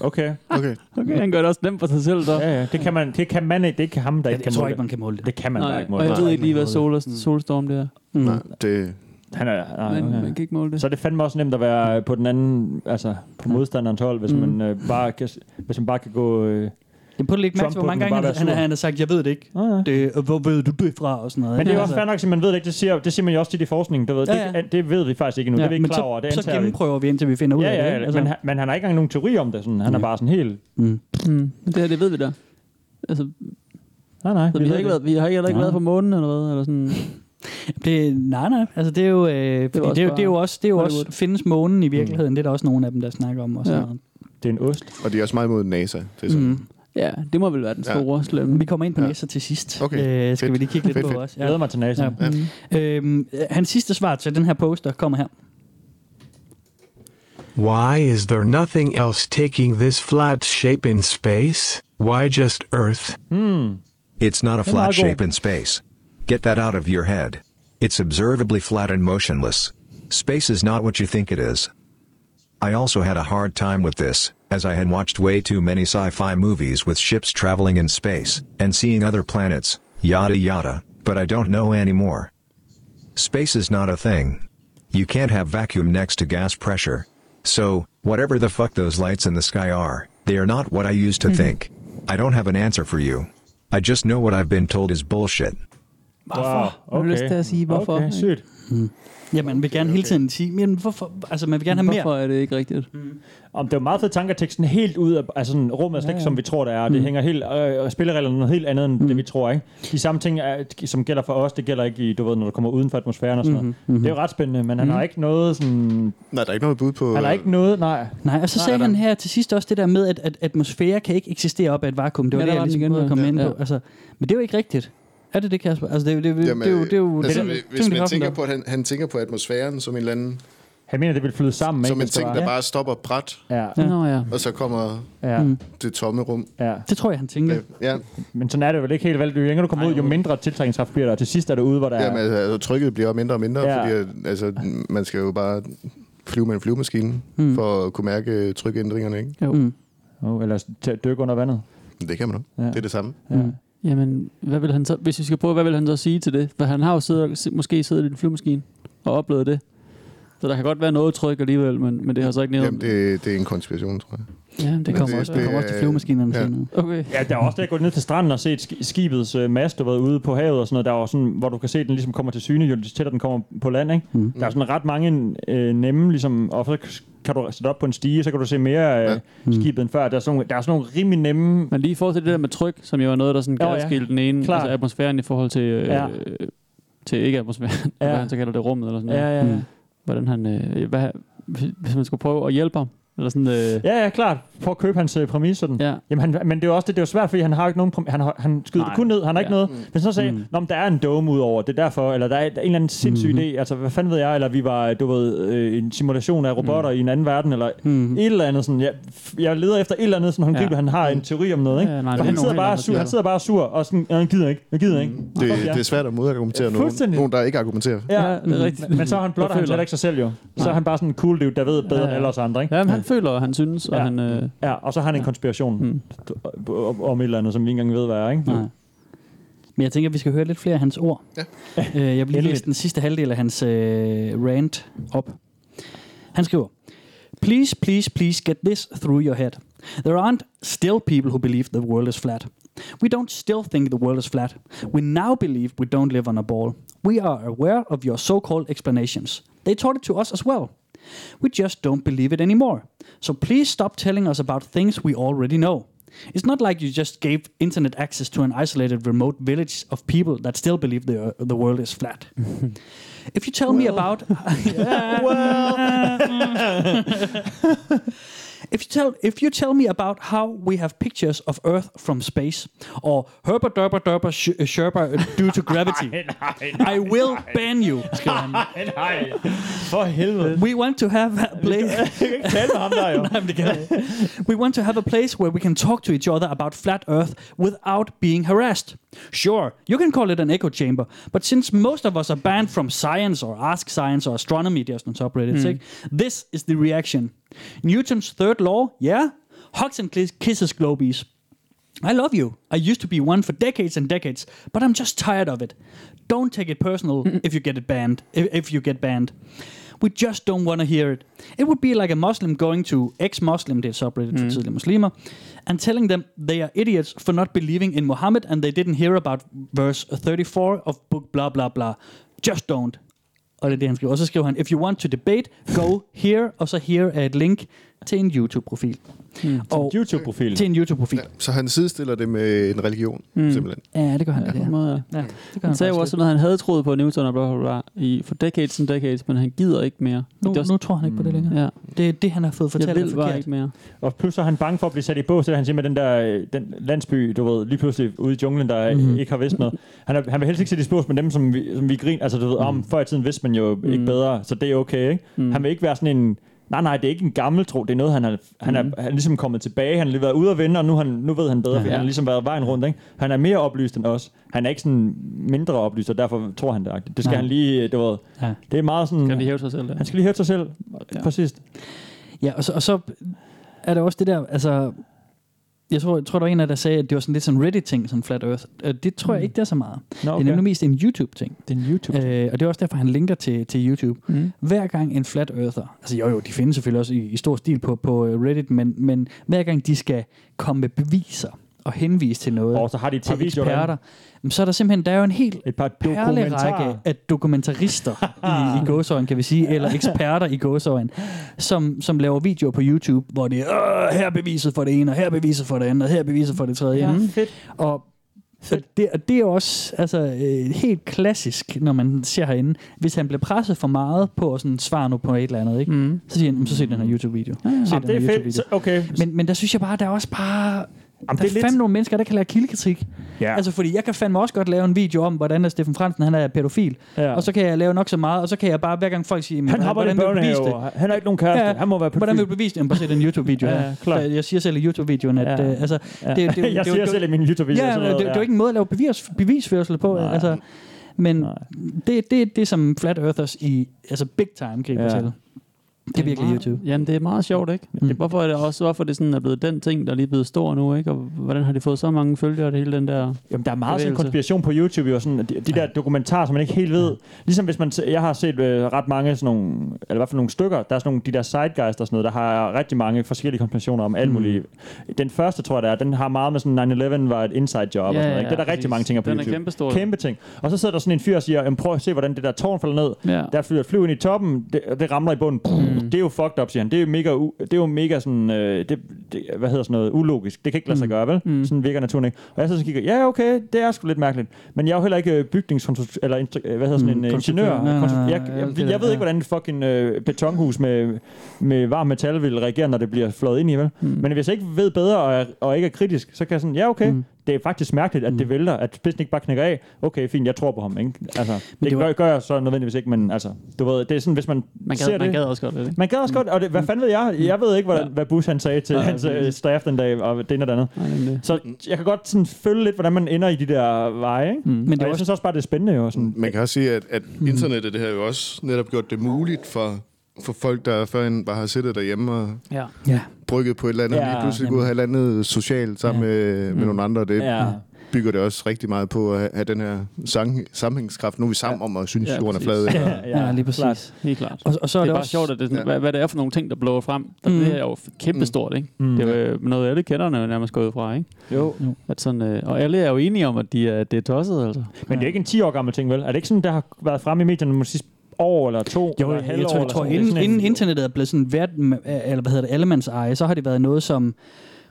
S5: Okay.
S3: Okay.
S6: Okay, han gør det også nemt for sig selv, så.
S5: Ja, ja. Det kan man, det kan man ikke. Det er ikke ham, der ikke kan
S4: Jeg tror
S5: måle
S4: ikke, man
S5: det.
S4: kan måle det.
S5: Det kan man bare
S6: Nej,
S5: ikke
S6: og
S5: måle.
S6: jeg ved ikke lige, hvad sol, solstorm Mm. det er.
S3: Nej, det,
S5: Han er, nej,
S6: Men
S5: okay.
S6: man kan ikke måle det.
S5: Så er det fandme også nemt at være
S6: Mm.
S5: på den anden, altså på modstanderens hold, hvis man øh, bare kan, hvis man bare kan gå øh,
S4: Jamen, prøv lige ikke mærke
S5: Trump
S4: til, hvor mange
S5: burde nu
S4: gange
S5: bare
S4: han,
S5: være
S4: han,
S5: sur.
S4: han har sagt, jeg ved det ikke.
S5: Ah, ja.
S4: Det, og hvor ved du det fra? Og sådan noget.
S5: Men det er
S4: ikke? Altså,
S5: jo også fair nok, at man ved det ikke. Det siger, det siger man jo også til de forskning. Du ved.
S4: Ja, ja.
S5: Det, det, ved vi faktisk ikke nu. Ja, det er vi ikke
S4: men
S5: klar over. Det
S4: så, så
S5: antager vi.
S4: gennemprøver vi, indtil vi finder ud
S5: Ja,
S4: af det.
S5: ja,
S4: ikke? Altså.
S5: ja. Men, han, men han har ikke engang nogen teori om det. Sådan. Han er bare sådan helt...
S6: Mm. Men det her, det ved vi da. Altså,
S5: Nej, nej.
S6: så vi,
S5: ved
S6: har ikke
S5: det.
S6: været, vi har ikke, heller ikke
S4: Nej.
S6: været på månen eller hvad. Eller sådan.
S4: [LAUGHS] Det, nej, nej. Altså, det er jo, øh, det,
S6: også
S4: det, det, er jo,
S6: bare
S4: det er jo også, det er jo også
S6: Hollywood.
S4: findes månen i virkeligheden. Mm. Det er der også nogle af dem, der snakker om. Og sådan
S6: Ja.
S4: ja. noget.
S5: Det er en ost.
S3: Og det er også meget imod NASA. Det er sådan. Mm.
S4: Mm.
S6: Ja, det må vel være den
S3: Ja.
S6: store ja. slemme.
S4: Vi kommer ind på
S3: Ja.
S4: næser til sidst.
S3: Okay.
S4: Øh, skal
S3: Fedt.
S4: vi lige kigge lidt
S3: Fedt,
S4: på
S3: fedt.
S4: også.
S5: Jeg glæder mig til næsen.
S4: Ja. Øhm, hans sidste svar til den her poster kommer her.
S8: Why is there nothing else taking this flat shape in space? Why just Earth?
S9: It's not a
S4: er
S5: I go-
S9: flat shape in space. Get that out of your head. It's observably flat and motionless. Space is not what you think it is. I also had a hard time with this, as I had watched way too many sci fi movies with ships traveling in space and seeing other planets, yada yada, but I don't know anymore. Space is not a thing. You can't have vacuum next to gas pressure. So, whatever the fuck those lights in the sky are, they are not what I used to think. I don't have an answer for you. I just know what I've been told is bullshit.
S5: Hvorfor?
S6: Har du lyst til at sige, hvorfor?
S5: Okay, sygt.
S4: Ja, man Mm. vil gerne hele tiden sige, men hvorfor? Altså, man vil gerne have
S6: Hvorfor
S4: mere. Mm.
S6: er det ikke rigtigt?
S5: Om det er jo meget fed tanke at teksten er helt ud af altså sådan, rummet er slet ikke, som vi tror, det er.
S6: Mm.
S5: Det hænger helt, øh, spillereglerne er noget helt andet, end det vi tror. Ikke? De samme ting, er, som gælder for os, det gælder ikke, i, du ved, når du kommer uden for atmosfæren og sådan
S6: Mm-hmm,
S5: noget. Det er jo ret spændende, men
S6: Mm.
S5: han har ikke noget sådan...
S3: Nej, der er ikke noget bud på... øh,
S5: Han har ikke noget, nej.
S4: Nej, og så sagde han her til sidst også det der med, at, at atmosfære kan ikke eksistere op af et vakuum. Det
S6: Ja,
S4: var ja,
S6: der
S4: det,
S6: var
S4: jeg
S6: den
S4: ligesom
S6: igen,
S4: prøvede at komme
S6: ja.
S4: ind
S6: Ja.
S4: på. Altså, men det er jo ikke rigtigt. Er det det, Kasper? Altså, det, er jo- det, er jo- det, er jo- det, er jo...
S3: altså,
S4: det er jo-
S3: hvis man
S4: tyngdekraften
S3: tænker
S4: der.
S3: på, at han, han tænker på atmosfæren som en eller anden,
S5: Han mener, det vil flyde sammen.
S3: som en
S5: hvis det
S3: ting,
S5: var-
S3: der bare stopper bræt,
S5: Ja,
S6: Ja. Nå ja.
S3: og så kommer
S5: ja,
S3: det tomme rum.
S5: Mm. ja.
S4: Det tror jeg, han tænker.
S3: Øh, Ja,
S5: Men sådan er det vel ikke helt vel. Jo længere du kommer ud, jo mindre tiltrækningskraft bliver der. Til sidst er det ude, hvor der
S3: ja. Jamen,
S5: er...
S3: altså, altså, trykket bliver mindre og mindre,
S5: Ja.
S3: ja. fordi at, altså, man skal jo bare flyve med en flyvemaskine, mm. for at kunne mærke øh, trykændringerne, ikke?
S6: Jo.
S5: Oh, eller t- dykke under vandet.
S3: Men Det kan man jo.
S5: Ja.
S3: Ja. Det er det samme.
S5: Ja.
S6: Jamen, hvad vil han så, hvis vi skal prøve, hvad vil han så sige til det? For han har jo siddet, og- måske siddet i en flyvemaskine og oplevet det. Så der kan godt være noget tryk alligevel, men, men det har så ikke noget.
S3: Jamen, det, det er en konspiration, tror jeg.
S6: Jamen,
S4: Det kommer, også, det,
S3: det
S4: kommer også til
S3: er-
S4: flyvemaskinerne
S3: ja.
S4: ja. senere.
S6: Okay.
S5: Ja, der er også det at gå ned til stranden og se et sk- skibets øh, mast, du ved, ude på havet og sådan noget, der er jo sådan, hvor du kan se, at den ligesom kommer til syne, jo tættere den kommer på land, ikke? Mm. Der er sådan ret mange øh, nemme, ligesom, og så kan du sætte op på en stige, så kan du se mere øh, skibet end før. Der er, sådan, nogle- der er sådan nogle rimelig nemme...
S6: Mm. Men lige i forhold til det der med tryk, som jo er noget, der sådan
S5: Jo,
S6: kan
S5: ja.
S6: adskille den ene,
S5: Klart.
S6: altså atmosfæren i forhold til, øh,
S5: Ja.
S6: ja. til ikke atmosfæren,
S5: Ja.
S6: ja. hvad han så kalder det, rummet eller sådan
S5: Ja,
S6: noget.
S5: ja, ja.
S6: Mm. Hvordan han, øh, hvad, hvis- hvis man skulle prøve at hjælpe ham, eller sådan, øh,
S5: Ja, ja, klart. For at købe hans øh, præmis sådan.
S6: ja.
S5: Jamen, han, men det er jo også det, det er jo svært, fordi han har jo ikke nogen prom- han, har- han skyder
S6: Nej.
S5: det kun ned, han har ikke
S6: Ja.
S5: noget. Men så sagde, mm. Nå, men der er en dome ud over, det er derfor, eller der er, der er en eller anden sindssyg
S6: Mhm.
S5: mm. idé, altså hvad fanden ved jeg, eller vi var, du ved, øh, en simulation af robotter mm. i en anden verden, eller mm. et eller andet sådan, jeg, jeg leder efter et eller andet sådan håndgribeligt,
S6: Mhm. Ja. Mm.
S5: han har en teori om noget, ikke?
S6: Ja,
S5: Ja,
S6: nej,
S5: nej,
S6: det er
S5: For han
S6: nogle
S5: sidder,
S6: helt
S5: bare
S6: andre
S5: sur, han
S6: ting.
S5: sidder bare sur, og sådan, jeg gider ikke, jeg gider ikke.
S3: Det,
S5: Fuck ja.
S3: det er svært at modargumentere nogen.
S5: Fuldstændig.
S3: Nogen, der ikke argumenterer.
S5: Ja,
S6: Ja, det er rigtigt.
S5: men, men så er han blotter
S6: Jeg
S5: han
S6: føler.
S5: slet ikke sig selv jo. Så er han bare sådan en cool dude, der ved bedre
S6: Ja,
S5: end
S6: ja.
S5: alle os andre, ikke?
S6: ja men han føler, og han synes, og
S5: Ja.
S6: han... Øh,
S5: Ja, og så har han en konspiration mm. om et eller andet, som vi ikke engang ved, hvad er, ikke?
S4: Nej. Men jeg tænker, at vi skal høre lidt flere af hans ord. Ja. Øh, jeg vil lige
S5: Endelig.
S4: læse den sidste halvdel af hans øh, rant op. Han skriver, Please, please, please get this through your head. There aren't still people who believe the world is flat. We don't still think the world is flat. We now believe we don't live on a ball. We are aware of your so called explanations. They taught it to us as well. We just don't believe it anymore. So please stop telling us about things we already know. It's not like you just gave internet access to an isolated remote village of people that still believe the, uh, the world is [LAUGHS] flat. if you tell me about [LAUGHS] If you tell if you tell me about how we have pictures of Earth from space or herber derber derber sh- uh, sherber uh, due to gravity, [LAUGHS] I will ban you. skriver han.
S5: Nej, for helvede.
S4: we want to have a place.
S5: Jeg kan [LAUGHS] ikke tale med ham der, jo.
S4: [LAUGHS] Nej, men det kan jeg ikke. we want to have a place where we can talk to each other about flat Earth without being harassed. Sure, you can call it an echo chamber, but since most of us are banned from science or ask science or astronomy, er just on top Reddit, sick, this is the reaction. Newton's third law, yeah? Hugs and kiss- kisses globies. I love you. I used to be one for decades and decades, but I'm just tired of it. Don't take it personal if you get it banned. If, if you get banned, We just don't want to hear it. It would be like a Muslim going to ex-Muslim, det er et subreddit for tidligere muslimer, and telling them they are idiots for not believing in Muhammad and they didn't hear about verse 34 of book blah blah blah. Just don't. Og det er det, han skriver. Og så skriver han, if you want to debate, go here, og så here er et link til en YouTube-profil. Mm, og
S5: YouTube-profil.
S4: til en YouTube-profil.
S3: Så han sidestiller det med en religion, mm. simpelthen.
S4: Ja, det gør han. Ja, det,
S6: på en
S4: ja.
S6: måde, ja.
S4: Ja, det gør
S6: Han
S4: han
S6: sagde jo
S4: faktisk
S6: også noget, han havde troet på Newton og bla bla bla i, for decades and decades, men han gider ikke mere.
S4: lidt. nu,
S6: det er
S4: nu tror han ikke på det Mm, længere.
S6: ja,
S4: Det er det, han har fået
S6: jeg
S4: fortalt er
S6: vil bare
S4: forkert.
S6: ikke mere.
S5: Og plus så er han bange for at blive sat i bås, så han siger med den der øh, den landsby, du ved, lige pludselig ude i junglen, der mm-hmm. ikke har vidst noget. Han, er, han vil helst ikke sætte i bås med dem, som vi, som vi griner. Altså, du ved, om før i tiden vidste man jo ikke bedre, så det er okay, ikke? Han vil ikke være sådan en... Nej, nej, det er ikke en gammel tro. Det er noget, han har, han er, han er ligesom kommet tilbage. Han har lige været ude at vinde, og nu, han, nu ved han bedre. Ja, ja. Han har ligesom været vejen rundt. Ikke? Han er mere oplyst end os. Han er ikke sådan mindre oplyst, og derfor tror han det. agtigt. Det skal
S4: Nej.
S5: han lige... øh, Du ved,
S4: Ja.
S5: ja. Det er meget sådan...
S6: Kan de hæve sig selv der?
S5: han skal lige høre sig selv. Ja. Præcis.
S4: Ja, og så, og så er der også det der, altså... Jeg tror, jeg tror, der var en af jer, der sagde, at det var sådan lidt sådan Reddit-ting, sådan Flat Earth. Og det tror jeg
S6: Mm.
S4: ikke, det er så meget.
S5: Nå,
S4: Det er
S5: okay.
S4: nemlig mest en YouTube-ting.
S5: Det er en YouTube.
S4: Øh, og det er også derfor, han linker til, til YouTube.
S6: Mm.
S4: Hver gang en flat earther, altså jo jo, de findes selvfølgelig også i, i stor stil på, på øh, Reddit, men, men hver gang de skal komme med beviser og henvise til noget,
S5: Og så har de et par
S4: til
S5: videoer
S4: eksperter, jamen, så er der simpelthen, der er jo en helt
S5: Et par dokumentarer.
S4: perlerække af dokumentarister i, i gåsøjen, kan vi
S5: [LAUGHS]
S4: sige, eller eksperter i gåsøjen, som, som laver videoer på YouTube, hvor det er, "Åh, her er beviset for det ene, og her er beviset for det andet, og her er beviset for det tredje.
S5: Ja,
S4: Mm.
S5: fedt.
S4: Og og det, og det er jo også altså, øh, helt klassisk, når man ser herinde. Hvis han bliver presset for meget på at sådan, svare nu på et eller andet, ikke? Mm. så siger han, "Mm, så se den her YouTube-video. Ja, ja. Se
S5: Jamen,
S4: den
S5: det
S4: her
S5: er fedt.
S4: YouTube-video."
S5: Så- Okay.
S4: Men, men der synes jeg bare, der er også bare... Jamen,
S5: det
S4: der er,
S5: er
S4: er
S5: lidt-
S4: fandme nogle mennesker, der kan lære kildekritik.
S5: Ja.
S4: Altså, fordi jeg kan fandme også godt lave en video om, hvordan er Steffen Fransen, han er pædofil.
S5: Ja.
S4: Og så kan jeg lave nok så meget, og så kan jeg bare, hver gang folk siger, "Men
S5: han hopper i
S4: hvordan vil du bevise
S5: børnehave.
S4: det?
S5: og Han har ikke nogen kæreste. Ja. Han må være
S4: Hvordan vil
S5: pædofil.
S4: du bevise det? Jamen, bare se den YouTube-video.
S5: [LAUGHS] Ja,
S4: her.
S5: klart.
S4: Så Jeg siger selv i YouTube-videoen, at...
S5: Ja.
S4: Øh, altså,
S5: Ja.
S4: det,
S5: [LAUGHS]
S4: det,
S5: jeg
S4: det,
S5: siger
S4: det,
S5: selv i min YouTube-video.
S4: Ja,
S5: sådan
S4: det,
S5: noget,
S4: det er jo ikke en måde at lave bevis, bevisførsel på. Nej. Altså, men det, det er det, som Flat Earthers i altså big time griber ja.
S5: Ja.
S4: til. Det er virkelig
S6: meget,
S4: YouTube.
S6: Jamen, det er meget sjovt, ikke? Mm. Hvorfor er det også, hvorfor det sådan er blevet den ting, der lige er blevet stor nu, ikke? Og hvordan har de fået så mange følgere, det hele den der...
S5: Jamen, der er meget sådan
S6: Bevægelse.
S5: konspiration på YouTube, jo, sådan, at de, de der dokumentarer, som man ikke helt ved. Ligesom hvis man, se- jeg har set øh, ret mange sådan nogle, eller i hvert fald nogle stykker, der er sådan nogle, de der sideguides og sådan noget, der har rigtig mange forskellige konspirationer om
S6: Mm.
S5: alt muligt. Den første, tror jeg, der er, den har meget med sådan 9-11 var et inside job. og sådan noget, ikke? Det er der
S6: præcis.
S5: rigtig mange ting på
S6: Den er
S5: YouTube.
S6: kæmpestor.
S5: Kæmpe ting. Og så sidder der sådan en fyr og siger, "Jamen, prøv at se, hvordan det der tårn falder ned.
S6: Ja.
S5: Der flyver et fly ind i toppen, det, og det ramler i bunden. Mm. Det er jo fucked up, siger han. Det er jo mega, u- det er jo mega sådan, øh, det, det, hvad hedder sådan noget, ulogisk. Det kan ikke lade sig gøre, vel? Mm. Sådan virker naturen ikke. Og jeg sidder og kigger, ja, okay, det er sgu lidt mærkeligt. Men jeg er jo heller ikke øh, bygningskonstruktør, eller instru- øh, hvad hedder sådan en øh, ingeniør.
S4: konstruktør. Mm, Nej,
S5: konstru-
S4: nej,
S5: jeg,
S4: nej, alt
S5: jeg,
S4: det
S5: jeg,
S4: der,
S5: jeg ved
S4: ja.
S5: ikke, hvordan et fucking øh, betonhus med, med varmt metal vil reagere, når det bliver flået ind i, vel? Mm. Men hvis jeg ikke ved bedre, og, er- og ikke er kritisk, så kan jeg sådan, ja, okay, mm. det er faktisk mærkeligt, at det vælter, at spidsen ikke bare knækker af. Okay, fint, jeg tror på ham, ikke? Altså, det,
S4: det
S5: det
S4: var-
S5: gør, gør jeg så nødvendigvis ikke, men altså, du ved, det er sådan, hvis man,
S6: Man gad,
S5: ser
S6: man
S5: det.
S6: gad også godt lidt, ikke?
S5: Man gad også godt, og det, hvad fanden ved jeg? Jeg ved ikke, hvordan, hvad Bush han sagde til
S6: Nej,
S5: hans øh,
S6: præcis.
S5: staff den dag, og det ene og det andet.
S6: Nej, nemlig.
S5: Så jeg kan godt sådan følge lidt, hvordan man ender i de der veje, ikke? Mm. Men det
S4: Men det
S5: og
S4: er
S5: jeg
S4: også
S5: synes også bare, det er spændende jo. Sådan.
S3: Man kan også sige, at, at
S6: Mm.
S3: internettet det har jo også netop gjort det muligt for, for folk, der førhen bare har siddet derhjemme og [LAUGHS]
S6: Ja.
S4: ja.
S3: brygget på et eller andet,
S5: Ja,
S3: ja, lige pludselig gå ud og have et eller andet socialt sammen ja. med,
S6: Mm.
S3: med nogle andre. Det
S5: Ja.
S3: ja. bygger det også rigtig meget på at have- have den her sang, sammenhængskraft. Nu er vi sammen ja. om at synes,
S6: Ja,
S3: ja, jorden er
S6: præcis.
S3: flad. Ja.
S4: Ja, ja, lige præcis.
S5: klart.
S6: Helt klart.
S4: Og, og så
S6: Så
S4: er
S6: det er
S4: det,
S6: bare
S4: også
S6: sjovt, at det, er sådan,
S3: Ja.
S6: hvad, hvad det er for nogle ting, der blåer frem. Der,
S4: Mm.
S6: Det er jo kæmpestort, ikke?
S5: Mm.
S6: Det er jo øh, noget, alle kender, når nærmest går ud fra, ikke?
S5: Jo.
S6: At sådan, øh, og alle er jo enige om, at de er, det er tosset, altså.
S5: Men det er ikke en 10 år gammel ting, vel? Er det ikke sådan, der har været fremme i medierne de sidste år eller to?
S4: Jo,
S5: eller
S4: jeg,
S5: halvår
S4: jeg tror, jeg
S5: eller
S4: tror
S5: sådan noget?
S4: inden,
S5: Det er sådan
S4: inden
S5: en-
S4: internettet er blevet sådan hvert, eller hvad hedder det, allemands eje, så har det været noget, som,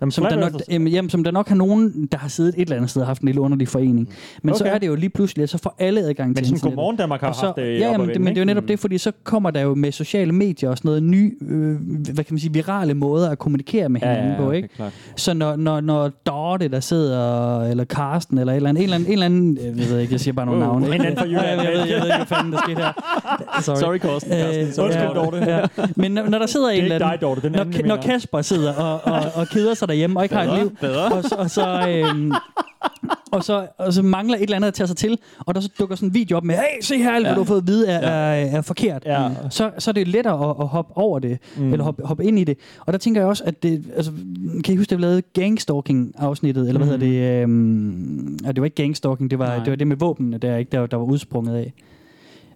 S5: Jamen,
S4: som, der
S5: Flat
S4: nok,
S5: Earthers-
S4: jamen, jamen, som der nok har nogen, der har siddet et eller andet sted og haft en lille underlig forening. Men okay. så
S5: Okay.
S4: er det jo lige pludselig, at så får alle adgang til
S5: Men sådan,
S4: internettet.
S5: godmorgen Danmark har
S4: Og så,
S5: haft det
S4: ja,
S5: op
S4: jamen,
S5: at Mm.
S4: det, men det er jo netop det, fordi så kommer der jo med sociale medier og sådan noget nye, øh, hvad kan man sige, virale måder at kommunikere med hinanden på, ikke?
S5: Okay, klart.
S4: Så når, når, når Dorte, der sidder, eller Karsten, eller et eller andet, en eller anden, en eller anden jeg ved ikke, jeg siger bare nogle
S5: Wow.
S4: navne. [LAUGHS]
S5: En eller anden fra Jylland.
S4: Ja, jeg, ved, jeg ved ikke, hvad fanden der skete her. [LAUGHS] Sorry. Øh,
S6: Sorry, Carsten. Carsten, sorry.
S5: Undskyld, Dorte.
S4: Ja. Men når, når der sidder en
S5: Det er
S4: eller
S5: ikke
S4: anden...
S5: dig, Dorte. Den
S4: Når,
S5: anden,
S4: Ka-
S5: jeg
S4: når
S5: mener.
S4: Kasper sidder og, og, og keder sig derhjemme og ikke har et liv, og, så- og, så, øhm, og, så, og så mangler et eller andet at tage sig til, og der så dukker sådan en video op med, hey, se her, alt hvad du har fået at vide er, er, er forkert.
S5: Ja.
S4: Så, så er det lettere at, at hoppe over det, mm. eller hoppe, hoppe ind i det. Og der tænker jeg også, at det, altså, kan I huske, da vi lavede gangstalking-afsnittet, eller hvad mm. hedder det? Øhm, og det var ikke gangstalking, det var,
S6: Nej.
S4: det var det med våbnene der, ikke, der, der var udsprunget af.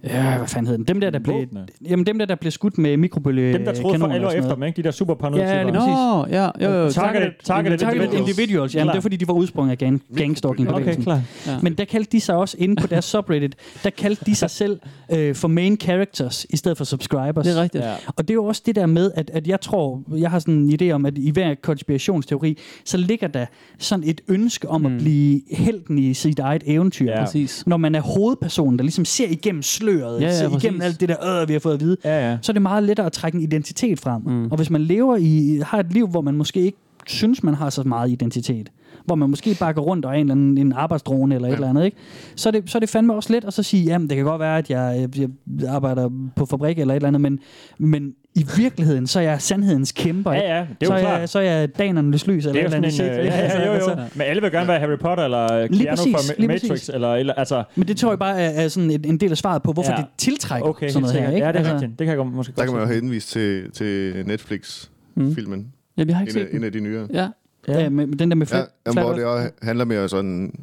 S4: Ja, hvad fanden hed den? Dem der, der blev,
S5: Våbne.
S4: jamen dem der, der blev skudt med mikrobølge
S5: Dem, der troede for
S4: kanoner
S5: alle
S4: og
S5: år
S4: sådan
S5: efter
S4: noget.
S5: dem, ikke? De der super
S4: Ja, lige
S6: Nå,
S4: præcis.
S6: ja. Jo, jo,
S5: Targeted- targeted
S4: Targeted
S5: individuals.
S4: individuals. Jamen, det
S5: Klar.
S4: er fordi, de var udsprunget af gang,
S5: Okay,
S4: gangstalking-bevægelsen.
S5: klar.
S6: Ja.
S4: Men der kaldte de sig også inde på deres subreddit, der kaldte de sig selv øh, for main characters, i stedet for subscribers.
S6: Det er rigtigt.
S5: Ja.
S4: Og det er jo også det der med, at, at jeg tror, jeg har sådan en idé om, at i hver konspirationsteori, så ligger der sådan et ønske om mm. at blive helten i sit eget eventyr.
S5: Ja.
S6: Præcis.
S4: Når man er hovedpersonen, der ligesom ser igennem sløret,
S6: Ja, ja,
S4: ser igennem
S6: præcis.
S4: alt det der, øh, vi har fået at vide,
S5: Ja, ja.
S4: så er det meget lettere at trække en identitet frem. Mm. Og hvis man lever i, har et liv, hvor man måske ikke synes, man har så meget identitet, hvor man måske bare går rundt og er en, eller anden, en arbejdsdrone eller et eller andet, ikke? Så, er det, så er det fandme også let at så sige, jamen det kan godt være, at jeg, øh, jeg arbejder på fabrik eller et eller andet, men, men i virkeligheden, så er jeg sandhedens kæmper. ikke?
S5: Ja, ja, det er jo
S4: så er
S5: klart.
S4: Jeg, så er jeg danernes lys
S5: Det
S4: eller
S5: er
S4: et
S5: jo
S4: eller
S5: sådan
S4: andet.
S5: en... Øh,
S4: shit, ikke?
S5: ja,
S4: Altså,
S5: ja, jo,
S4: altså-
S5: jo. Men alle vil gerne være Harry Potter eller øh,
S4: Lige
S5: Keanu
S4: præcis,
S5: fra Ma-
S4: lige
S5: Matrix.
S4: præcis.
S5: Eller, eller, altså,
S4: Men det tror jeg bare er, er sådan en, en del af svaret på, hvorfor
S5: Ja.
S4: ja. det tiltrækker
S5: okay,
S4: sådan noget
S5: helt
S4: her.
S5: sikkert.
S4: Ikke? Altså,
S5: Ja, det er rigtigt. Det kan jeg godt- måske
S3: Der
S5: godt
S3: kan man
S5: se.
S3: jo henvise til, til Netflix-filmen.
S6: Mm. Ja, vi har ikke
S3: En,
S6: set
S3: af- en
S6: den.
S3: af de nyere.
S6: Ja.
S4: Altså, ja, men men den der med
S3: Ja,
S4: flat,
S3: jamen,
S4: flat
S3: hvor
S4: Earth.
S3: det også handler mere sådan...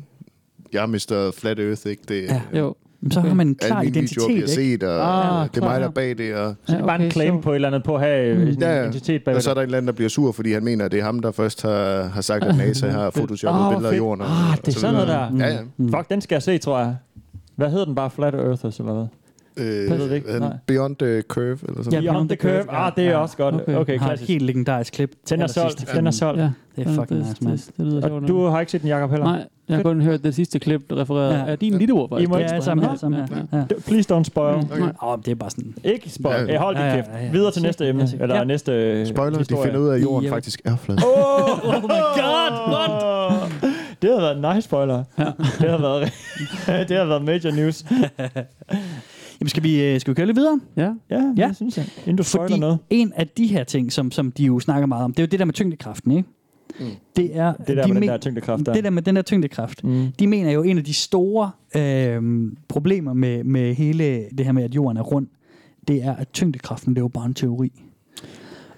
S3: Jeg har mistet Flat Earth, ikke? Det,
S4: Ja.
S6: Jo.
S4: Jamen, så har man en klar
S3: alle mine videoer
S4: identitet,
S3: bliver set,
S4: ikke?
S3: og
S6: Ah,
S3: ah, det er mig,
S6: klar.
S3: der er bag det, og,
S5: Så det er bare en claim på et eller andet på at have
S4: Mm.
S5: øh, en
S3: Ja, ja.
S5: identitet bag
S3: og så er der en eller anden, der bliver sur, fordi han mener, at det er ham, der først har, har sagt,
S4: Ah,
S3: at NASA har photoshoppet
S5: Åh,
S3: oh, billeder af
S5: fedt.
S3: jorden. og-
S5: Ah,
S3: og
S5: det er
S3: så
S5: sådan noget
S3: videre.
S5: der.
S3: Ja, ja.
S4: Mm.
S5: Mm. Fuck, den skal jeg se, tror jeg. Hvad hedder den bare? Flat Earthers eller hvad?
S3: Øh,
S5: ved det ikke.
S3: hvad er den?
S5: Nej.
S3: Beyond the Curve, eller sådan
S4: Ja,
S3: noget.
S5: Beyond the Curve.
S4: ja.
S5: Ah, det er
S4: Ja.
S5: også godt.
S6: Okay.
S5: Okay,
S4: Jeg har et
S5: klassisk.
S4: helt legendarisk klip.
S5: Den er
S4: allersidst i
S5: solgt. Den er
S4: filmen.
S5: solgt.
S6: ja.
S4: Det er fucking
S6: det,
S4: nice,
S6: det,
S4: mand.
S6: det, det lyder sjovt.
S5: Og du har ikke set den, Jacob, heller?
S6: Nej, jeg har kun hørt det sidste klip, der refererer
S4: Ja.
S6: ja. af din lille ord,
S5: I
S6: faktisk.
S5: må
S4: Ja,
S5: ikke
S4: ja,
S5: spoil.
S4: sammen her,
S6: Nå,
S4: sammen her.
S6: ja. Mm.
S4: Ja.
S5: D- Please don't spoil.
S3: Okay.
S4: Åh, men det er bare sådan...
S5: Ikke spoil.
S3: Ja.
S5: Ja. Hold din
S4: Ja, ja,
S5: kæft.
S4: ja, ja.
S5: Videre til
S4: Ja,
S5: næste
S4: ja,
S5: emne.
S4: ja.
S5: Eller
S4: Ja.
S5: næste øh,
S3: Spoiler, de finder ud af, at jorden
S4: Ja.
S3: faktisk er flad.
S10: [LAUGHS]
S5: Oh,
S4: Oh my god, what?
S5: det har været en nice spoiler. Ja. Det har været det har været [LAUGHS] major news.
S4: Jamen, skal vi, øh, skal vi køre lidt videre?
S6: Ja.
S5: Ja,
S4: Ja.
S5: det synes jeg. Inden du spoiler
S4: Fordi
S5: noget.
S4: en af de her ting, som, som de jo snakker meget om, det er jo det der med tyngdekraften, ikke? Det er...
S5: Mm. Det der
S4: de
S5: med den
S4: men-
S5: der tyngdekraft der.
S4: Det der med den der tyngdekraft. Mm. De mener jo, en af de store øh, problemer med, med hele det her med, at jorden er rund, det er, at tyngdekraften, det er jo bare en teori.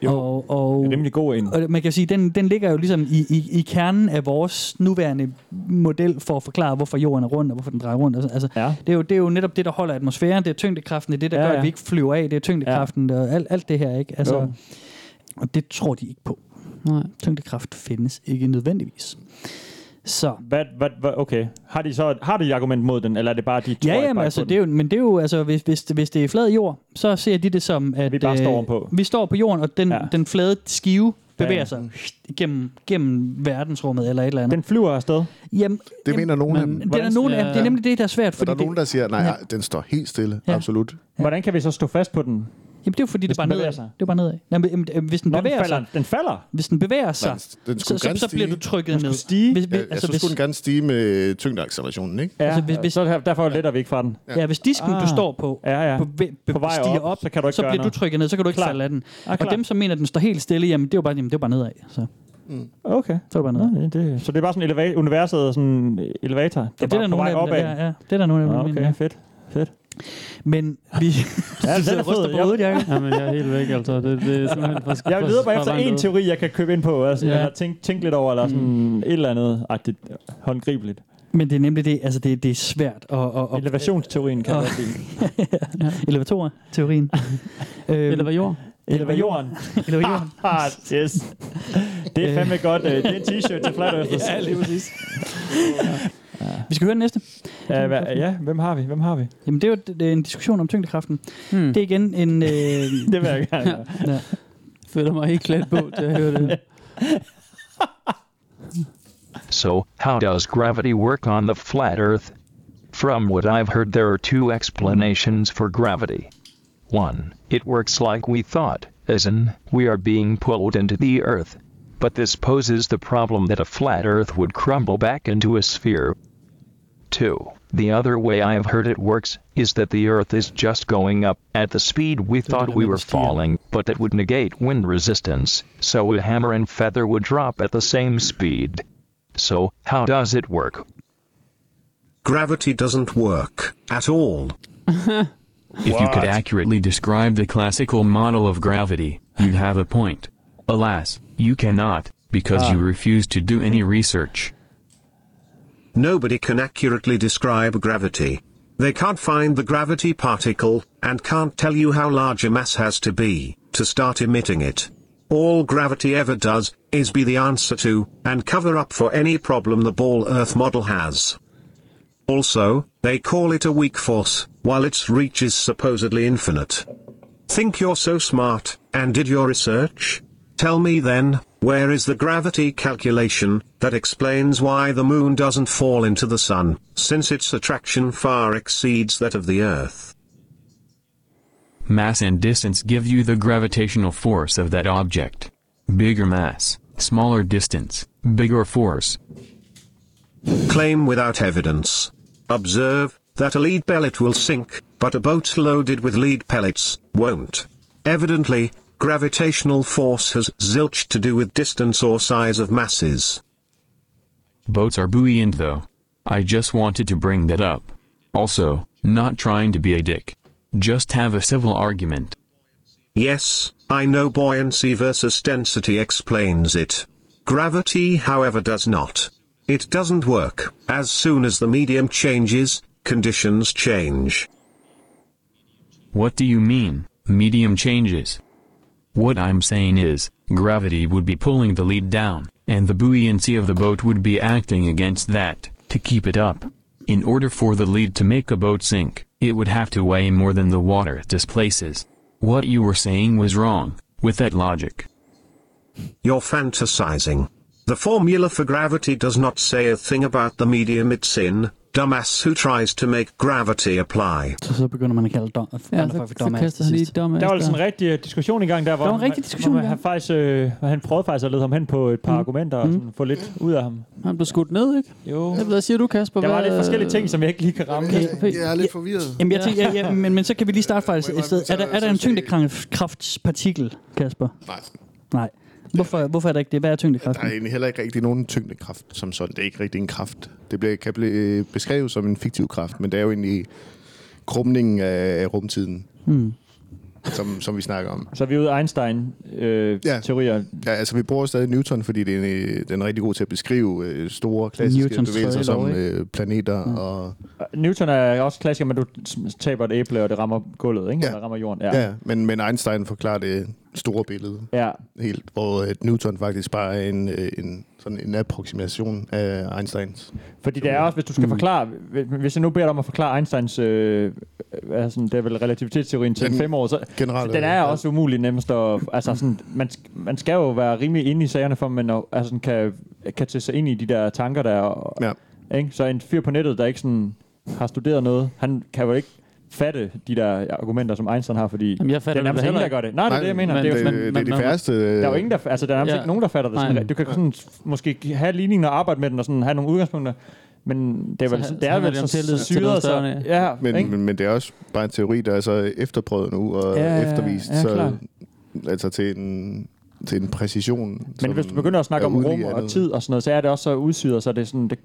S5: Jo.
S4: Og, og,
S5: Det er rimelig god en.
S4: Og man kan sige, den, den ligger jo ligesom i, i, i kernen af vores nuværende model for at forklare, hvorfor jorden er rund og hvorfor den drejer rundt. og sådan. Altså,
S5: Ja.
S4: det, er jo, det er jo netop det, der holder atmosfæren, det er tyngdekraften, det er det, der
S5: Ja,
S4: ja, gør,
S5: ja.
S4: at vi ikke flyver af, det er tyngdekraften og alt, alt det her. ikke. Altså,
S5: Jo.
S4: og det tror de ikke på.
S6: Nej.
S4: Tyngdekraft findes ikke nødvendigvis. Så
S5: Hvad, hvad, hvad, okay. Har de så har de et argument mod den, eller er det bare, de tror
S4: Ja,
S5: ikke
S4: jamen,
S5: bare
S4: altså,
S5: på
S4: det er
S5: den?
S4: jo, men det er jo, altså, hvis, hvis, hvis det er flad jord, så ser de det som, at...
S5: Vi bare
S4: øh,
S5: står ovenpå.
S4: Vi står på jorden, og den,
S5: Ja.
S4: ja. den flade skive bevæger
S5: Ja, ja.
S4: ja. sig gennem, gennem verdensrummet eller et eller andet.
S5: Den flyver afsted.
S4: Den, jamen,
S3: Det mener nogen af dem.
S4: jamen, den er nogen af,
S6: Ja.
S4: det er nemlig det, der er svært,
S3: Og
S4: fordi
S3: der er
S4: det,
S3: nogen, der siger, nej,
S4: Ja.
S3: nej, den står helt stille.
S4: Ja.
S3: Absolut.
S5: Hvordan kan vi så stå fast på den?
S4: jamen, det er jo fordi, det
S5: Hvis
S4: er bare
S5: den bevæger
S4: nedad.
S5: sig.
S4: Det er bare nedad. Jamen, jamen, øh, hvis den
S5: Nå, den
S4: bevæger
S5: falder.
S4: sig,
S5: Den falder.
S4: hvis den bevæger
S3: Nej,
S4: sig,
S3: den, den
S4: Altså, så,
S3: skulle
S4: så,
S3: gerne
S4: så bliver
S3: stige.
S4: du trykket ned.
S5: stige.
S4: Hvis,
S3: Ja,
S4: hvis,
S3: altså,
S4: altså,
S3: så
S4: hvis,
S3: skulle den gerne stige med tyngdeaccelerationen, ikke?
S5: Ja,
S4: Altså,
S5: altså,
S4: hvis-
S5: hvis,
S4: hvis-
S5: så er det- derfor letter vi ikke fra den.
S4: ja, hvis disken,
S5: Ah.
S4: du står på,
S5: Ja, ja.
S4: på, ve- be-
S5: På vej
S4: stiger
S5: op,
S4: op,
S5: så kan du ikke
S4: så
S5: gøre
S4: bliver du
S5: noget.
S4: trykket ned, så kan du ikke
S5: Klar.
S4: falde af den.
S5: Ah,
S4: og
S5: klar.
S4: dem, som mener, at den står helt stille, jamen, det er jo bare, jamen, det er jo bare nedad. Så,
S5: Okay.
S4: så er det bare
S5: Nå,
S4: nedad.
S5: ja, det, så det er bare sådan eleva- universet, sådan elevator, der
S4: Ja, det er der
S5: på
S4: nogen
S5: vej
S4: af dem,
S5: opad.
S4: der, ja, ja, det er der nogen af dem,
S5: Nå,
S4: der mener,
S5: okay,
S4: ja.
S5: fedt. Fedt.
S4: Men vi...
S5: [LAUGHS] Ja,
S4: du
S5: den
S4: sidder
S5: er
S4: og ryster
S5: fed.
S4: på
S5: Jeg-
S4: hovedet, Jacob.
S6: Jamen, jeg er helt væk, altså. Det, det er simpelthen for,
S5: Jeg leder bare efter en teori, jeg kan købe ind på, altså, ja.
S6: Ja.
S5: eller tænke tænk lidt over, eller sådan mm. et eller andet agtigt, håndgribeligt.
S4: Men det er nemlig det, altså det, det er svært at... at, at
S5: Elevationsteorien kan jeg godt lide.
S4: [LAUGHS]
S5: [LAUGHS]
S4: Elevatorer-teorien. øhm,
S6: Eller hvad jord?
S5: Elevatoren.
S4: elevatoren.
S5: [LAUGHS] Ah,
S4: [LAUGHS]
S5: yes. Det er fandme godt. øh, Det er en t-shirt til Flat Earth. Ja, lige præcis.
S4: Vi skal høre den næste.
S5: Ja, hva, ja, hvem har vi? Hvem har vi?
S4: Jamen det er jo det er en diskussion om tyngdekraften.
S6: Hmm.
S4: Det er igen en... Øh,
S5: [LAUGHS] Det vil jeg gerne. høre.
S4: [LAUGHS] ja.
S6: føler mig helt klædt på til at høre
S4: [LAUGHS]
S6: det.
S11: So, how does gravity work on the flat Earth? From what I've heard, there are two explanations for gravity. One, it works like we thought, as in, we are being pulled into the Earth. But this poses the problem that a flat Earth would crumble back into a sphere. Two, the other way I've heard it works is that the Earth is just going up at the speed we thought we were falling, but that would negate wind resistance, so a hammer and feather would drop at the same speed. So, how does it work?
S12: Gravity doesn't work at all.
S8: If you could accurately describe the classical model of gravity, you'd have a point. Alas, you cannot, because
S4: Ah.
S8: you refuse to do any research.
S12: Nobody can accurately describe gravity. They can't find the gravity particle, and can't tell you how large a mass has to be, to start emitting it. All gravity ever does, is be the answer to, and cover up for any problem the ball Earth model has. Also, they call it a weak force, while its reach is supposedly infinite. Think you're so smart, and did your research? Tell me then, where is the gravity calculation that explains why the moon doesn't fall into the sun, since its attraction far exceeds that of the Earth?
S13: Mass and distance give you the gravitational force of that object. Bigger mass, smaller distance, bigger force.
S12: Claim without evidence. Observe that a lead pellet will sink, but a boat loaded with lead pellets won't. Evidently, gravitational force has zilch to do with distance or size of masses.
S13: Boats are buoyant though. I just wanted to bring that up. Also, not trying to be a dick. Just have a civil argument.
S12: Yes, I know buoyancy versus density explains it. Gravity, however, does not. It doesn't work. As soon as the medium changes, conditions change.
S13: What do you mean, medium changes? What I'm saying is, gravity would be pulling the lead down, and the buoyancy of the boat would be acting against that, to keep it up. In order for the lead to make a boat sink, it would have to weigh more than the water it displaces. What you were saying was wrong, with that logic.
S12: You're fantasizing. The formula for gravity does not say a thing about the medium it's in, dumbass who tries to make gravity apply.
S4: Så, så begynder man at kalde dom,
S5: Ja,
S4: ja,
S5: så-
S4: folk for
S5: så
S4: dumbass
S5: kaster
S4: til
S5: han lige
S4: sidst.
S5: Der var altså en rigtig diskussion i gang der, hvor
S4: Der var en
S5: han-
S4: rigtig diskussion
S5: hvor
S4: i
S5: han,
S4: gang.
S5: faktisk, øh, han prøvede faktisk at lede ham hen på et par argumenter og sådan, få lidt ud af ham.
S6: Han blev skudt ned, ikke?
S5: Jo.
S6: Hvad siger du, Kasper?
S5: Der var
S6: Hvad-
S5: lidt forskellige ting,
S4: [LAUGHS]
S5: som jeg ikke lige kan ramme.
S4: Jeg er lidt
S3: forvirret.
S4: Jamen, jeg tænker, ja, ja, men, men så kan vi lige starte faktisk et sted. Er der, er der en tyngdekraftspartikel, Kasper?
S3: Nej.
S4: Nej. Hvorfor, hvorfor er der ikke det? Hvad er
S3: Der er
S4: tyngdekraften?
S3: egentlig heller ikke rigtig nogen tyngdekraft som sådan. Det er ikke rigtig en kraft. Det bliver, kan blive beskrevet som en fiktiv kraft, men det er jo egentlig krumningen af af rumtiden,
S4: Hmm.
S3: som, som vi snakker om.
S5: Så er vi ude af Einstein-teorier. Øh,
S3: ja. ja, altså vi bruger stadig Newton, fordi det er en, øh, den er rigtig god til at beskrive øh, store klassiske
S5: Newtons
S3: bevægelser
S5: tredje
S3: som
S5: lov, ikke?
S3: øh, planeter mm. og...
S5: Newton er også klassiker, men du s- taber et æble, og det rammer gulvet, ikke? Ja. Eller rammer jorden.
S3: Ja, ja men, men Einstein forklarer det store billede
S5: ja.
S3: helt, hvor øh, Newton faktisk bare er en, øh, en, sådan en approximation af Einsteins.
S5: Fordi det er også, hvis du skal
S3: Mm.
S5: forklare, hvis jeg nu beder dig om at forklare Einsteins, øh, hvad er sådan, det er vel relativitetsteorien til
S3: Den
S5: fem år, så
S3: generelle,
S5: den er
S3: ja.
S5: også umulig nemmest. At, altså sådan, man, sk- man skal jo være rimelig inde i sagerne, for at man er- altså, sådan kan, kan tage sig ind i de der tanker der. Og, ja. ikke? Så en fyr på nettet, der ikke sådan, har studeret noget, han kan jo ikke fatte de der argumenter, som Einstein har, fordi
S6: Jamen, jeg fatter
S5: det er
S6: det
S5: nærmest
S6: da
S5: ingen, der
S6: heller
S5: gør
S6: ikke.
S5: det. Nej, det er det, jeg mener.
S6: Men-
S5: det,
S6: men- Det- det er de men- færreste, øh,
S5: Der er jo ingen, der, altså, der er nærmest
S6: Ja.
S5: ikke nogen, der fatter det.
S6: Nej.
S5: Sådan, rigtigt. du kan sådan, måske have ligningen og arbejde med den og sådan, have nogle udgangspunkter, men det er
S6: Så
S5: vel,
S6: han-
S5: det
S6: så
S5: er
S6: handler
S5: vel
S6: det om
S5: så,
S6: tillid
S5: så
S6: til noget
S5: syret,
S6: større
S5: så,
S6: end-
S5: ja,
S3: Men,
S5: ikke?
S3: men, men det er også bare en teori, der er så efterprøvet nu og
S5: Ja,
S3: ja,
S5: ja, ja,
S3: eftervist.
S5: ja,
S3: så,
S5: klar.
S3: altså til en, til en præcision.
S5: Men hvis du begynder at snakke om rum og tid og sådan noget, så er det også så udsyret, så det er sådan, det,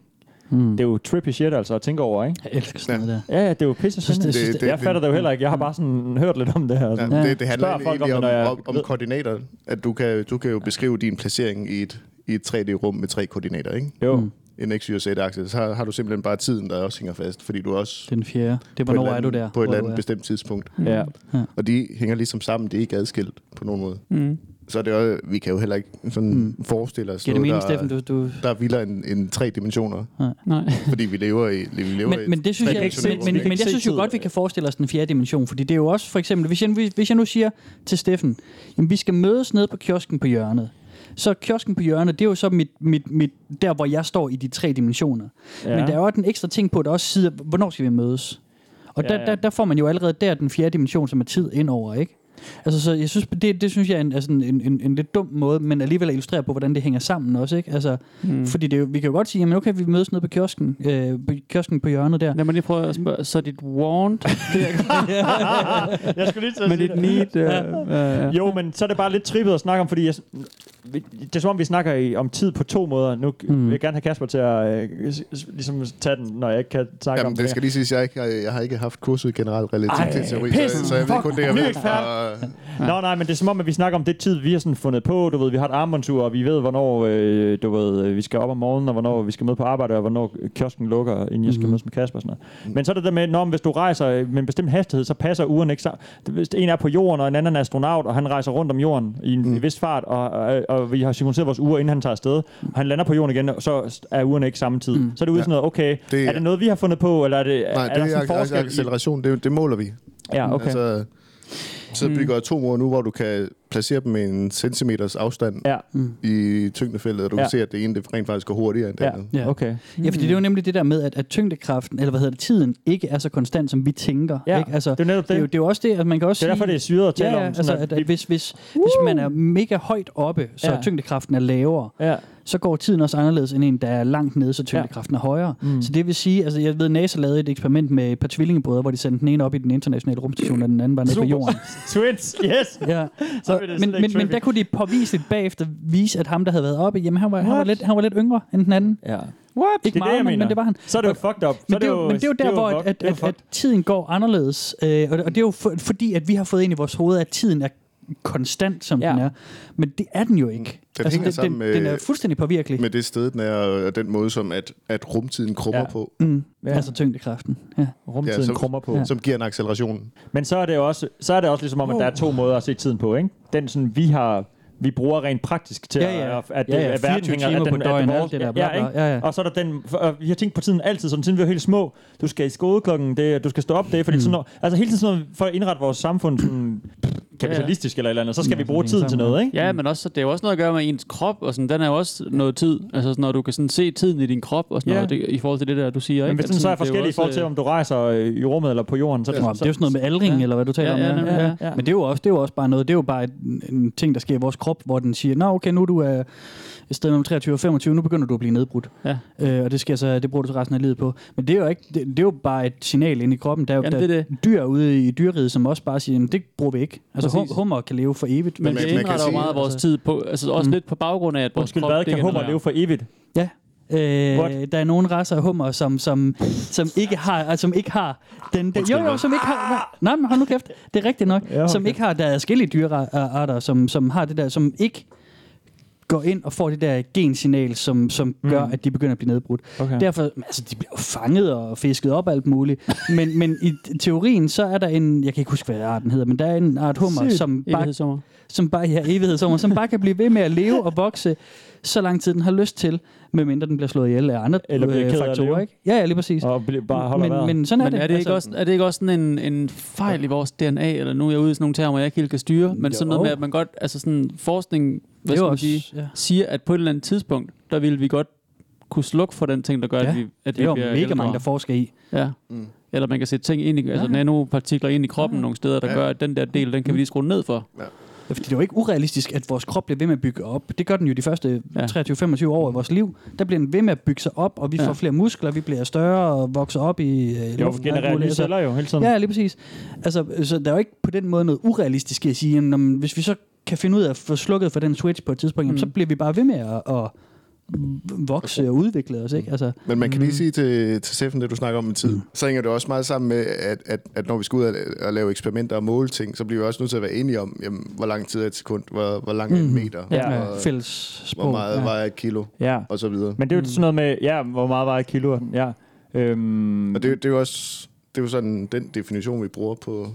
S4: hmm.
S5: det er jo trippy shit altså at tænke over, ikke?
S4: Jeg elsker sådan noget
S5: der. Ja, det er jo pisse
S4: Jeg synes, det-
S5: spændende.
S4: jeg synes, det-
S5: jeg fatter det jo heller ikke. Jeg har bare sådan hørt lidt om det her. og
S3: Ja,
S5: Sådan.
S3: det, det handler
S5: Spørger
S3: egentlig
S5: folk om,
S3: om,
S5: det, når jeg
S3: om, om koordinater. At du kan, du kan jo beskrive din placering i et, i et 3D-rum med tre koordinater, ikke?
S5: Jo.
S4: Mm.
S3: En x, y og z-akse. Så har, har du simpelthen bare tiden, der også hænger fast, fordi du også...
S4: Den fjerde. Det er,
S3: på et
S4: hvornår
S3: eller
S4: er
S3: andet-
S4: du der,
S3: På et eller
S4: hvor du
S3: andet
S4: er. Mm.
S3: bestemt tidspunkt.
S4: Ja. Ja.
S3: Og de hænger ligesom sammen. Det er ikke adskilt på nogen måde.
S4: Mm.
S3: Så er det også, vi kan jo heller ikke sådan mm. forestille os
S4: Giver det mening,
S3: der,
S4: Steffen? Du- du-
S3: der er vildere end, end tre dimensioner.
S4: Nej.
S3: Fordi vi lever i, vi lever i
S4: Men,
S3: et
S4: men det synes jeg,
S3: tredimensionelt
S4: men, men,
S3: rum, ikke?
S4: men jeg synes jo godt, vi kan forestille os den fjerde dimension, fordi det er jo også for eksempel, hvis jeg, hvis jeg nu siger til Steffen, jamen, vi skal mødes nede på kiosken på hjørnet, så kiosken på hjørnet, det er jo så mit, mit, mit, der, hvor jeg står i de tre dimensioner.
S6: Ja.
S4: Ja. Men der er jo den ekstra ting på, at der også sidder, hvornår skal vi mødes? Og
S6: Ja,
S4: der,
S6: ja.
S4: der, der får man jo allerede der den fjerde dimension, som er tid indover, ikke? Altså, så jeg synes, det, det synes jeg er en, altså en, en, en lidt dum måde, men alligevel illustrerer på, hvordan det hænger sammen også, ikke? Altså,
S6: Mm.
S4: mm. Fordi det, er jo- vi kan jo godt sige, jamen okay, vi mødes nede på kiosken, øh, på kiosken på hjørnet der.
S6: Lad mig lige prøve at spørge, så dit want... det
S5: jeg skulle lige til at
S6: Men
S5: sige
S6: det er et need, øh,
S5: Ja.
S6: ja, ja.
S5: [LAUGHS] Jo, men så er det bare lidt trippet at snakke om, fordi jeg, vi- det er som om, vi snakker i, om tid på to måder. Nu
S4: Hmm.
S5: mm. vil jeg gerne have Kasper til at øh, s- s- ligesom tage den, når jeg ikke kan snakke om
S3: Jamen, det
S5: mere.
S3: skal lige siges, jeg, ikke, jeg, jeg har ikke haft kurset i generel relativitetsteori,
S5: Ej,
S3: så, så jeg ved
S5: pis.
S3: kun det, jeg
S5: Ny
S3: ved
S5: ekspert.
S3: fra...
S5: Nå, nej, men det er som om, at vi snakker om det tid, vi har sådan fundet på. Du ved, vi har et armbåndsur, og vi ved, hvornår øh, du ved, øh, vi skal op om morgenen, og hvornår vi skal med på arbejde, og hvornår kiosken lukker, inden jeg skal
S4: Mhm.
S5: mødes med Kasper og sådan noget.
S3: Mm.
S5: Men så er det der med, når hvis du rejser øh, med en bestemt hastighed, så passer uren ikke sammen. Hvis en er på jorden, og en anden er astronaut, og han rejser rundt om jorden i en mm. vis fart, og, og, og, vi har synkroniseret vores ure, inden han tager afsted,
S3: Mm.
S5: og han lander på jorden igen, og så er uren ikke samme tid. Mm. Så er det ude i sådan noget, okay, det, er det noget, vi har fundet på, eller er det,
S3: Nej,
S5: er
S3: det
S5: der
S3: er,
S5: sådan
S3: ac- ac-
S5: forskel? i-
S3: acceleration, det, det måler vi.
S5: Ja, okay. Hmm.
S3: Altså, så bygger jeg atomer nu, hvor du kan placere dem i en centimeters afstand
S5: ja.
S3: i tyngdefeltet, og du
S4: Ja.
S3: ja. kan se, at det ene det rent faktisk går hurtigere end det andet.
S5: Ja, Altså, okay.
S4: Ja, fordi det er jo nemlig det der med, at, at tyngdekraften, eller hvad hedder det, tiden, ikke er så konstant, som vi tænker.
S5: Ja,
S4: ikke? Altså, det
S5: er netop
S4: Det er, jo, det er jo også det, at man kan også
S5: Det er derfor,
S4: sige-
S5: det er syret at tale
S4: ja, ja,
S5: om, sådan
S4: Altså,
S5: at
S4: at, at hvis, hvis, hvis man er mega højt oppe, så
S5: Ja.
S4: ja. tyngdekraften er lavere,
S5: ja.
S4: så går tiden også anderledes end en, der er langt nede, så tyngdekraften er højere.
S5: Mm.
S4: Mm. Så det vil sige, altså jeg ved, NASA lavede et eksperiment med et par tvillingebrødre, hvor de sendte den ene op i den internationale rumstation, og den anden var nede på
S5: Super.
S4: jorden.
S5: [LAUGHS] Twins, yes!
S4: Ja.
S5: Så,
S4: men, men, men der kunne de påviseligt bagefter vise, at ham, der havde været oppe, jamen han var, han var, lidt, han var lidt yngre end den anden.
S5: Ja.
S4: What?
S5: Det er
S4: Ikke
S5: det,
S4: meget,
S5: jeg
S4: men,
S5: mener.
S4: men det var han.
S5: Så er det jo
S4: Og-
S5: fucked up. Så
S4: Men
S5: er
S4: det er jo, men det er jo der, hvor
S5: fucked.
S4: at, at,
S5: Det er jo
S4: at, at tiden går anderledes. Øh, og, det- og det er jo for, fordi, at vi har fået ind i vores hoved, at tiden er konstant, som ja. den er. Men det er den jo ikke.
S3: Mm. Den hænger
S4: den,
S3: sammen
S4: den,
S3: med-
S4: den er fuldstændig påvirkelig.
S3: Med det sted, den er, og den måde, som at, at rumtiden krummer
S5: Ja.
S3: på.
S4: Mm.
S5: Ja.
S4: Ja. Altså tyngdekraften. Ja.
S5: Rumtiden
S3: som,
S5: krummer på.
S3: Som giver en acceleration.
S5: Men så er det også, så er det også ligesom om, at der er to måder at se tiden på, ikke? Den sådan, vi har vi bruger rent praktisk til,
S4: Ja, ja.
S5: at- at, det,
S4: Ja, ja.
S5: at
S4: 24 timer på døgn, alt det der, bla,
S5: ja,
S4: bla.
S5: ikke?
S4: Ja, ja.
S5: Og så er der den, for, og vi har tænkt på tiden altid, sådan siden vi var helt små. Du skal i skole klokken, det, du skal stå op det, fordi mm. sådan noget, altså hele tiden sådan noget, for at indrette vores samfund sådan kapitalistisk eller et eller andet, så skal vi bruge tiden til noget, ikke?
S6: Ja, men også, det er jo også noget at gøre med ens krop, og sådan, den er jo også noget tid. Altså, sådan, når du kan sådan se tiden i din krop, og sådan
S5: Ja.
S6: noget, det, i forhold til det der, du siger.
S5: Men
S6: ikke?
S5: hvis
S6: At
S5: den så er
S6: det jo
S5: forskellig i
S6: også,
S5: forhold til,
S6: øh,
S5: om du rejser øh, i rummet eller på jorden, så
S4: Nå, men det er jo sådan noget med aldring, ja. eller hvad du taler
S6: Ja,
S4: om.
S6: ja, nemlig, ja, ja.
S4: Men det er, jo også, det er jo også bare noget, det er jo bare et, en ting, der sker i vores krop, hvor den siger, nå okay, nu er du øh, et sted mellem 23 og 25, nu begynder du at blive nedbrudt.
S6: Ja.
S4: Øh, og det, sker så, det bruger du så resten af livet på. Men det er jo, ikke, det, det er jo bare et signal inde i kroppen. Der er jo
S6: Jamen,
S4: der
S6: det er
S4: er dyr ude i dyreriget, som også bare siger, "Jamen, det bruger vi ikke. Altså
S6: Præcis.
S4: hum, hummer kan leve for evigt.
S6: Men vi indretter jo meget af vores tid på, altså også
S4: Mm.
S6: lidt på baggrund af, at vores
S4: Undskyld,
S6: krop...
S4: hvad?
S6: det
S4: Kan
S6: genererer-
S4: hummer leve
S5: for evigt?
S4: Ja. Øh, der er nogle racer af hummer, som, som, som, ikke har, altså, som ikke har den, den jo, jo, som ikke har, nej, men hold nu kæft, det er rigtigt nok,
S5: Ja,
S4: ja,
S5: hold
S4: som
S5: kæft.
S4: ikke har, der er forskellige dyrearter, som, som har det der, som ikke går ind og får det der gensignal, som, som gør,
S5: Mm.
S4: mm. at de begynder at blive nedbrudt.
S5: Okay.
S4: Derfor, altså, de bliver jo fanget og fisket op og alt muligt, men, men i teorien, så er der en, jeg kan ikke huske, hvad arten hedder, men der er en art hummer,
S6: Sygt.
S4: som
S6: Evighedshummer.
S4: bare, som bare, ja, evighedshummer, som bare kan blive ved med at leve og vokse, så lang tid den har lyst til, medmindre den bliver slået ihjel af andre
S5: Eller bliver
S4: øh,
S5: ked af at leve.
S4: faktorer, ikke? Ja, ja, lige præcis.
S5: Og bl- bare holder
S4: men,
S5: vejret.
S4: men sådan er
S6: men
S4: det. altså.
S6: er det, ikke også, er det ikke også sådan en, en fejl i vores DNA, eller nu er jeg ude i sådan nogle termer, jeg ikke helt kan styre, men sådan noget
S4: Jo.
S6: med, at man godt, altså sådan forskning,
S4: Det er
S6: hvad skal
S4: jo
S6: man
S4: også-
S6: sige,
S4: ja.
S6: siger, at på et eller andet tidspunkt, der ville vi godt kunne slukke for den ting, der gør,
S4: Ja,
S6: at vi, at
S4: det er
S6: vi
S4: jo
S6: bliver
S4: mega
S6: ældre.
S4: mange, der forsker i.
S6: Ja.
S4: Mm.
S6: Eller man kan sætte ting ind i, altså
S4: Ja.
S6: nanopartikler ind i kroppen nogle steder, der
S4: Ja.
S6: gør, at den der del, den kan vi lige skrue ned for.
S4: Ja, fordi det er jo ikke urealistisk, at vores krop bliver ved med at bygge op. Det gør den jo de første 23-25 år af vores liv. Der bliver den ved med at bygge sig op, og vi
S5: Ja.
S4: får flere muskler, vi bliver større og vokser op i øh, luften.
S5: Jo,
S4: og alt
S5: genererer
S4: muligt.
S5: nye
S4: Altså,
S5: celler jo hele tiden.
S4: Ja, lige præcis. Altså, øh, så der er jo ikke på den måde noget urealistisk i at sige, jamen, når man- hvis vi så kan finde ud af at få slukket for den switch på et tidspunkt, mm. så
S3: Mm.
S4: bliver vi bare ved med at, at vokse og udvikle os, ikke? Altså,
S3: Men man kan
S5: Mm.
S3: lige sige til, til Steffen, det du snakker om med tid, så hænger det også meget sammen med, at, at, at når vi skal ud og, og lave eksperimenter og måle ting, så bliver vi også nødt til at være enige om, jamen, hvor lang tid er et sekund, hvor, hvor lang er en
S5: Mhm.
S3: meter,
S5: Ja.
S3: og,
S4: fælles
S3: hvor meget
S5: ja.
S3: vejer et kilo,
S5: Ja.
S3: og så videre.
S5: Men det er jo sådan noget med, ja, hvor meget var et kilo? Ja. Øhm,
S3: Og det, det er jo også det er jo sådan den definition, vi bruger på...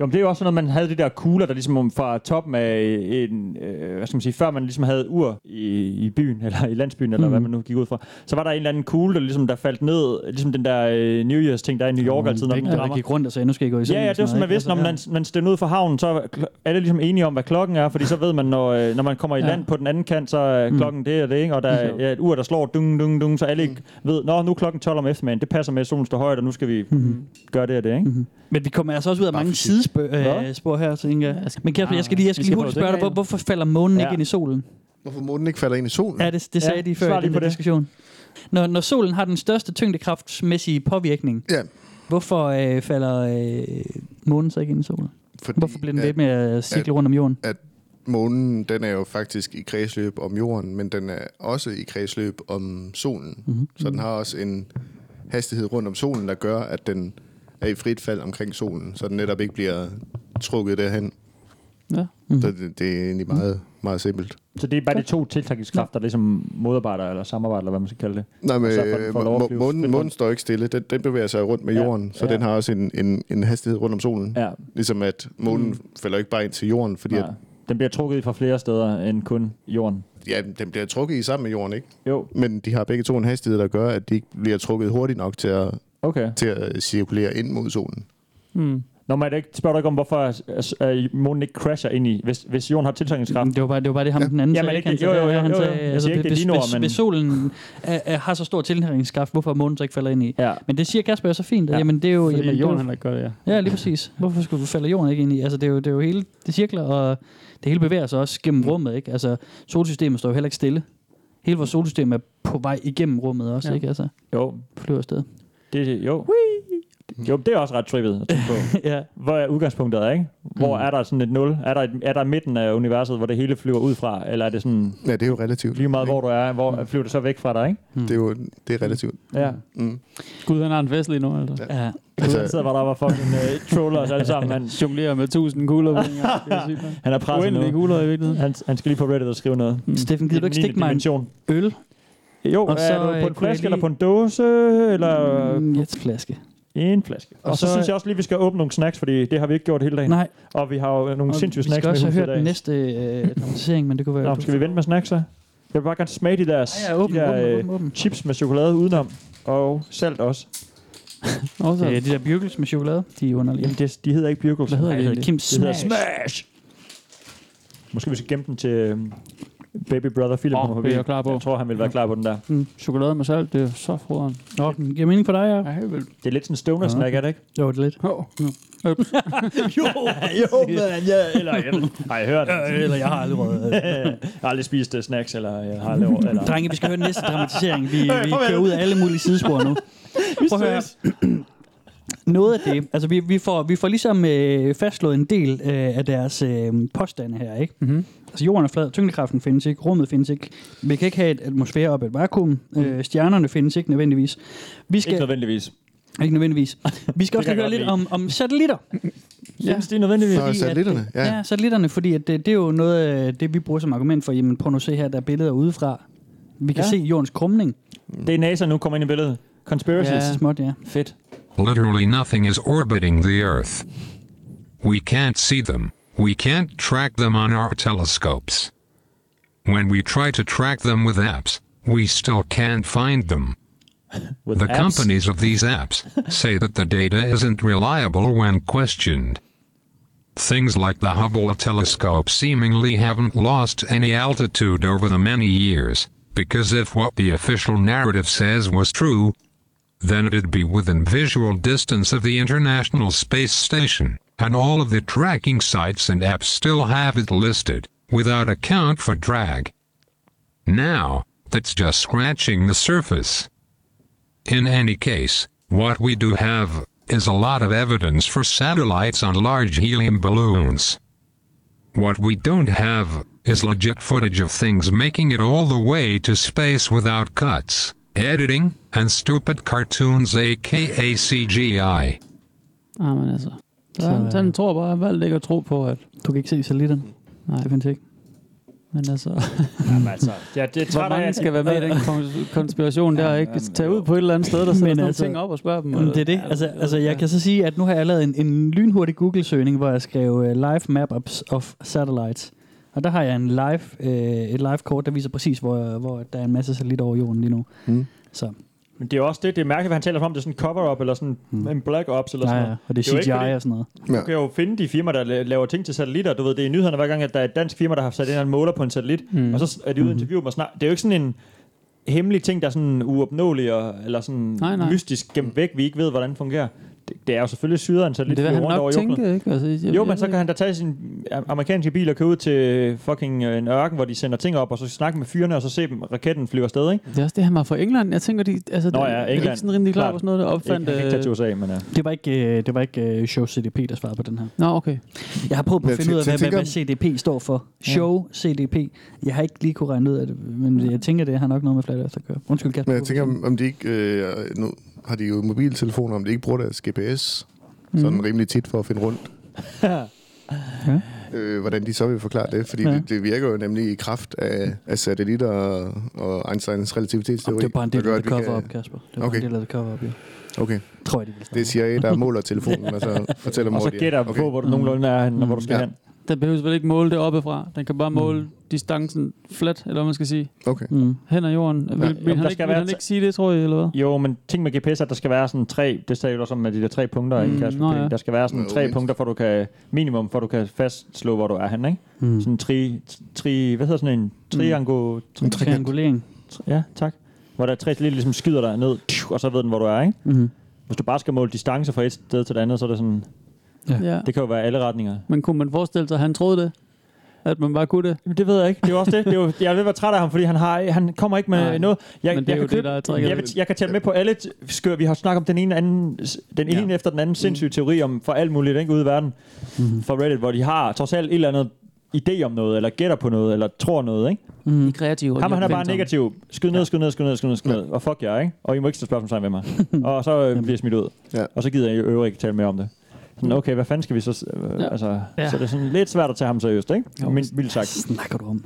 S5: Jo, men det er jo også sådan noget, man havde de der kugler, der ligesom om fra toppen af en, øh, hvad skal man sige, før man ligesom havde ur i, i byen, eller i landsbyen, eller
S4: Mm.
S5: hvad man nu gik ud fra, så var der en eller anden kugle, der ligesom der faldt ned, ligesom den der øh, New Year's ting, der er i New York
S4: Mm,
S5: altid, når
S4: det er
S5: den
S4: ikke,
S5: rammer.
S4: der gik rundt og sagde, nu skal I gå i seng
S5: Ja, ja,
S4: og
S5: det var sådan, man
S4: noget, ikke?
S5: vidste, når man, man stændte ud fra havnen, så er kl- alle ligesom enige om, hvad klokken er, fordi så ved man, når, øh, når man kommer i
S4: Ja.
S5: land på den anden kant, så er
S4: Mm.
S5: klokken det og det, ikke? og der er
S4: Jo.
S5: ja, et ur, der slår dung, dung, dung, så alle ikke
S4: Mm.
S5: ved, nå, nu er klokken 12 om eftermiddagen, det passer med, at solen står højt, og nu skal vi
S6: Mhm.
S5: gøre det og det, ikke?
S4: Men vi kommer altså også ud af mange sidespor øh, spor her, tænker jeg. Men Kasper, jeg skal lige, jeg skal
S5: Vi skal
S4: lige
S5: prøve
S4: hurtigt spørge dig,
S5: det.
S4: hvor, hvorfor falder månen ja.
S5: Ja.
S4: ikke ind i solen?
S3: Hvorfor månen ikke falder ind i solen?
S4: Ja, det, det sagde
S5: Ja,
S4: ja, de
S5: svar
S4: før i
S5: lige
S4: den
S5: på
S4: her
S5: det.
S4: diskussion. Når, når solen har den største tyngdekraftsmæssige påvirkning,
S3: ja.
S4: hvorfor øh, falder øh, månen så ikke ind i solen?
S3: Fordi,
S4: hvorfor bliver den ved med at cirkle øh, rundt om jorden?
S3: At månen, den er jo faktisk i kredsløb om jorden, men den er også i kredsløb om solen.
S4: Mhm.
S3: Mm-hmm. Så den har også en hastighed rundt om solen, der gør, at den er i frit fald omkring solen, så den netop ikke bliver trukket derhen.
S6: Ja.
S4: Mm.
S3: Mm-hmm. Så det, det er egentlig meget, meget simpelt.
S5: Så det er bare de to tiltrækningskræfter, der ligesom modarbejder eller samarbejder, eller hvad man skal kalde det.
S3: Nej, men
S5: Og så får den- får lov at
S3: må-
S5: flyve
S3: månen,
S5: frit
S3: månen
S5: rundt.
S3: står ikke stille. Den, den bevæger sig rundt med
S5: Ja,
S3: jorden, så
S5: ja.
S3: den har også en, en, en hastighed rundt om solen.
S5: Ja.
S3: Ligesom at månen mm. falder ikke bare ind til jorden, fordi at,
S5: Nej. Den bliver trukket fra flere steder end kun jorden.
S3: ja, den bliver trukket i sammen med jorden, ikke?
S5: Jo.
S3: Men de har begge to en hastighed, der gør, at de ikke bliver trukket hurtigt nok til at,
S5: Okay.
S3: til at øh, cirkulere ind mod solen.
S4: Hmm.
S5: Mm. Nå, men er det ikke, spørger du ikke om, hvorfor altså, øh, månen ikke crasher ind i, hvis, hvis jorden har tiltrækningskraft?
S4: Det var bare det, var bare det ham den anden
S5: Jamen,
S4: sagde.
S5: ikke-
S4: ikke?
S5: jo,
S4: Altså,
S5: jo,
S4: det var
S5: jo,
S4: han
S5: jo,
S4: sagde,
S5: jo. Jeg siger
S4: altså,
S5: ikke, det er
S4: hvis,
S5: lige nu,
S4: hvis,
S5: men-
S4: hvis solen er, er, har så stor tilhængningskraft, hvorfor er månen så ikke falder ind i?
S5: Ja.
S4: Men det siger Kasper jo så fint. At, ja. Jamen, det er jo,
S6: Fordi
S4: jamen, det er
S6: jorden
S4: jo-
S6: heller ikke gør det, ja.
S4: Ja, lige præcis. Hvorfor skulle du falde jorden ikke ind i? Altså, det er jo, det er jo hele, det cirkler, og det hele bevæger sig også gennem rummet, ikke? Altså, solsystemet står jo heller ikke stille. Hele vores solsystem er på vej igennem rummet også,
S5: Ja.
S4: ja. ikke? Altså,
S5: Jo.
S4: flyver afsted.
S5: Det, jo. Jo, det er også ret trippet at tænke på.
S4: [LAUGHS] ja. Mm.
S5: Hvor er udgangspunktet, er, ikke? Hvor er der sådan et nul? Er der, et, er der midten af universet, hvor det hele flyver ud fra? Eller er det sådan
S3: Ja, det er jo relativt.
S5: lige meget, hvor du er? Hvor
S4: Mm.
S5: flyver det så væk fra dig, ikke?
S3: Det er jo det er relativt.
S5: Ja.
S3: Mm.
S6: Gud, han har en fest lige nu, altså.
S3: Ja.
S4: Ja.
S5: Altså, han sidder bare deroppe og fucking øh, troller os alle sammen. Han,
S6: [LAUGHS] Jonglerer med tusind kugler. på en gang. Det er sygt, mand.
S5: han er presset
S6: Uendelige
S5: nu.
S6: kugler i virkeligheden.
S5: Han, han skal lige på Reddit og skrive noget.
S4: Mm. Steffen, gider du ikke
S5: I den
S4: stikke mig en
S5: niende dimension.
S4: øl?
S5: Jo,
S4: Og
S5: og
S4: så,
S5: så, er
S4: øh,
S5: du på
S4: kunne
S5: en
S4: jeg
S5: flaske
S4: lige-
S5: eller på en dåse, Øh, eller
S4: Mm, yes, flaske.
S5: en flaske. Og,
S4: Og
S5: og så,
S4: så-
S5: så synes jeg også lige, vi skal åbne nogle snacks, fordi det har vi ikke gjort hele dagen.
S4: Nej,
S5: Og vi har jo nogle
S4: og
S5: sindssyge
S4: vi skal
S5: snacks med
S4: også
S5: huset
S4: have
S5: i
S4: hørt
S5: dag.
S4: den næste øh, dramatisering, men det kunne være...
S5: Nå,
S4: du-
S5: skal vi vente med snacks så? Jeg vil bare gerne smage de der,
S4: Ja, ja, åben,
S5: de der
S4: åben,
S5: øh,
S4: åben, åben.
S5: chips med chokolade udenom. Og salt
S4: [LAUGHS]
S5: også.
S6: Også,
S4: Ja, de der bugles med chokolade, de er underlige.
S5: Jamen, det, de hedder ikke Bjørgårds.
S4: Hvad hedder de egentlig? Kim
S5: Det hedder
S4: Smash.
S5: Smash! Måske vi skal gemme den til øhm, Baby Brother Philip.
S6: Åh,
S5: kommer forbi.
S6: det er jeg klar på.
S5: Jeg tror, han vil være klar på den der.
S6: Mm, chokolade med salt, det er så froderen.
S4: Nå, den giver mening for dig, ja.
S6: Ej, vel.
S5: Det er lidt sådan en stoner snack, er det ikke?
S4: Jo, det er lidt.
S6: Hov.
S5: jo, men ja, eller, eller, nej, jeg hørt.
S4: Øh, Eller jeg har aldrig røget.
S5: [LAUGHS]
S4: øh.
S5: jeg har aldrig spist uh, snacks, eller jeg har aldrig... Eller,
S4: Drenge, vi skal høre den næste dramatisering. Vi,
S5: Øh,
S4: vi
S5: farvel.
S4: kører ud af alle mulige sidespor nu. Prøv at høre. [CLEARS THROAT] Noget af det, altså vi, vi, får, vi får ligesom øh, fastslået en del øh, af deres øh, påstande her, ikke?
S6: Mhm.
S4: Altså jorden er flad, tyngdekraften findes ikke, rummet findes ikke, vi kan ikke have et atmosfære op i et vakuum, øh, stjernerne findes ikke nødvendigvis. Vi skal,
S5: Ikke nødvendigvis.
S4: ikke nødvendigvis. Vi skal også
S5: kan
S4: lige høre
S5: jeg
S4: lidt
S5: godt
S4: om, om satellitter.
S5: Ja. Synes de nødvendigvis? øh,
S3: Så satellitterne,
S4: Ja.
S3: ja.
S4: ja, satellitterne, fordi at øh, det, det er jo noget af det, vi bruger som argument for, jamen prøv nu at se her, der er billeder udefra. Vi kan ja.
S5: Ja.
S4: se jordens krumning.
S5: Det er NASA nu kommer ind i billedet. Conspiracies.
S4: Ja. Småt, ja.
S5: Fedt.
S14: Literally nothing is orbiting the Earth. We can't see them, we can't track them on our telescopes. When we try to track them with apps, we still can't find them.
S5: [LAUGHS] With
S14: The
S5: apps.
S14: companies of these
S5: [LAUGHS]
S14: apps say that the data isn't reliable when questioned. Things like the Hubble telescope seemingly haven't lost any altitude over the many years, because if what the official narrative says was true, then it'd be within visual distance of the International Space Station, and all of the tracking sites and apps still have it listed, without account for drag. Now, that's just scratching the surface. In any case, what we do have is a lot of evidence for satellites on large helium balloons. What we don't have is legit footage of things making it all the way to space without cuts, editing, and stupid cartoons aka CGI.
S6: [LAUGHS] Ah, men altså. Så
S5: øh,
S6: han, han tror bare, han valgte ikke at tro på, at...
S4: Du kan ikke se satellitterne.
S5: Mm.
S4: Nej. Det findes ikke.
S6: Men altså,
S5: Jamen, altså, ja, det
S6: hvor
S5: er træt af,
S6: mange
S5: at-
S6: skal være
S5: [LAUGHS]
S6: med i den kon- konspiration der, ikke? Tage ud på et eller andet sted, der
S4: Men
S6: sætter sådan
S4: altså-
S6: nogle ting op og spørger dem.
S4: Jamen, det er det. Altså, altså, jeg kan så sige, at nu har jeg lavet en, en lynhurtig Google-søgning, hvor jeg skrev uh, live maps of satellites. Og der har jeg en live, uh, et live kort, der viser præcis, hvor, hvor der er en masse satellitter over jorden lige nu.
S3: Mm.
S4: Så,
S5: Men det er også det, det er mærkeligt, hvad han taler om, det er sådan en cover-up, eller sådan
S4: Mm.
S5: en black-ops, eller
S4: ja,
S5: sådan
S4: ja,
S5: noget.
S4: og det
S5: Det er
S4: er
S5: jo
S4: CGI
S5: ikke fordi-
S4: og sådan noget.
S5: Du kan jo finde de firmaer, der la- laver ting til satellitter. Du ved, det er i nyhederne hver gang, at der er et dansk firma, der har sat en eller anden måler på en satellit,
S6: Mm.
S5: mm. og så er de ude og interviewe dem og snak. Det er jo ikke sådan en hemmelig ting, der er sådan uopnåelig og, eller sådan
S6: Nej, nej.
S5: mystisk gemt væk, vi ikke ved, hvordan det fungerer. det, det er jo selvfølgelig syderen, så lidt
S6: det vil han
S5: rundt
S6: nok
S5: over
S6: tænke,
S5: junglen.
S6: ikke? Altså, jeg-
S5: jo,
S6: jeg
S5: men så
S6: ved
S5: kan han da tage sin øh, amerikanske bil og køre ud til fucking øh, en ørken, hvor de sender ting op, og så snakke med fyrene, og så se dem, raketten flyver afsted, ikke?
S6: Det er også det, han var fra England. Jeg tænker, de, altså, det-
S5: Nå ja,
S6: det er
S5: England.
S6: ikke sådan rimelig klar
S5: Klart.
S6: på sådan noget, der opfandt... øh,
S5: Ikke- han kan ikke tage til USA, men ja.
S4: Det var ikke, øh, det var ikke øh, Show CDP, der svarede på den her.
S6: Nå, okay.
S4: Jeg har prøvet på at
S6: Men
S4: finde ud af,
S6: jeg
S4: hvad, hvad,
S6: tænker-
S4: hvad CDP står for. Show CDP. Jeg har ikke lige kunne regne ud af det, men jeg tænker, det har nok noget med flat Earth at gøre. Undskyld, Kasper.
S3: Men jeg tænker, om, om de ikke... Øh, nu har de jo mobiltelefoner, om de ikke bruger deres GPS
S5: Hmm.
S3: sådan
S4: Mhm.
S3: rimelig tit for at finde rundt.
S4: [LAUGHS]
S3: øh, hvordan de så vil forklare det, fordi
S4: Ja.
S3: ja. det, det virker jo nemlig i kraft af, af satellitter og, og Einsteins relativitetsteori.
S4: Det var bare en
S3: der
S4: del
S3: gør,
S4: af
S3: at vi
S4: det cover
S3: kan-
S4: op, Kasper. Det var okay.
S3: okay.
S4: en del af det cover op, ja.
S3: Okay.
S4: Tror jeg, de vil
S3: det er CIA, der måler telefonen, og
S4: [LAUGHS]
S3: så fortæller dem,
S5: Og så
S3: hvor de er.
S5: gætter på, hvor du
S4: Mm.
S5: nogenlunde er henne, og hvor du skal hen.
S6: Den behøver vel ikke måle det oppefra. Den kan bare måle distancen flat, eller hvad man skal sige.
S3: Okay.
S4: Mm.
S6: Hen ad jorden. Vil, vil, han, ikke, vil han ikke sige det, tror jeg, eller hvad?
S5: Jo, men ting med GPS, er, at der skal være sådan tre, det sagde du også om med de der tre punkter,
S6: Mm,
S5: mm, Kasper,
S6: nå
S5: nå,
S6: ja.
S5: der skal være sådan
S6: Jo,
S5: tre
S6: mindst.
S5: punkter, for du kan, minimum, for du kan fastslå, hvor du er henne, ikke?
S4: Mm.
S5: Sådan tri, tri, hvad hedder
S6: Mm.
S5: sådan en, triango,
S4: En triangulering.
S5: Ja, tak. Hvor der er tre lidt ligesom skyder dig ned, og så ved den, hvor du er, ikke?
S4: Mhm.
S5: Hvis du bare skal måle distance fra et sted til det andet, så er det sådan,
S4: Ja.
S6: Ja.
S5: det kan jo være alle retninger.
S6: Men kunne man forestille sig, at han troede det? At man bare kunne det?
S5: Jamen, det ved jeg ikke. Det er jo også det. det er jo, jeg er ved at være træt af ham, fordi han, har, han kommer ikke med
S6: Nej,
S5: Nej, noget. Jeg,
S6: men det er
S5: jeg
S6: jo
S5: kan
S6: det, der er trækket
S5: jeg,
S6: lidt.
S5: vil- jeg, kan tælle med på alle t- skør. Vi har snakket om den ene, anden, den ene ja. efter den anden sindssyge teori om for alt muligt ikke, ude i verden
S4: Mhm.
S5: for Reddit, hvor de har trods alt et eller andet idé om noget, eller gætter på noget, eller tror noget, ikke?
S4: Mm. De
S6: er kreative.
S5: Ham, han er bare negativ. Skyd ned, skyd ned, skyd ned, skyd ned, skyd ned. Og fuck jer, ikke? Og I må ikke stille spørgsmålstegn ved mig. og så øh, bliver jeg smidt ud.
S3: Ja.
S5: Og så gider jeg i øvrigt ikke tale mere om det. Sådan, okay, hvad fanden skal vi så... s- Øh,
S6: Ja.
S5: ja. Altså,
S6: Ja.
S5: ja. Så det er sådan lidt svært at tage ham seriøst, ikke? Jo, Min, vildt sagt.
S4: snakker du om?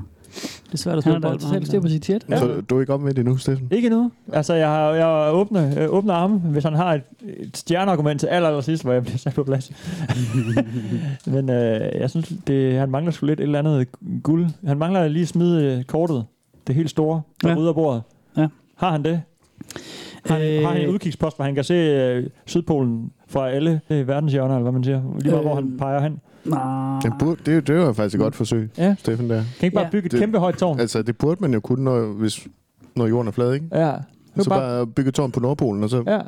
S6: Det er svært at
S4: Han
S6: spille
S4: har da
S6: bold med
S4: totalt
S6: ham
S4: styr
S6: der.
S4: på sit chat.
S3: Så du er ikke om med det nu, Steffen?
S5: Ikke nu. Altså, jeg har jeg har åbne, øh, åbne arme, hvis han har et, et stjerneargument til aller, aller sidst, hvor jeg bliver sat på
S4: [LAUGHS]
S5: plads. Men øh, jeg synes, det, han mangler sgu lidt et eller andet guld. Han mangler lige at smide øh, kortet. Det helt store. Der
S4: Ja.
S5: ja. af bordet.
S4: Ja.
S5: Har han det? Har, øh, har han en udkigspost, hvor han kan se øh, Sydpolen fra alle øh, verdenshjørner, eller hvad man siger? Lige meget, øh, hvor han peger hen.
S4: Nej.
S3: Den burde, det, det var faktisk et godt forsøg,
S5: Ja.
S3: Steffen der. Kan
S5: ikke bare Ja. bygge et kæmpe højt tårn?
S3: Altså, det burde man jo kunne, når, hvis, når jorden er flad, ikke?
S5: Ja. Nu
S3: Så
S5: bare-
S3: bare, bygge et tårn på Nordpolen, og så...
S5: Ja.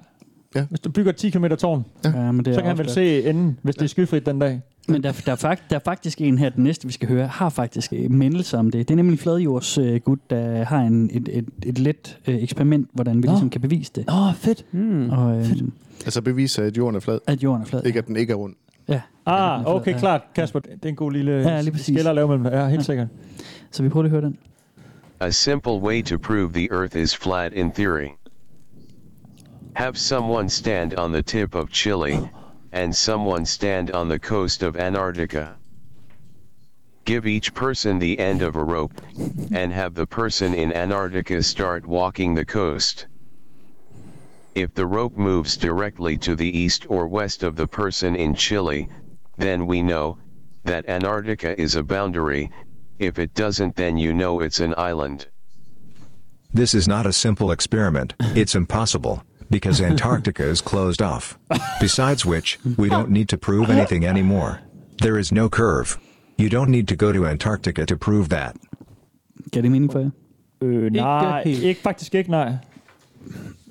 S3: ja.
S5: Hvis du bygger 10 km tårn,
S4: ja. men det er
S5: så kan han
S4: også
S5: vel
S4: godt.
S5: se enden, hvis det er skyfrit den dag.
S4: Men der, der, er fakt, der er faktisk en her, den næste vi skal høre, har faktisk øh, mindelser om det. Det er nemlig en fladjordsgud, øh, gut, der har en, et, et, et let øh, eksperiment, hvordan vi
S5: Nå.
S4: ligesom kan bevise det.
S5: Åh, oh, fedt.
S6: Mm.
S4: Og, øh,
S3: Altså bevise, at jorden er flad.
S4: At jorden er flad.
S3: Ikke, at den ikke er rund.
S4: ja.
S5: Ah, okay, klart. Kasper, det er en god lille
S4: Ja,
S5: ja,
S4: lige
S5: lige
S4: præcis.
S5: skiller at lave mellem. Ja, helt ja. sikkert.
S4: Så vi prøver lige at høre den.
S10: A simple way to prove the Earth is flat in theory. Have someone stand on the tip of Chile, and someone stand on the coast of Antarctica. Give each person the end of a rope, and have the person in Antarctica start walking the coast. If the rope moves directly to the east or west of the person in Chile, then we know that Antarctica is a boundary, if it doesn't, then you know it's an island.
S9: This is not a simple experiment, it's impossible, because Antarctica is closed off. Besides which, we don't need to prove anything anymore. There is no curve. You don't need to go to Antarctica to prove that.
S4: Giver det mening for jer?
S5: Øh, nej,
S4: helt.
S5: ikke, ikke faktisk ikke, nej.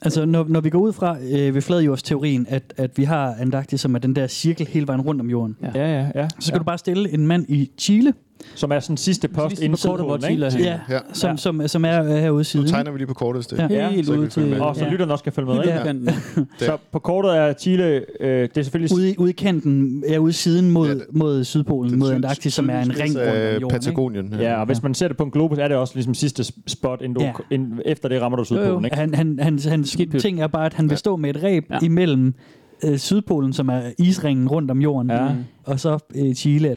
S4: Altså, når, når vi går ud fra øh, ved fladjordsteorien, at, at vi har Antarktis, som er den der cirkel hele vejen rundt om jorden.
S5: Ja, ja, ja.
S4: Så skal ja. du bare stille en mand i Chile.
S5: Som er sådan sidste post inden Sydpolen, ikke?
S4: Ja, ja. Som, som, som er øh, herude i siden. Nu
S3: tegner vi lige på kortet,
S5: Ja. Helt ude til... Og så lytterne også kan følge med,
S4: Ja.
S5: ikke? Så på kortet er Chile, øh, det er selvfølgelig...
S4: Ude, i- ude i kanten, ja, ude i siden mod, mod Sydpolen, mod Antarktis, som er en
S5: sydlige
S4: ring
S5: spids
S4: rundt
S5: af
S4: om jorden.
S3: Patagonien.
S5: Ja, og hvis man ser det på en globus, er det også ligesom sidste spot, inden du,
S4: Ja.
S5: ja. ind, efter det rammer du Sydpolen, ikke?
S4: Han, han, han, hans ting er bare, at han vil stå med et ræb ja. imellem øh, Sydpolen, som er isringen rundt om jorden, ja. og så øh, Chile.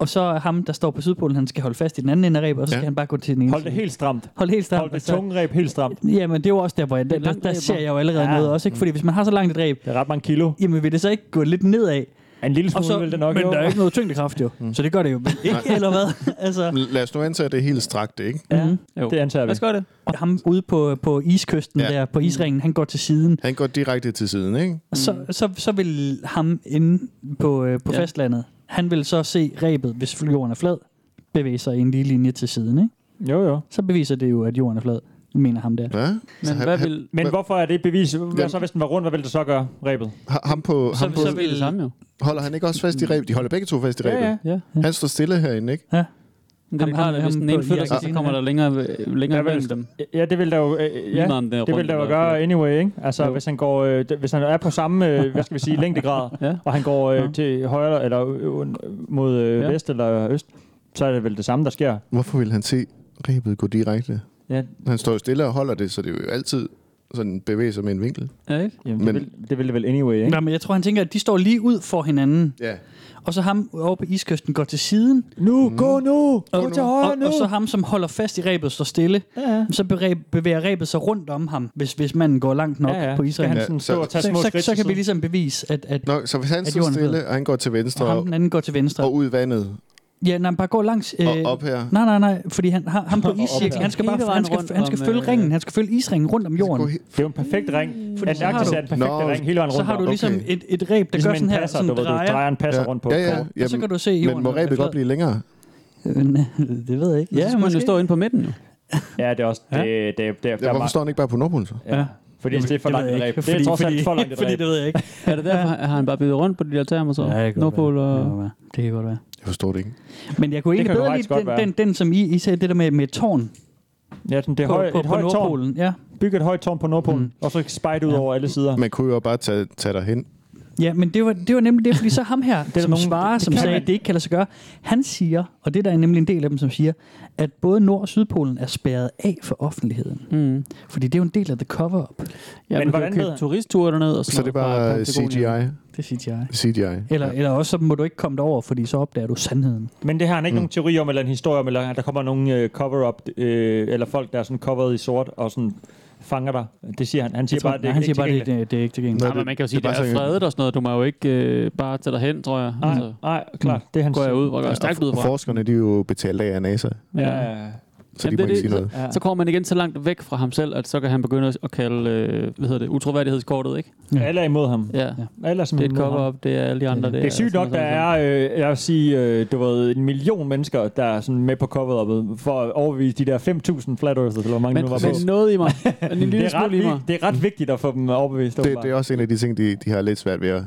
S4: Og så er ham, der står på Sydpolen, han skal holde fast i den anden ende af ræbet, og så skal
S5: Ja.
S4: han bare gå til den ene
S5: Hold det
S4: side.
S5: helt stramt.
S4: Hold helt stramt.
S5: Hold det
S4: altså.
S5: tunge ræb helt stramt.
S4: Jamen, det er jo også der, hvor jeg, der, der,
S5: langt
S4: der
S5: ræb,
S4: ser
S5: hva'?
S4: jeg jo allerede ja.
S5: Ja.
S4: noget også, ikke? Fordi hvis man har så langt et ræb...
S5: Det er ret mange kilo.
S4: Jamen, vil det så ikke gå lidt nedad?
S5: En lille
S4: Og
S5: smule
S4: så,
S5: vil det nok,
S4: Men
S5: jo. Mm.
S4: der er ikke noget tyngdekraft, jo. Så det gør det jo ikke, eller
S3: [LAUGHS]
S4: hvad? Mm. altså.
S3: Lad os nu antage, at det er helt strakt, ikke?
S4: Ja,
S5: jo. det antager vi. Lad os gøre
S4: det. Og ham ude på, på iskysten ja.
S3: Ja.
S4: der, på isringen, Mm. han går til siden.
S3: Han går direkte til siden, ikke? Mm.
S4: Så,
S5: Mm.
S4: så, så vil ham inde på, øh, på
S3: Ja.
S4: ja. fastlandet, han vil så se rebet, hvis jorden er flad, bevæge sig i en lige linje til siden, ikke?
S5: Jo, jo.
S4: Så beviser det jo, at jorden er flad. mener ham der.
S3: Hvad?
S5: Men,
S4: han-
S5: hvad
S4: han-
S5: vil, men hvorfor er det bevis? Hvad så, hvis den var rund? Hvad ville det så gøre, rebet?
S3: Ham på, ham på,
S6: samme jo.
S3: Holder han ikke også fast i
S4: Mm.
S3: rebet? De holder begge to fast i
S5: Ja,
S3: rebet.
S5: ja,
S6: ja,
S3: Han står stille herinde, ikke?
S4: Ja.
S6: Men det er klart, at hvis den ene flytter sig, så kommer der længere, længere
S5: vel.
S6: imellem dem.
S5: Ja, det vil der jo, øh,
S6: Lige
S5: ja,
S6: meget om den er
S5: det
S6: rund
S5: vil der jo
S6: eller
S5: gøre anyway, ikke? Altså,
S6: Jo.
S5: hvis han, går, øh, d- hvis han er på samme, øh, hvad skal vi sige, længdegrad,
S6: Ja.
S5: og han går øh, til højre, eller øh, mod øh,
S3: Ja.
S5: vest eller øst, så er det vel det samme, der sker.
S3: Hvorfor vil han se rebet gå direkte?
S5: Ja.
S3: Han står jo stille og holder det, så det er jo altid sådan bevæger sig med en vinkel.
S6: Ja, ikke?
S5: Jamen,
S3: Men-
S5: det, vil, det vil det vel anyway, ikke?
S4: Nej, men jeg tror, han tænker, at de står lige ud for hinanden.
S3: Ja.
S4: Og så ham over på iskysten går til siden.
S5: Nu, mm. gå nu! Gå til højre
S4: og,
S5: nu!
S4: Og så ham, som holder fast i rebet, står stille.
S5: Ja.
S4: Så bevæ- bevæger rebet sig rundt om ham, hvis, hvis manden går langt nok
S5: Ja, ja. Skal
S4: på
S5: han
S4: isringen.
S5: sådan stå og tage
S4: så,
S5: små
S4: så,
S5: skridt
S4: så
S5: til
S4: kan vi
S5: siden?
S4: ligesom bevise, at, at
S3: Nå, så hvis han
S4: at
S3: står
S4: jorden er
S3: stille,
S4: flad.
S3: og han går til venstre,
S4: og ham den anden går til venstre.
S3: og ud i vandet,
S4: Ja, nej, bare gå langs... Øh,
S3: og op her.
S4: Nej, nej, nej, fordi han, har-
S5: [LAUGHS]
S4: ham på
S3: Og op
S4: iscirklen,
S3: her.
S4: han skal bare
S3: Hele
S4: han
S3: vejen
S4: skal,
S3: rundt
S4: han skal
S3: om,
S4: følge
S3: øh,
S4: ringen, han skal følge isringen rundt om jorden.
S5: Det er jo en perfekt ring.
S4: Fordi så har
S5: Antarktis
S4: du-
S5: er den perfekte
S4: Nå.
S5: ring hele vejen rundt
S4: Så har du
S5: om.
S4: ligesom et, et reb, der
S5: Ligesom
S4: gør sådan
S5: en
S4: her,
S5: passer,
S4: som
S5: du ved, du
S4: drejer.
S5: drejer en passer rundt på et
S4: ja, ja,
S5: kort.
S4: ja. Og så
S5: Jamen,
S4: kan du se
S5: men
S4: jorden.
S5: må
S4: er
S5: rebet godt
S4: flad.
S3: blive længere.
S4: det ved jeg ikke.
S6: Ja, så man jo
S4: måske.
S6: stå inde på midten jo.
S5: Ja, det er også... Det, det, det, det,
S3: Ja, hvorfor står han ikke bare på Nordpolen så?
S5: Ja. Fordi det er for langt et ræb. Det er
S6: Fordi-
S5: trods
S6: fordi-
S5: alt for langt et
S6: fordi
S5: ræb.
S6: det ved jeg ikke. er det derfor, har han bare blevet rundt på de der termer så?
S4: Ja, det kan godt
S6: Nordpol
S4: være.
S6: og...
S4: Det kan godt være. Det kan godt være.
S3: Jeg forstår det ikke.
S4: Men jeg kunne
S5: Det
S4: ikke
S5: kan jo
S4: bedre
S5: faktisk
S4: lide den,
S5: godt være.
S4: den, den, som I, I sagde, det der med, med et tårn.
S5: Ja, sådan, det er
S4: På-
S5: høj,
S4: på-
S5: et
S4: på
S5: højt
S4: Nordpolen,
S5: tårn.
S4: Ja.
S5: Bygge et højt tårn på Nordpolen, og så spejde ud over alle sider.
S3: Man kunne jo bare tage, tage dig hen.
S4: Ja, men det var, det var nemlig det, fordi så ham her, det som
S5: nogen-
S4: svarer,
S5: [LAUGHS] det
S4: som
S5: kan
S4: sagde,
S5: man.
S4: at det ikke kan lade sig gøre, han siger, og det der er nemlig en del af dem, som siger, at både Nord- og Sydpolen er spærret af for offentligheden.
S6: Mm.
S4: Fordi det er jo en del af the cover-up.
S6: Ja, men hvordan ved turistture dernede og sådan
S4: Så det er
S6: noget fra
S4: bare øh,
S6: Patagonien.
S3: CGI?
S4: Det er CGI.
S3: CGI.
S4: Eller, ja. eller også så må du ikke komme derover, fordi så opdager du sandheden.
S5: Men det har han ikke mm. nogen teori om, eller en historie om, eller at der kommer nogen øh, cover-up, øh, eller folk, der er sådan coveret i sort, og sådan fanger dig. Det siger han. Han siger
S4: tror-
S5: bare, at det
S4: nej,
S5: er
S4: han
S5: ikke
S4: siger bare, det-
S5: tilgængeligt.
S4: det er ikke tilgængeligt.
S6: Nej, men man kan jo sige,
S5: det er
S6: det,
S5: bare
S6: det er
S5: sådan-
S6: fredet og sådan noget. Du må jo ikke øh, bare tage dig hen, tror jeg. Altså, mm.
S5: Nej, nej, klart. Det er hans...
S6: Går jeg ud og går stærkt ud
S3: Og
S6: fra.
S3: forskerne, de er jo betalt af af NASA.
S5: Ja.
S3: Så de
S6: Jamen,
S3: må
S6: det er
S3: ikke sige
S6: det.
S3: noget.
S6: Så, så kommer man igen så langt væk fra ham selv, at så kan han begynde at kalde, øh, hvad hedder det, utroværdighedskortet, ikke?
S5: Ja. Alle er imod ham.
S6: Ja.
S5: Alle er
S6: det er
S5: simpelthen
S6: et
S5: imod ham.
S6: cover-up, det er alle de andre.
S5: Det er sygt nok, der er, øh, jeg vil sige, øh, du ved, en million mennesker, der er sådan med på coveret for at overbevise de der 5.000 flat earthers, eller hvor mange
S6: Men-
S5: nu var
S6: men
S5: på.
S6: noget i
S5: [LAUGHS]
S6: mig. En lille
S5: det, er ret,
S6: smule i mig.
S5: vigt- det er ret vigtigt at få dem overbevist.
S3: Det,
S5: åbenbart.
S3: det er også en af de ting, de, de har lidt svært ved at,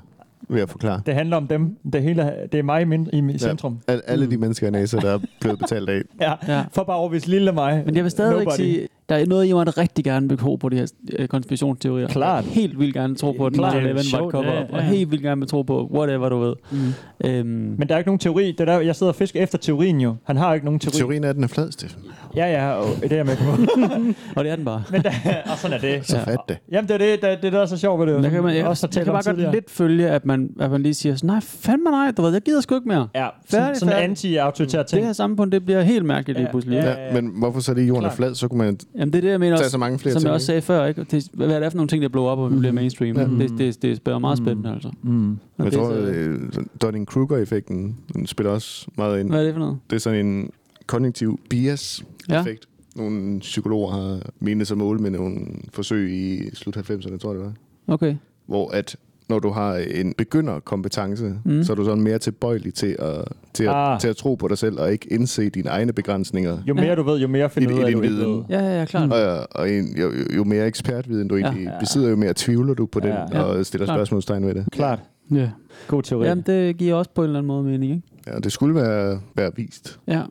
S3: ved at forklare.
S5: det handler om dem. Det, hele, det er mig i, min, i centrum.
S3: Ja, al- alle de mennesker i NASA, der er blevet betalt af.
S5: Ja. ja, for bare overbevise lille mig.
S6: Men jeg vil stadig ikke
S5: Nobody.
S6: sige, der er noget i mig, der rigtig gerne vil tro på de her øh, konspirationsteorier.
S5: Klart.
S6: Jeg helt vildt gerne tro på, at 9-11
S5: Klart.
S6: var
S5: Det er
S6: et
S5: sjovt,
S6: cover-up,
S5: ja,
S6: ja,
S5: ja.
S6: ja. og helt vildt gerne vil tro på whatever, du ved. Mm. Øhm,
S5: Men der er ikke nogen teori. Det er der, jeg sidder og fisker efter teorien jo. Han har jo ikke nogen teori.
S3: Teorien er, at den er flad, Steffen.
S5: Ja, ja, og det er jeg med på.
S6: [LAUGHS] og det er den bare.
S5: Men der, [LAUGHS] og sådan er det.
S3: Så fat det.
S5: Jamen, det er det, der, det, der er så sjovt ved det.
S6: Der kan man, jeg,
S5: Også,
S6: jeg kan bare godt lidt følge, at man, at man lige siger, sådan, nej, fandme nej, du ved, jeg gider sgu ikke mere.
S5: Ja, sådan, sådan en anti-autoritær ting.
S6: Det her samfund, det bliver helt mærkeligt lige pludselig.
S3: Ja, ja, ja. Men hvorfor så lige jorden er
S6: Klart.
S3: flad, så kunne man...
S6: Jamen det er det, jeg mener
S3: Tag
S6: også,
S3: så mange flere
S6: som
S3: ting,
S6: jeg også sagde før. Ikke? Det, hvad er det for nogle ting, der blow op og bliver mainstream?
S3: Ja.
S6: Mm. Det, det, det er meget spændende, altså.
S5: Mm.
S6: Og
S3: Jeg
S6: det er
S3: tror,
S6: så-
S3: øh, sådan Dunning-Kruger-effekten den spiller også meget ind.
S6: Hvad er det for noget?
S3: Det er sådan en konjunktiv bias-effekt. Ja. Nogle psykologer har menet sig mål med nogle forsøg i slut 90'erne, tror jeg det var.
S6: Okay.
S3: Hvor at når du har en begynderkompetence,
S6: Mm.
S3: mm. så er du sådan mere tilbøjelig til at, til, at,
S5: Ah.
S3: ah. til at tro på dig selv, og ikke indse dine egne begrænsninger.
S5: Jo mere ja. du ved, jo mere finder
S3: I-
S5: du
S3: i
S5: ud af, at
S3: din
S5: du ikke
S3: viden.
S5: ved.
S6: Ja, ja, ja, klart.
S3: Og, og en, jo, jo- jo mere ekspertviden du egentlig ja. besidder, jo mere tvivler du på den,
S5: Ja, ja.
S3: og stiller
S6: Klart.
S3: spørgsmålstegn ved det.
S5: Klart.
S6: Ja.
S5: God teori.
S6: Jamen, det giver også på en eller anden måde mening, ikke?
S3: Ja, det skulle være, være vist.
S6: Ja.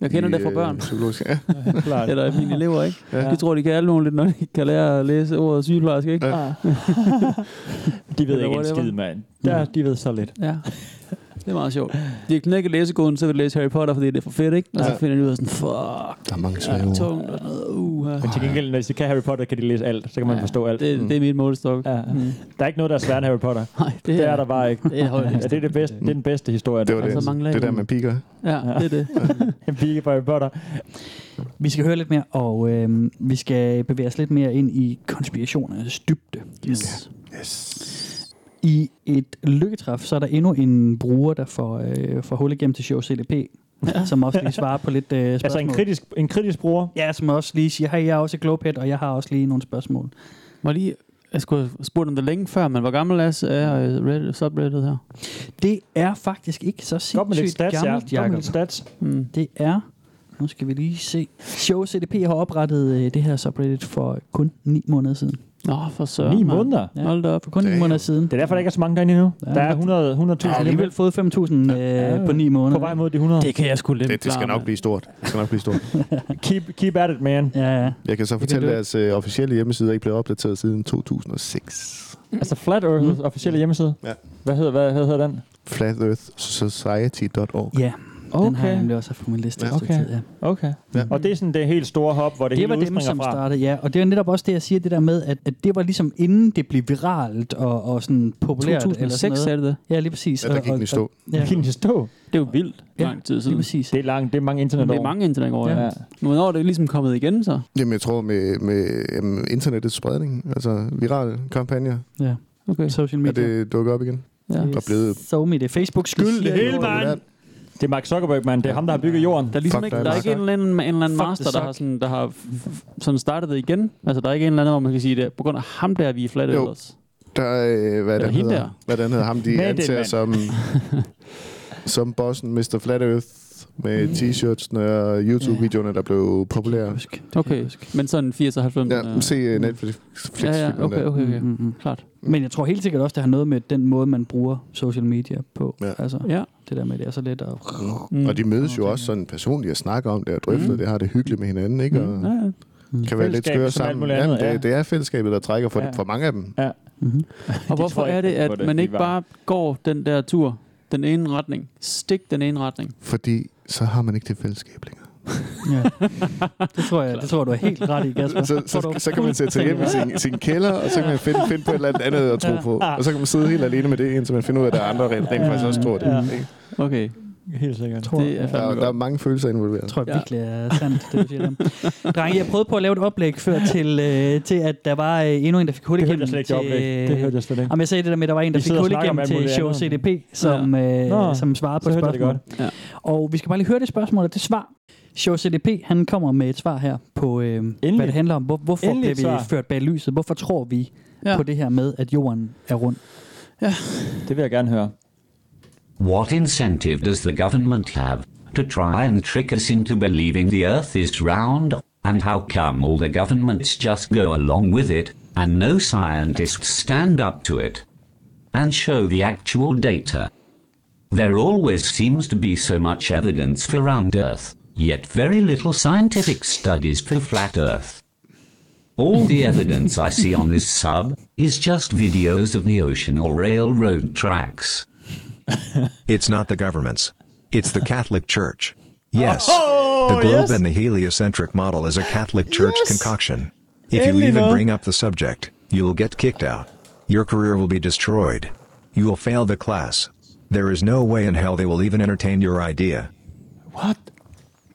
S6: Jeg kender
S3: i,
S6: det fra
S3: øh,
S6: børn.
S3: psykologisk- Ja.
S5: [LAUGHS] klart.
S6: Eller mine elever, ikke?
S3: Ja.
S6: De tror, de kan alle nogen lidt, når de ikke kan lære at læse ordet sygeplejerske, ikke?
S5: Ja. [LAUGHS] De ved ikke en skid, mand. Der, de ved så lidt.
S6: Ja. Det er meget sjovt. De har knækket læsekoden, så vil de læse Harry Potter, fordi det er for fedt, ikke? Og så
S5: Ja.
S6: finder de ud af sådan, fuck.
S3: Der er mange
S6: svære ord. Tungt og sådan noget. Uh,
S5: Men til gengæld, når de kan Harry Potter, kan de læse alt. Så kan man forstå alt.
S6: det, det er mit målestok.
S5: Ja.
S6: Mm.
S5: Der er ikke noget, der er sværere end Harry Potter.
S6: [LAUGHS] Nej,
S5: Det er der bare ikke.
S6: Det er højt.
S5: Ja, det, er det, bedste, det er den bedste historie.
S3: Det var
S5: der.
S3: det.
S5: Altså, mange lag
S3: det der,
S5: i.
S3: man piker.
S6: Ja, det er det.
S5: [LAUGHS] En pige fra Harry Potter.
S4: Vi skal høre lidt mere, og øh, vi skal bevæge os lidt mere ind i konspirationernes dybde. Yes. yes. I et lykketræf, så er der endnu en bruger, der får, øh, får hul igennem til show CDP, ja. [LAUGHS] som også lige svarer på lidt øh, spørgsmål.
S5: Altså en kritisk, en kritisk bruger.
S4: Ja, som også lige siger, hey, jeg er også et glowpet, og jeg har også lige nogle spørgsmål.
S6: Må jeg lige, jeg skulle have spurgt om det længe før, men hvor gammel er, er øh, Reddit- subreddit her?
S4: Det er faktisk ikke så
S5: Kom med lidt
S4: sindssygt
S5: stats, ja.
S4: gammelt,
S5: Kom med
S4: Jacob.
S5: lidt stats.
S6: Mm.
S4: Det er Nu skal vi lige se. Show CDP har oprettet øh, det her subreddit for kun 9 måneder siden.
S6: Nå, for søren.
S4: Ni
S6: mand.
S4: måneder?
S6: Ja. Hold da op.
S4: For kun 9 måneder siden. Det
S5: er derfor, der ikke er så mange derinde endnu. Der er 100
S4: Jeg
S5: 100.000.
S4: har alligevel fået 5.000 øh, på 9 måneder.
S5: På vej mod de 100.
S4: Det kan jeg sgu lidt
S3: Det, det skal
S4: klare,
S3: nok blive stort. Det skal nok blive stort.
S5: [LAUGHS] Keep, keep at it, man.
S4: Ja, ja.
S3: Jeg
S6: [LAUGHS]
S3: kan så fortælle, at deres øh, officielle hjemmeside er ikke blevet opdateret siden 2006.
S5: Altså Flat Earth's mm. officielle hjemmeside.
S3: Ja.
S5: Hvad hedder, hvad hedder den?
S3: Flatearthsociety.org.
S4: Ja,
S5: Okay.
S4: den har jeg nemlig også haft på min liste.
S5: Ja.
S4: et stykke
S5: Okay.
S4: tid, ja.
S5: Okay. Ja. Og det er sådan det helt store hop, hvor det,
S4: det
S5: hele
S4: var dem,
S5: udspringer
S4: som
S5: fra.
S4: startede, ja. Og det er netop også det, jeg siger, det der med, at, at det var ligesom inden det blev viralt og, og sådan populært.
S6: 2006 sagde det det?
S4: Ja, lige præcis.
S6: Ja, der
S4: Og-
S6: gik den i
S4: og-
S6: stå.
S4: Ja.
S5: Gik den i stå?
S6: Det er jo vildt
S4: Ja,
S6: lang tid siden.
S4: lige præcis.
S5: Det er, lang, det er mange
S6: Det
S5: internetår.
S6: er mange internetår, ja.
S5: Ja.
S6: ja. Men hvornår er det ligesom kommet igen, så?
S3: Jamen, jeg tror med, med jamen, internettets spredning, altså virale kampagner,
S4: Ja.
S6: Okay.
S4: Social
S3: er
S4: media.
S3: det dukket op igen.
S4: Ja.
S3: Og blevet
S4: So me, det er Facebook skyld.
S5: Det hele, mand. Det er Mark Zuckerberg, mand. Det er ham, der har bygget jorden. Der er
S6: Ligesom ikke, der er ikke en eller anden, en eller anden
S5: Fuck
S6: master,
S5: the
S6: der har, sådan, der har f- f- sådan startet det igen. Altså, der er ikke en eller anden, hvor man kan sige det. er På grund af ham der, vi er flat
S3: Jo.
S6: ellers.
S3: Der, øh, hvad
S6: Eller
S3: den
S6: hende
S3: hedder,
S6: der.
S3: hvad den hedder, ham de
S6: Med den
S3: antager som,
S6: mand.
S3: som bossen, Mr. Flat Earth, med
S6: Mm.
S3: t-shirts og YouTube-videoerne, der blev populære.
S6: Okay, men sådan 80 og 90.
S3: Ja, se øh, Netflix.
S6: Ja, ja, okay, okay, okay.
S4: Mm, mm, mm.
S6: Klart.
S4: Men jeg tror helt sikkert også, det har noget med den måde, man bruger social media på.
S3: Ja.
S4: Altså,
S6: ja.
S4: det der med, at det er så let at...
S3: Mm. Og de mødes jo også sådan personligt og snakker om det og drøfter mm. det, har det hyggeligt med hinanden, ikke? Og
S4: Ja, ja.
S3: kan være lidt
S5: Fællesskab
S3: skøre
S5: som alt
S3: sammen.
S5: muligt andet,
S3: Jamen, det,
S5: ja.
S3: det er fællesskabet, der trækker for,
S5: Ja.
S3: ja. for mange af dem.
S5: Ja.
S4: [LAUGHS]
S6: Og hvorfor
S5: tror ikke
S6: er det,
S5: på
S6: at
S5: det,
S6: man
S5: de
S6: ikke
S5: var-
S6: bare går den der tur, den ene retning, stik den ene retning?
S3: Fordi så har man ikke det fællesskab længere.
S4: Det tror jeg, det tror jeg, du er
S6: [LAUGHS]
S4: helt ret i, Kasper.
S3: Så,
S4: Tror du
S3: så,
S4: er
S3: så kan man sætte sig hjem i sin,
S4: fuldstændig
S3: sin kælder, og så kan man finde, finde på et eller andet andet at tro på. Og så kan man sidde helt alene med det, indtil man finder ud af, at der er andre, der rent rent faktisk også tror det.
S5: Ja.
S3: ikke?
S6: Okay.
S5: Helt sikkert.
S4: Tror jeg.
S6: Det er fandme
S3: Der,
S6: godt.
S3: der er mange følelser involveret.
S4: tror jeg virkelig er sandt, det du siger der. Drenge, jeg prøvede på at lave et oplæg før til, øh, til at der var øh, endnu en, der fik hul
S5: Det
S4: igennem.
S5: hørte jeg slet ikke, det oplæg. Det hørte jeg slet ikke.
S4: Jamen, jeg sagde det der med, at der var en, der
S5: Vi
S4: fik
S5: sidder og
S4: hul
S5: snakker om
S4: igennem
S5: alt
S4: til
S5: muligt
S4: Show
S5: andet.
S4: CDP, som,
S5: Ja. Nå,
S4: øh, som svarede på
S5: så hørte jeg det
S4: spørgsmål.
S5: godt.
S6: Ja.
S4: Og vi skal bare lige høre det spørgsmål, og det svar. Show CDP, han kommer med et svar her på, øh, hvad det handler om. Hvor, hvorfor
S5: Endelig
S4: bliver
S5: et
S4: vi
S5: svar.
S4: ført bag lyset? Hvorfor tror vi
S6: Ja.
S4: på det her med, at jorden er rund?
S5: Det vil jeg gerne høre.
S15: What incentive does the government have to try and trick us into believing the earth is round? And how come all the governments just go along with it, and no scientists stand up to it and show the actual data? There always seems to be so much evidence for round Earth, yet very little scientific studies for flat Earth. All the evidence I see on this sub is just videos of the ocean or railroad tracks.
S9: It's not the governments. It's the Catholic
S15: [LAUGHS]
S9: Church. Yes.
S15: Oh,
S9: the globe
S15: yes.
S9: and the heliocentric model is a Catholic Church concoction. If you
S15: Endelig
S9: even
S15: noget.
S9: bring up the subject, you'll get kicked out. Your career will be destroyed. You will fail the class. There is no way in hell they will even entertain your idea.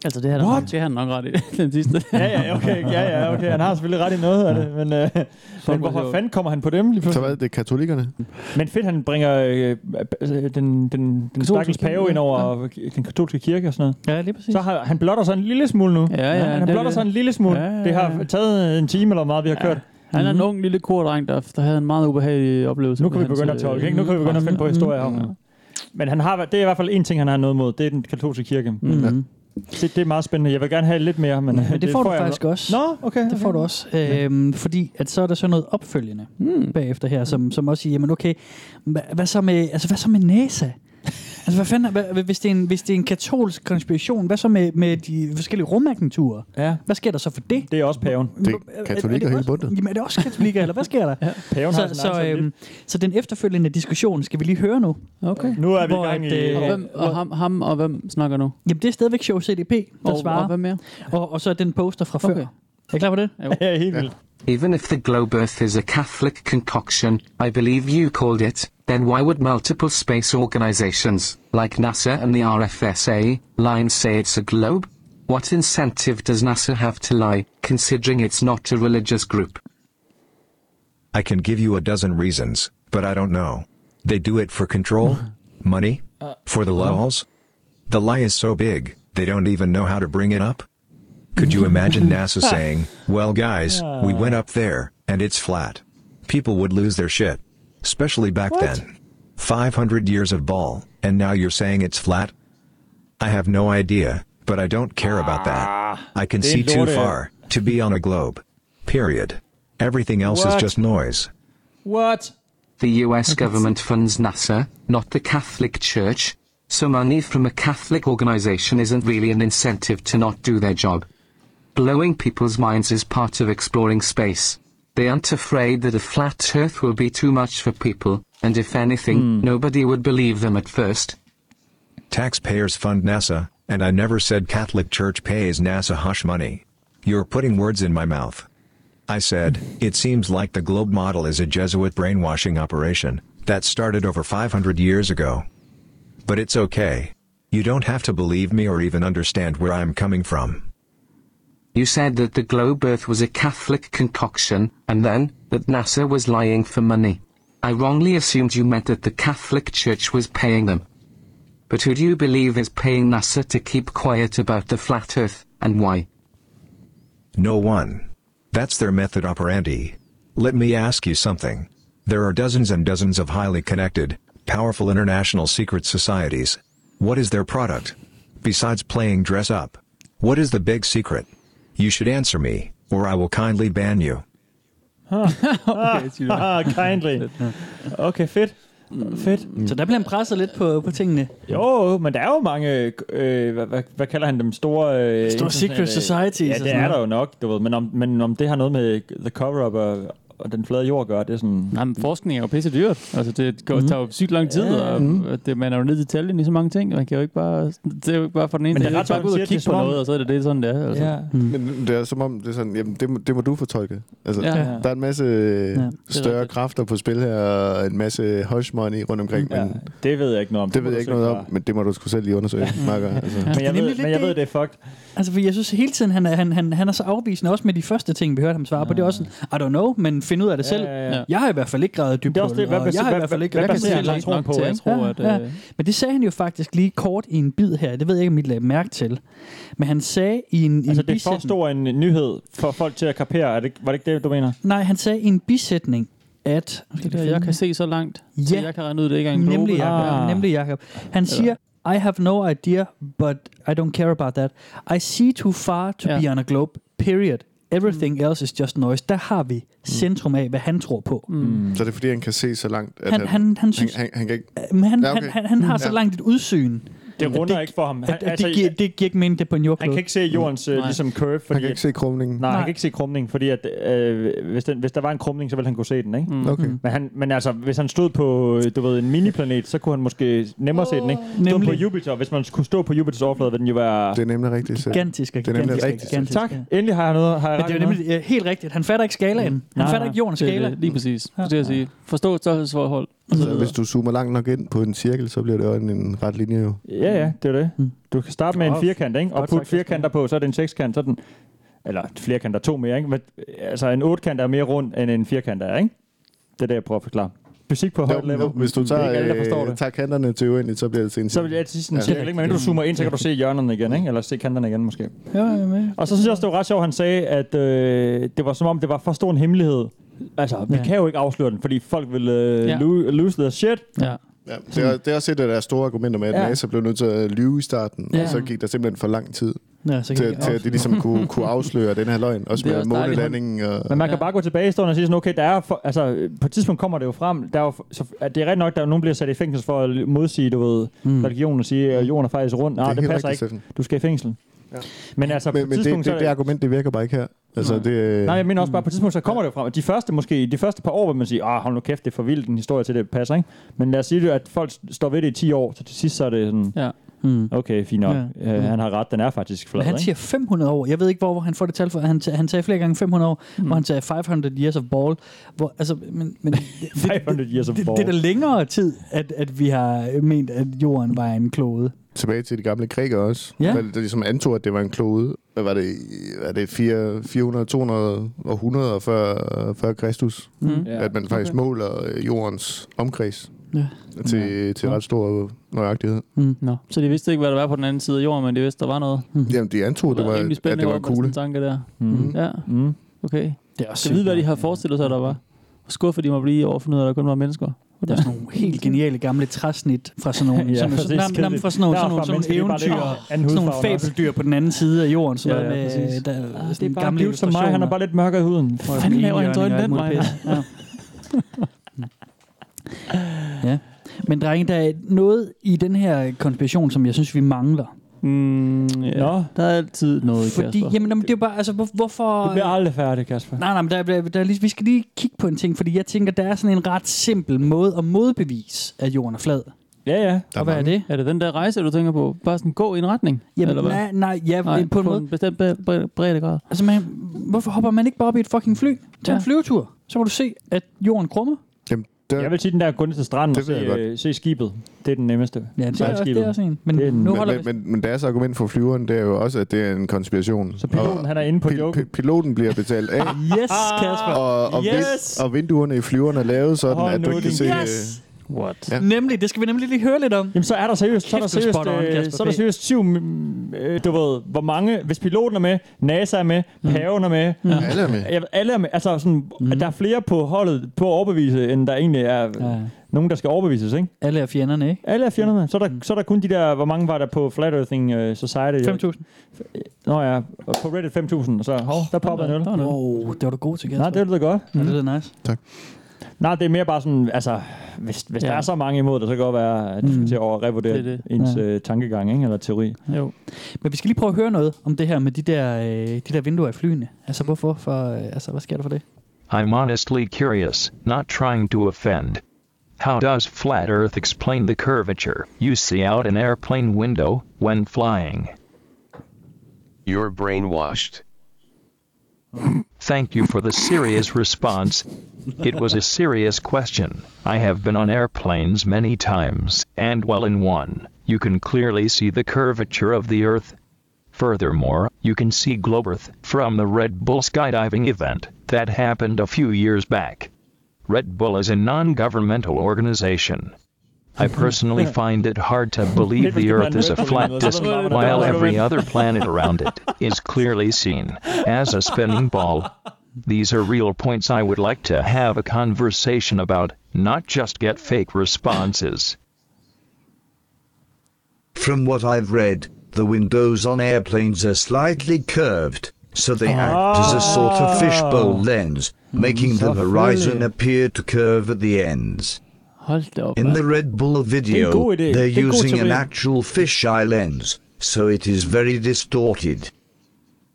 S6: Altså, det har, han, det har han nok ret i, [LAUGHS] den sidste.
S5: Ja, ja, okay. Ja, ja, okay. Han har selvfølgelig ret i noget af det, men, øh, men
S6: hvor
S5: hvorfor
S6: sjovt.
S5: fanden kommer han på dem lige
S3: Så
S5: pludselig?
S3: hvad, det er katolikkerne?
S5: Men fedt, han bringer øh, øh, den, den, den stakkels pave ind over ja. den katolske kirke og sådan noget.
S4: Ja, lige præcis.
S5: Så har, han blotter sig en lille smule nu.
S6: Ja, ja,
S5: han
S6: det er
S5: blotter
S6: det.
S5: sig en lille smule.
S6: Ja, ja,
S5: Det
S6: ja.
S5: har taget en time eller hvor meget, vi har kørt. Mhm.
S6: Han er en ung lille kordreng, der, der havde en meget ubehagelig oplevelse.
S5: Nu kan
S6: med
S5: vi
S6: hans,
S5: begynde at
S6: øh,
S5: tolke, ikke? Nu kan vi begynde at finde på historier om. ham. Men han har, det er i hvert fald en ting, han har noget mod. Det er den katolske kirke.
S4: Mhm.
S5: Det, det er meget spændende. Jeg vil gerne have lidt mere, men... øh,
S4: Men det, får du
S5: jeg-
S4: faktisk også.
S5: Nå, okay.
S4: Det får du også. Øhm, fordi at så er der så noget opfølgende
S5: Hmm.
S4: mm. bagefter her, som, som også siger, jamen okay, hva, hvad, så med, altså, hvad så med
S5: [LAUGHS]
S4: NASA? Altså, hvad fanden, hvad, hvis, det er en, hvis det er en katolsk konspiration, hvad så med, med de forskellige rumagenturer?
S5: Ja.
S4: Hvad sker der så for det?
S5: Det er også paven.
S3: Det
S4: er
S3: er katolikker hele bundet.
S4: Jamen, er det også katolikker, eller hvad sker
S6: [LAUGHS]
S4: der? ja.
S5: Paven har
S4: så,
S5: sin
S4: så,
S5: egen
S4: øhm, så den efterfølgende diskussion skal vi lige høre nu.
S6: Okay.
S5: Nu er vi
S4: Hvor
S5: i gang
S4: at,
S5: i...
S4: øh,
S6: Og, hvem, og ham, ham og hvem snakker nu?
S4: Jamen, det er stadigvæk Show CDP, der
S6: Og,
S4: svarer.
S6: og hvad mere?
S4: Og, og så den poster fra før.
S6: Okay.
S4: Er I klar på det?
S5: [LAUGHS] Ja, helt vildt.
S16: [LAUGHS] Even if the globe Earth is a Catholic concoction, I believe you called it, then why would multiple space organizations, like NASA and the RFSA, lie and say it's a globe? What incentive does NASA have to lie, considering it's not a religious group?
S9: I can give you a dozen reasons, but I don't know. They do it for control, money, for the laws. The lie is so big, they don't even know how to bring it up. Could you imagine NASA saying, well, guys, we went up there, and it's flat? People would lose their shit. Especially back then. 500 years of ball, and now you're saying it's flat? I have no idea, but I don't care about that. I can
S5: det er
S9: see too
S5: lorte.
S9: far to be on a globe. Period. Everything else
S16: What?
S9: is just noise.
S5: What?
S16: The US government funds NASA, not the Catholic Church, so money from a Catholic organization isn't really an incentive to not do their job. Blowing people's minds is part of exploring space. They aren't afraid that a flat Earth will be too much for people, and if anything, nobody would believe them at first.
S9: Taxpayers fund NASA, and I never said Catholic Church pays NASA hush money. You're putting words in my mouth. I said, it seems like the globe model is a Jesuit brainwashing operation that started over 500 years ago. But it's okay. You don't have to believe me or even understand where I'm coming from.
S16: You said that the globe Earth was a Catholic concoction, and then that NASA was lying for money. I wrongly assumed you meant that the Catholic Church was paying them. But who do you believe is paying NASA to keep quiet about the flat Earth, and why?
S9: No one. That's their method operandi. Let me ask you something. There are dozens and dozens of highly connected, powerful international secret societies. What is their product? Besides playing dress up, what is the big secret? You should answer me, or I will kindly ban you.
S4: [LAUGHS]
S5: Ah, kindly. Okay, fedt. Fedt.
S4: Mm. Så der bliver han presset lidt på, på tingene.
S5: Jo, men der er jo mange, øh, hvad, hvad, hvad kalder han dem, store... Øh,
S4: Store secret
S5: internationale-
S4: societies og
S5: Ja, det
S4: sådan
S5: er
S4: noget.
S5: der jo nok, du ved. Men om, men om det har noget med The Cover-Up og, og den flade jord at gøre, det er sådan...
S6: Nej, men forskning er jo pisse dyrt. Altså, det går,
S5: Mhm.
S6: mm. tager jo sygt lang tid,
S5: Ja,
S6: og
S5: mhm.
S6: og det, man er jo nede i detaljen i så mange ting. Man kan jo ikke bare, det er jo ikke bare for den ene
S5: [LAUGHS] Men det
S6: dag.
S5: er
S6: Jeg
S5: ret
S6: kan bare
S5: nok,
S6: gå ud og
S5: siger, at
S6: kigge
S5: det er
S6: på
S5: som om-
S6: noget, og så er det det sådan, det er. Altså.
S5: Ja.
S4: Mm.
S3: Men det er som om, det er sådan, jamen, det, må, det må du fortolke. Altså,
S6: Ja.
S3: ja. Der er en masse ja, større kræfter på spil her, og en masse hush money rundt omkring.
S5: Ja,
S3: men
S5: det ved jeg ikke noget om.
S3: Det ved jeg ikke noget om, men det må du sgu selv lige
S5: [LAUGHS]
S3: undersøge, Marker. Altså.
S5: Men jeg,
S4: nemlig
S5: ved,
S4: lidt
S5: men jeg
S4: det.
S5: ved, det er fucked.
S4: Altså, for jeg synes hele tiden, han er, han, han, han er så afvisende, også med de første ting, vi hørte ham svare på. Det er også sådan, I don't know, men find ud af det
S5: Ja,
S4: selv.
S5: ja, ja.
S4: Jeg har i hvert fald ikke gravet dybt
S5: Det er også
S4: hul,
S5: det, hvad
S4: og
S5: baser-
S4: jeg har i
S5: hvad-
S4: hvert fald ikke...
S5: hvad
S4: jeg kan
S5: baserer
S4: se
S5: han
S4: langt
S5: sin troen
S4: nok
S5: på?
S4: til,
S5: Jeg
S4: ikke?
S5: tror, at, øh,
S4: Men det sagde han jo faktisk lige kort i en bid her. Det ved jeg ikke, om I lagde mærke til. Men han sagde i en, i
S5: Altså,
S4: en
S5: det er for
S4: bisætning...
S5: stor en nyhed for folk til at kapere. Er det, ikke- var det ikke det, du mener?
S4: Nej, han sagde i en bisætning, at...
S6: Det der, jeg kan se så langt, ja. så jeg kan regne ud, det ikke er en globe.
S4: Nemlig Jacob. Ah. Nemlig Jacob. Han siger, I have no idea, but I don't care about that. I see too far to
S6: Ja.
S4: ja. be on a globe, period. Everything mm. else is just noise. Der har vi centrum af, hvad han tror på.
S3: Mm. Så er det fordi, han kan se så langt, at
S4: Han- han- han synes- Øh,
S3: han, han, kan ikke...
S4: Men han,
S3: Ja,
S4: ja,
S3: okay.
S4: okay. han, han, han har
S3: Mm.
S4: så
S3: Ja.
S4: langt et udsyn.
S5: Det runder ikke for ham.
S4: At,
S5: Han, altså,
S4: at det, giver, det giver ikke mening, det er på en jordklode. Mm.
S5: han kan ikke se jordens øh,
S4: Nej.
S5: ligesom curve. Fordi
S3: Han kan ikke se krumningen.
S5: Nej, han
S4: Nej.
S5: kan ikke se krumningen, fordi at, øh, hvis, den, hvis der var en krumning, så ville han kunne se den, ikke?
S4: Mm. Okay. Mm.
S5: Men, han, men altså, hvis han stod på, øh, du ved, en miniplanet, så kunne han måske nemmere oh. se den, ikke? Stod
S4: Nemlig.
S5: på Jupiter. Hvis man skulle stå på Jupiters overflade, ville den jo være...
S3: Det er nemlig rigtigt. så-
S4: Gigantisk og
S3: Det er nemlig
S4: gigantisk og
S3: rigtigt.
S4: gigantisk.
S5: Tak. Endelig har jeg noget. Har jeg
S4: Men det er jo nemlig ja, helt rigtigt. Han fatter ikke skalaen. Han
S5: Nej,
S4: fatter
S5: nej.
S4: ikke jordens
S6: Det er
S4: skala.
S6: det, lige præcis. Det er det, jeg siger. Forstå størrelsesforhold.
S3: Så Altså, hvis du zoomer langt nok ind på en cirkel, så bliver det jo en, en ret linje jo.
S5: Ja, ja, det er det. Du kan starte med en
S4: Åh,
S5: firkant, ikke? Og
S4: godt
S5: putte
S4: sagt, Kasper.
S5: firkanter på, så er det en sekskant, så er den... Eller flerkant er to mere, ikke? Men, altså, en otkant er mere rund, end en firkant er, ikke? Det er det, jeg prøver at forklare. Fysik på højt
S3: Jo,
S5: level.
S3: jo, hvis du
S5: Det er
S3: tager,
S5: ikke alle, der forstår
S3: øh,
S5: det.
S3: tager kanterne til uendeligt, så bliver det til en Mm.
S5: Så vil jeg til sådan en cirkel, ikke? Men når du zoomer ind, så kan du se hjørnerne igen, ikke? Eller se kanterne igen, måske.
S4: Ja, jeg er med.
S5: Og så synes jeg også, det var ret sjovt, han sagde, at øh, det var som om, det var for stor en hemmelighed. Altså, vi
S4: Ja.
S5: kan jo ikke afsløre den, fordi folk vil øh,
S6: Ja.
S5: lo- lose their shit.
S6: Ja.
S3: Ja, det, er, det er også et af deres store argumenter med, at
S5: Ja.
S3: ja. NASA blev nødt til at lyve i starten, ja.
S4: Ja.
S3: og så gik der simpelthen for lang tid
S4: Ja, så
S3: til,
S4: kan jeg ikke
S3: til at de
S4: afsløre.
S3: ligesom kunne, kunne afsløre den her løgn, også
S6: Det er
S3: med
S6: også dejligt, han-
S3: månelandingen. Og,
S5: Men man kan bare gå tilbage i stunden og sige sådan, okay, der er for, altså, øh, på et tidspunkt kommer det jo frem, der er jo, f- så, at det er rigtigt nok, der er nogen der bliver sat i fængsel for at modsige, du ved, mm. religionen og sige, at jorden er faktisk rund. Nej,
S3: Det er
S5: det,
S3: helt
S5: passer
S3: rigtigt,
S5: ikke. Du skal i fængsel. Ja. Men altså, på
S3: men,
S5: et
S3: men det, det,
S5: tidspunkt, så er
S3: det, det argument, det virker bare ikke her. Altså,
S5: Nej.
S3: det,
S5: Nej, jeg mener også bare, på et tidspunkt, så kommer det jo frem. Og De første, måske, de første par år vil man sige, ah, hold nu kæft, det er for vildt, en historie til det passer, ikke? Men lad os sige, at folk står ved det i 10 år, så til sidst så er det sådan,
S6: Ja.
S5: okay, fint nok, ja.
S4: Ja.
S5: øh, han har ret, den er faktisk flad,
S4: Men han siger 500 år. Jeg ved ikke, hvor, hvor han får det tal fra. Han, han sagde flere gange 500 år, mm. hvor han sagde 500 years of ball. Hvor, altså, men,
S6: [LAUGHS]
S4: men det,
S5: ikke? 500 years of
S4: det,
S5: ball.
S4: det er da længere tid, at, at vi har ment, at jorden var en klode.
S3: tilbage til de gamle grækere også,
S4: Ja.
S3: ja. der, der ligesom antog, at det var en klode. Hvad var det? i- Var det fire- 400, 200 og 100 før, før Kristus?
S4: Mm.
S5: Ja.
S3: At man faktisk okay. måler øh, jordens omkreds
S4: Ja.
S3: til, til ret stor nøjagtighed.
S4: Mm.
S6: Nå. Så de vidste ikke, hvad der var på den anden side af jorden, men de vidste, der var noget.
S3: Jamen, de antog, det var,
S6: rimelig
S3: at
S6: spændende
S3: det var
S6: over
S3: en
S6: på
S3: kugle.
S6: sådan en tanke der.
S5: Mm.
S6: Ja,
S5: Mm.
S6: okay.
S4: Det er også
S6: Skal vide, hvad de har forestillet sig, der var. Hvor skuffet de må blive over at finde ud af, at der kun var mennesker.
S4: Hvor der er sådan nogle helt geniale gamle træsnit fra sådan
S6: [LAUGHS]
S4: nogle,
S6: Ja,
S4: ja, sådan,
S6: præcis,
S4: sådan, nej, nej, men fra sådan
S6: kedeligt.
S4: nogle, sådan
S6: Derfra
S4: nogle,
S6: mennesker, det er bare
S4: sådan nogle eventyr,
S6: lidt anden
S4: sådan nogle
S6: hudfarve også.
S4: fabeldyr på den anden side af jorden. Sådan
S6: Ja,
S4: noget
S6: ja,
S4: med,
S6: præcis.
S4: der,
S6: Ah,
S4: sådan
S6: det er bare
S4: gamle
S6: en dude som mig, han er
S4: illustrationer.
S5: bare lidt mørkere i huden.
S4: Og
S5: Hvad
S6: fanden laver han så i
S4: enhjørning og
S6: den
S4: alt muligt
S6: vej?
S4: pis.
S6: [LAUGHS]
S4: Ja. Ja. Men drenge, der er noget i den her konspiration, som jeg synes, vi mangler.
S6: Mm, ja. Nå, der er altid noget,
S4: Fordi,
S6: Kasper.
S4: jamen, jamen, det er jo bare, altså, hvor- hvorfor...
S6: Det bliver aldrig færdigt, Kasper.
S4: Nej, nej, men der, der, der, er lige, vi skal lige kigge på en ting, fordi jeg tænker, der er sådan en ret simpel måde at modbevise, at jorden er flad.
S6: Ja, ja.
S4: og hvad er det?
S6: Er det den der rejse, du tænker på? Bare sådan gå i en retning?
S4: Jamen,
S6: eller hvad?
S4: nej, nej, ja,
S6: nej,
S4: på en måde-
S6: en bestemt bre- bre- breddegrad.
S4: Altså, man, hvorfor hopper man ikke bare op i et fucking fly? Tag ja. en flyvetur, så kan du se, at jorden krummer.
S3: Jamen, der...
S5: Jeg vil sige, den der kun til stranden og
S3: Det
S5: se,
S3: vil jeg
S5: øh, se skibet. Det er den nemmeste.
S4: Ja, det er også- det er også en. Men nu
S3: Men,
S4: holder
S3: men, men, men deres argument for flyveren, det er jo også, at det er en konspiration. Så
S5: piloten, han er inde på joken.
S3: piloten bliver betalt af.
S4: Yes, Altså,
S6: Ah,
S4: Kasper.
S3: Og, og,
S4: Yes.
S3: vin- og vinduerne i flyveren er lavet sådan,
S4: Åh,
S3: at du
S4: nu
S3: ikke kan
S4: er
S3: se...
S4: det-
S3: øh,
S4: Yes!
S5: What?
S3: Ja.
S4: Nemlig, det skal vi nemlig lige høre lidt om.
S5: Jamen, så er der seriøst, så er der
S4: Kæft, du er
S5: seriøst,
S4: spot on,
S5: øh,
S4: Kasper
S5: så er der
S4: B.
S5: seriøst syv, mm, øh, du ved, hvor mange, hvis piloten er med, NASA er med, paven er med.
S4: Mm.
S3: Alle er med.
S5: Ja, alle er med. Altså, sådan, at der er flere på holdet på at overbevise, end der egentlig er ja. nogen, der skal overbevises, ikke?
S4: Alle er fjenderne, ikke? Mm.
S5: Alle er fjenderne. Så er, der, så er der kun de der, hvor mange var der på Flat Earthing øh, Society?
S4: 5.000.
S5: Nå ja, og på Reddit 5.000, så hov, der popper en øl.
S4: Wow, det var du god til, Kasper.
S5: Nej, det lyder godt.
S4: Ja, det lyder nice.
S3: Tak.
S5: Nej, det er mere bare sådan, altså, hvis, hvis ja. der er så mange imod det, så kan det godt være, at mm. til at overrevurdere
S4: Det er
S5: det
S4: det.
S5: ens
S4: Ja.
S5: ja. øh, tankegang, ikke? eller teori.
S4: Jo. Men vi skal lige prøve at høre noget om det her med de der, øh, de der vinduer i flyene. Altså, hvorfor? For, øh, altså, hvad sker der for det?
S11: I'm honestly curious, not trying to offend. How does flat Earth explain the curvature you see out an airplane window when flying?
S10: You're brainwashed.
S11: Thank you for the serious response. It was a serious question. I have been on airplanes many times, and while in one, you can clearly see the curvature of the Earth. Furthermore, you can see globe Earth from the Red Bull skydiving event that happened a few years back. Red Bull is a non governmental organization. I [LAUGHS] personally find it hard to believe the Earth is a flat disc while every other planet around [LAUGHS] it is clearly seen as a spinning ball. These are real points I would like to have a conversation about, not just get fake responses.
S17: From what I've read, the windows on airplanes are slightly curved, so they act as a sort of fishbowl lens, making the horizon appear to curve at the ends.
S6: Hold da op.
S17: In
S6: mand.
S17: the Red Bull video,
S6: god idé.
S17: they're
S6: Det er en god
S17: using an
S6: teori.
S17: actual fisheye lens, so it is very distorted.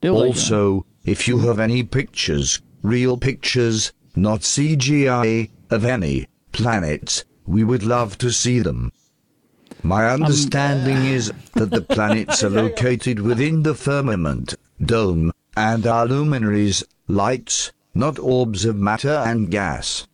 S6: Det var rigtigt.
S17: Also, if you have any pictures, real pictures, not CGI, of any planets, we would love to see them. My understanding is that the planets are located within the firmament, dome, and are luminaries, lights, not orbs of matter and gas.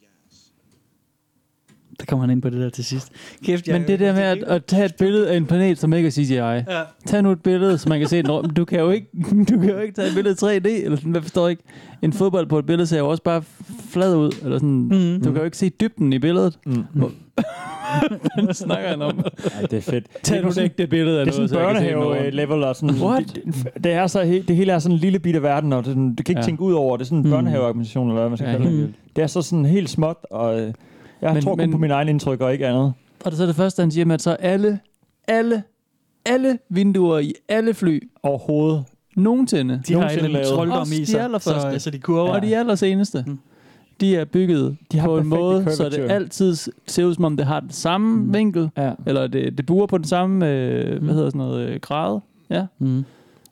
S4: Der kommer han ind på det der til sidst. Kæft, jeg
S6: Men det der med at, at tage et billede af en planet, som ikke er CGI. Ja. Tag nu et billede, så man kan se den rum. Du kan jo ikke, [LAUGHS] du kan jo ikke tage et billede i 3D, eller sådan, jeg forstår ikke. En fodbold på et billede ser jo også bare flad ud, eller sådan. Mm. Du kan jo ikke se dybden i billedet. Mm. [LAUGHS] Hvad snakker han om?
S5: Ej, det er fedt.
S6: Tag nu
S5: sådan-
S6: ikke det billede af
S5: det er
S6: noget,
S5: sådan
S6: så jeg kan se noget.
S5: børnehave-level og sådan.
S6: What?
S5: Det, det, er så, he- det hele er sådan en lille bit af verden, og det, er sådan- du kan ikke
S6: Ja.
S5: ja. tænke ud over, det er sådan en
S6: Mm.
S5: børnehaveorganisation, eller hvad man skal
S6: Ja,
S5: ja, kalde
S6: helt
S5: det. Det er så sådan helt småt, og øh, jeg
S6: Men-
S5: men, tror kun
S6: men-
S5: på min egen indtryk, og ikke andet.
S6: Og det er så det første, han siger med, at så alle, alle, alle vinduer i alle fly
S5: overhovedet
S6: nogensinde.
S4: De har et eller andet trolddom i
S6: Også
S4: sig,
S6: de allerførste.
S4: så, øh, så de kurver-
S6: Og de allerseneste. Mm. De er bygget de har på en
S4: perfekte
S6: måde, så det
S4: curvature.
S6: altid ser ud som om, det har den samme mm. vinkel. Ja. Eller det, det buer på den samme, øh, hvad hedder sådan noget, øh, grad. Ja.
S4: Mm.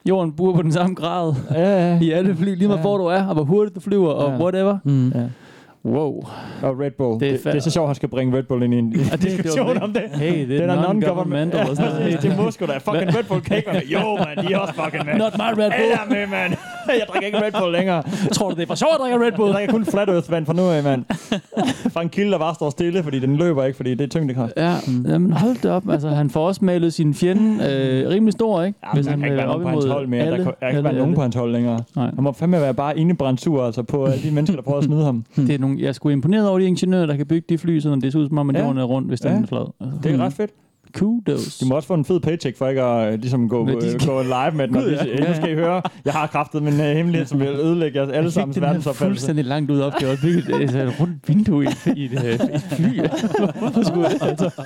S6: Jorden buer på den samme grad ja, ja. i alle fly, lige meget
S5: Ja.
S6: ja. hvor du er, og hvor hurtigt du flyver, og
S5: Ja.
S6: whatever.
S4: Mm.
S6: Ja. Wow.
S5: Og Red Bull.
S6: Det er
S5: Det, det,
S6: fa-
S5: er så sjovt, at han skal bringe Red Bull ind i en i en
S6: det er
S5: diskussion
S6: dumt,
S5: om det.
S6: ikke? Hey, det er
S5: Den
S6: non-governmental
S5: non-government-
S6: og sådan noget.
S5: Ja, præcis. [LAUGHS] det
S6: Hey.
S5: må sgu da. Fucking Red Bull kan ikke være med. Jo, man, de er også fucking med.
S6: Not my Red Bull.
S5: Alle er med, man. [LAUGHS] Jeg drikker ikke Red Bull længere.
S6: Tror du, det er for sjovt, at drikke Red Bull?
S5: Jeg drikker kun Flat Earth vand fra nu af,
S6: [LAUGHS]
S5: mand. Fra en kilde, der bare står stille, fordi den løber ikke, fordi det er tyngdekraft.
S6: Ja, mm. jamen hold da op. Altså, han får også malet sin fjende øh, rimelig stor, ikke?
S5: Jamen, der kan ikke være nogen på hans hold mere. Der kan- der kan ikke være nogen på hans hold længere.
S6: Nej.
S5: Han må fandme være bare indebrændsur altså, på alle de mennesker, der prøver at snyde ham.
S6: Det er nogle, jeg er sgu imponeret over de ingeniører, der kan bygge de fly, sådan det ser ud som om, at
S5: Ja.
S6: jorden er rundt, hvis den
S5: Ja.
S6: er flad. Altså,
S5: Det er
S6: hmm.
S5: ret fedt. Kudos. De må også få en fed paycheck for ikke at øh, ligesom gå,
S6: Hvad de
S5: øh,
S6: skal-
S5: gå live med den. Og
S6: Gud, ja.
S5: lige, ja. Nu skal I høre, jeg har kraftet min øh, hemmelighed, som vil ødelægge jeres alle
S6: den
S5: sammens
S6: her
S5: verdensopfattelse.
S6: fuldstændig langt ud opgave at bygge et, altså, et rundt vindue i, i et, øh,
S5: [LAUGHS]
S6: et fly. Hvorfor skulle jeg- altså,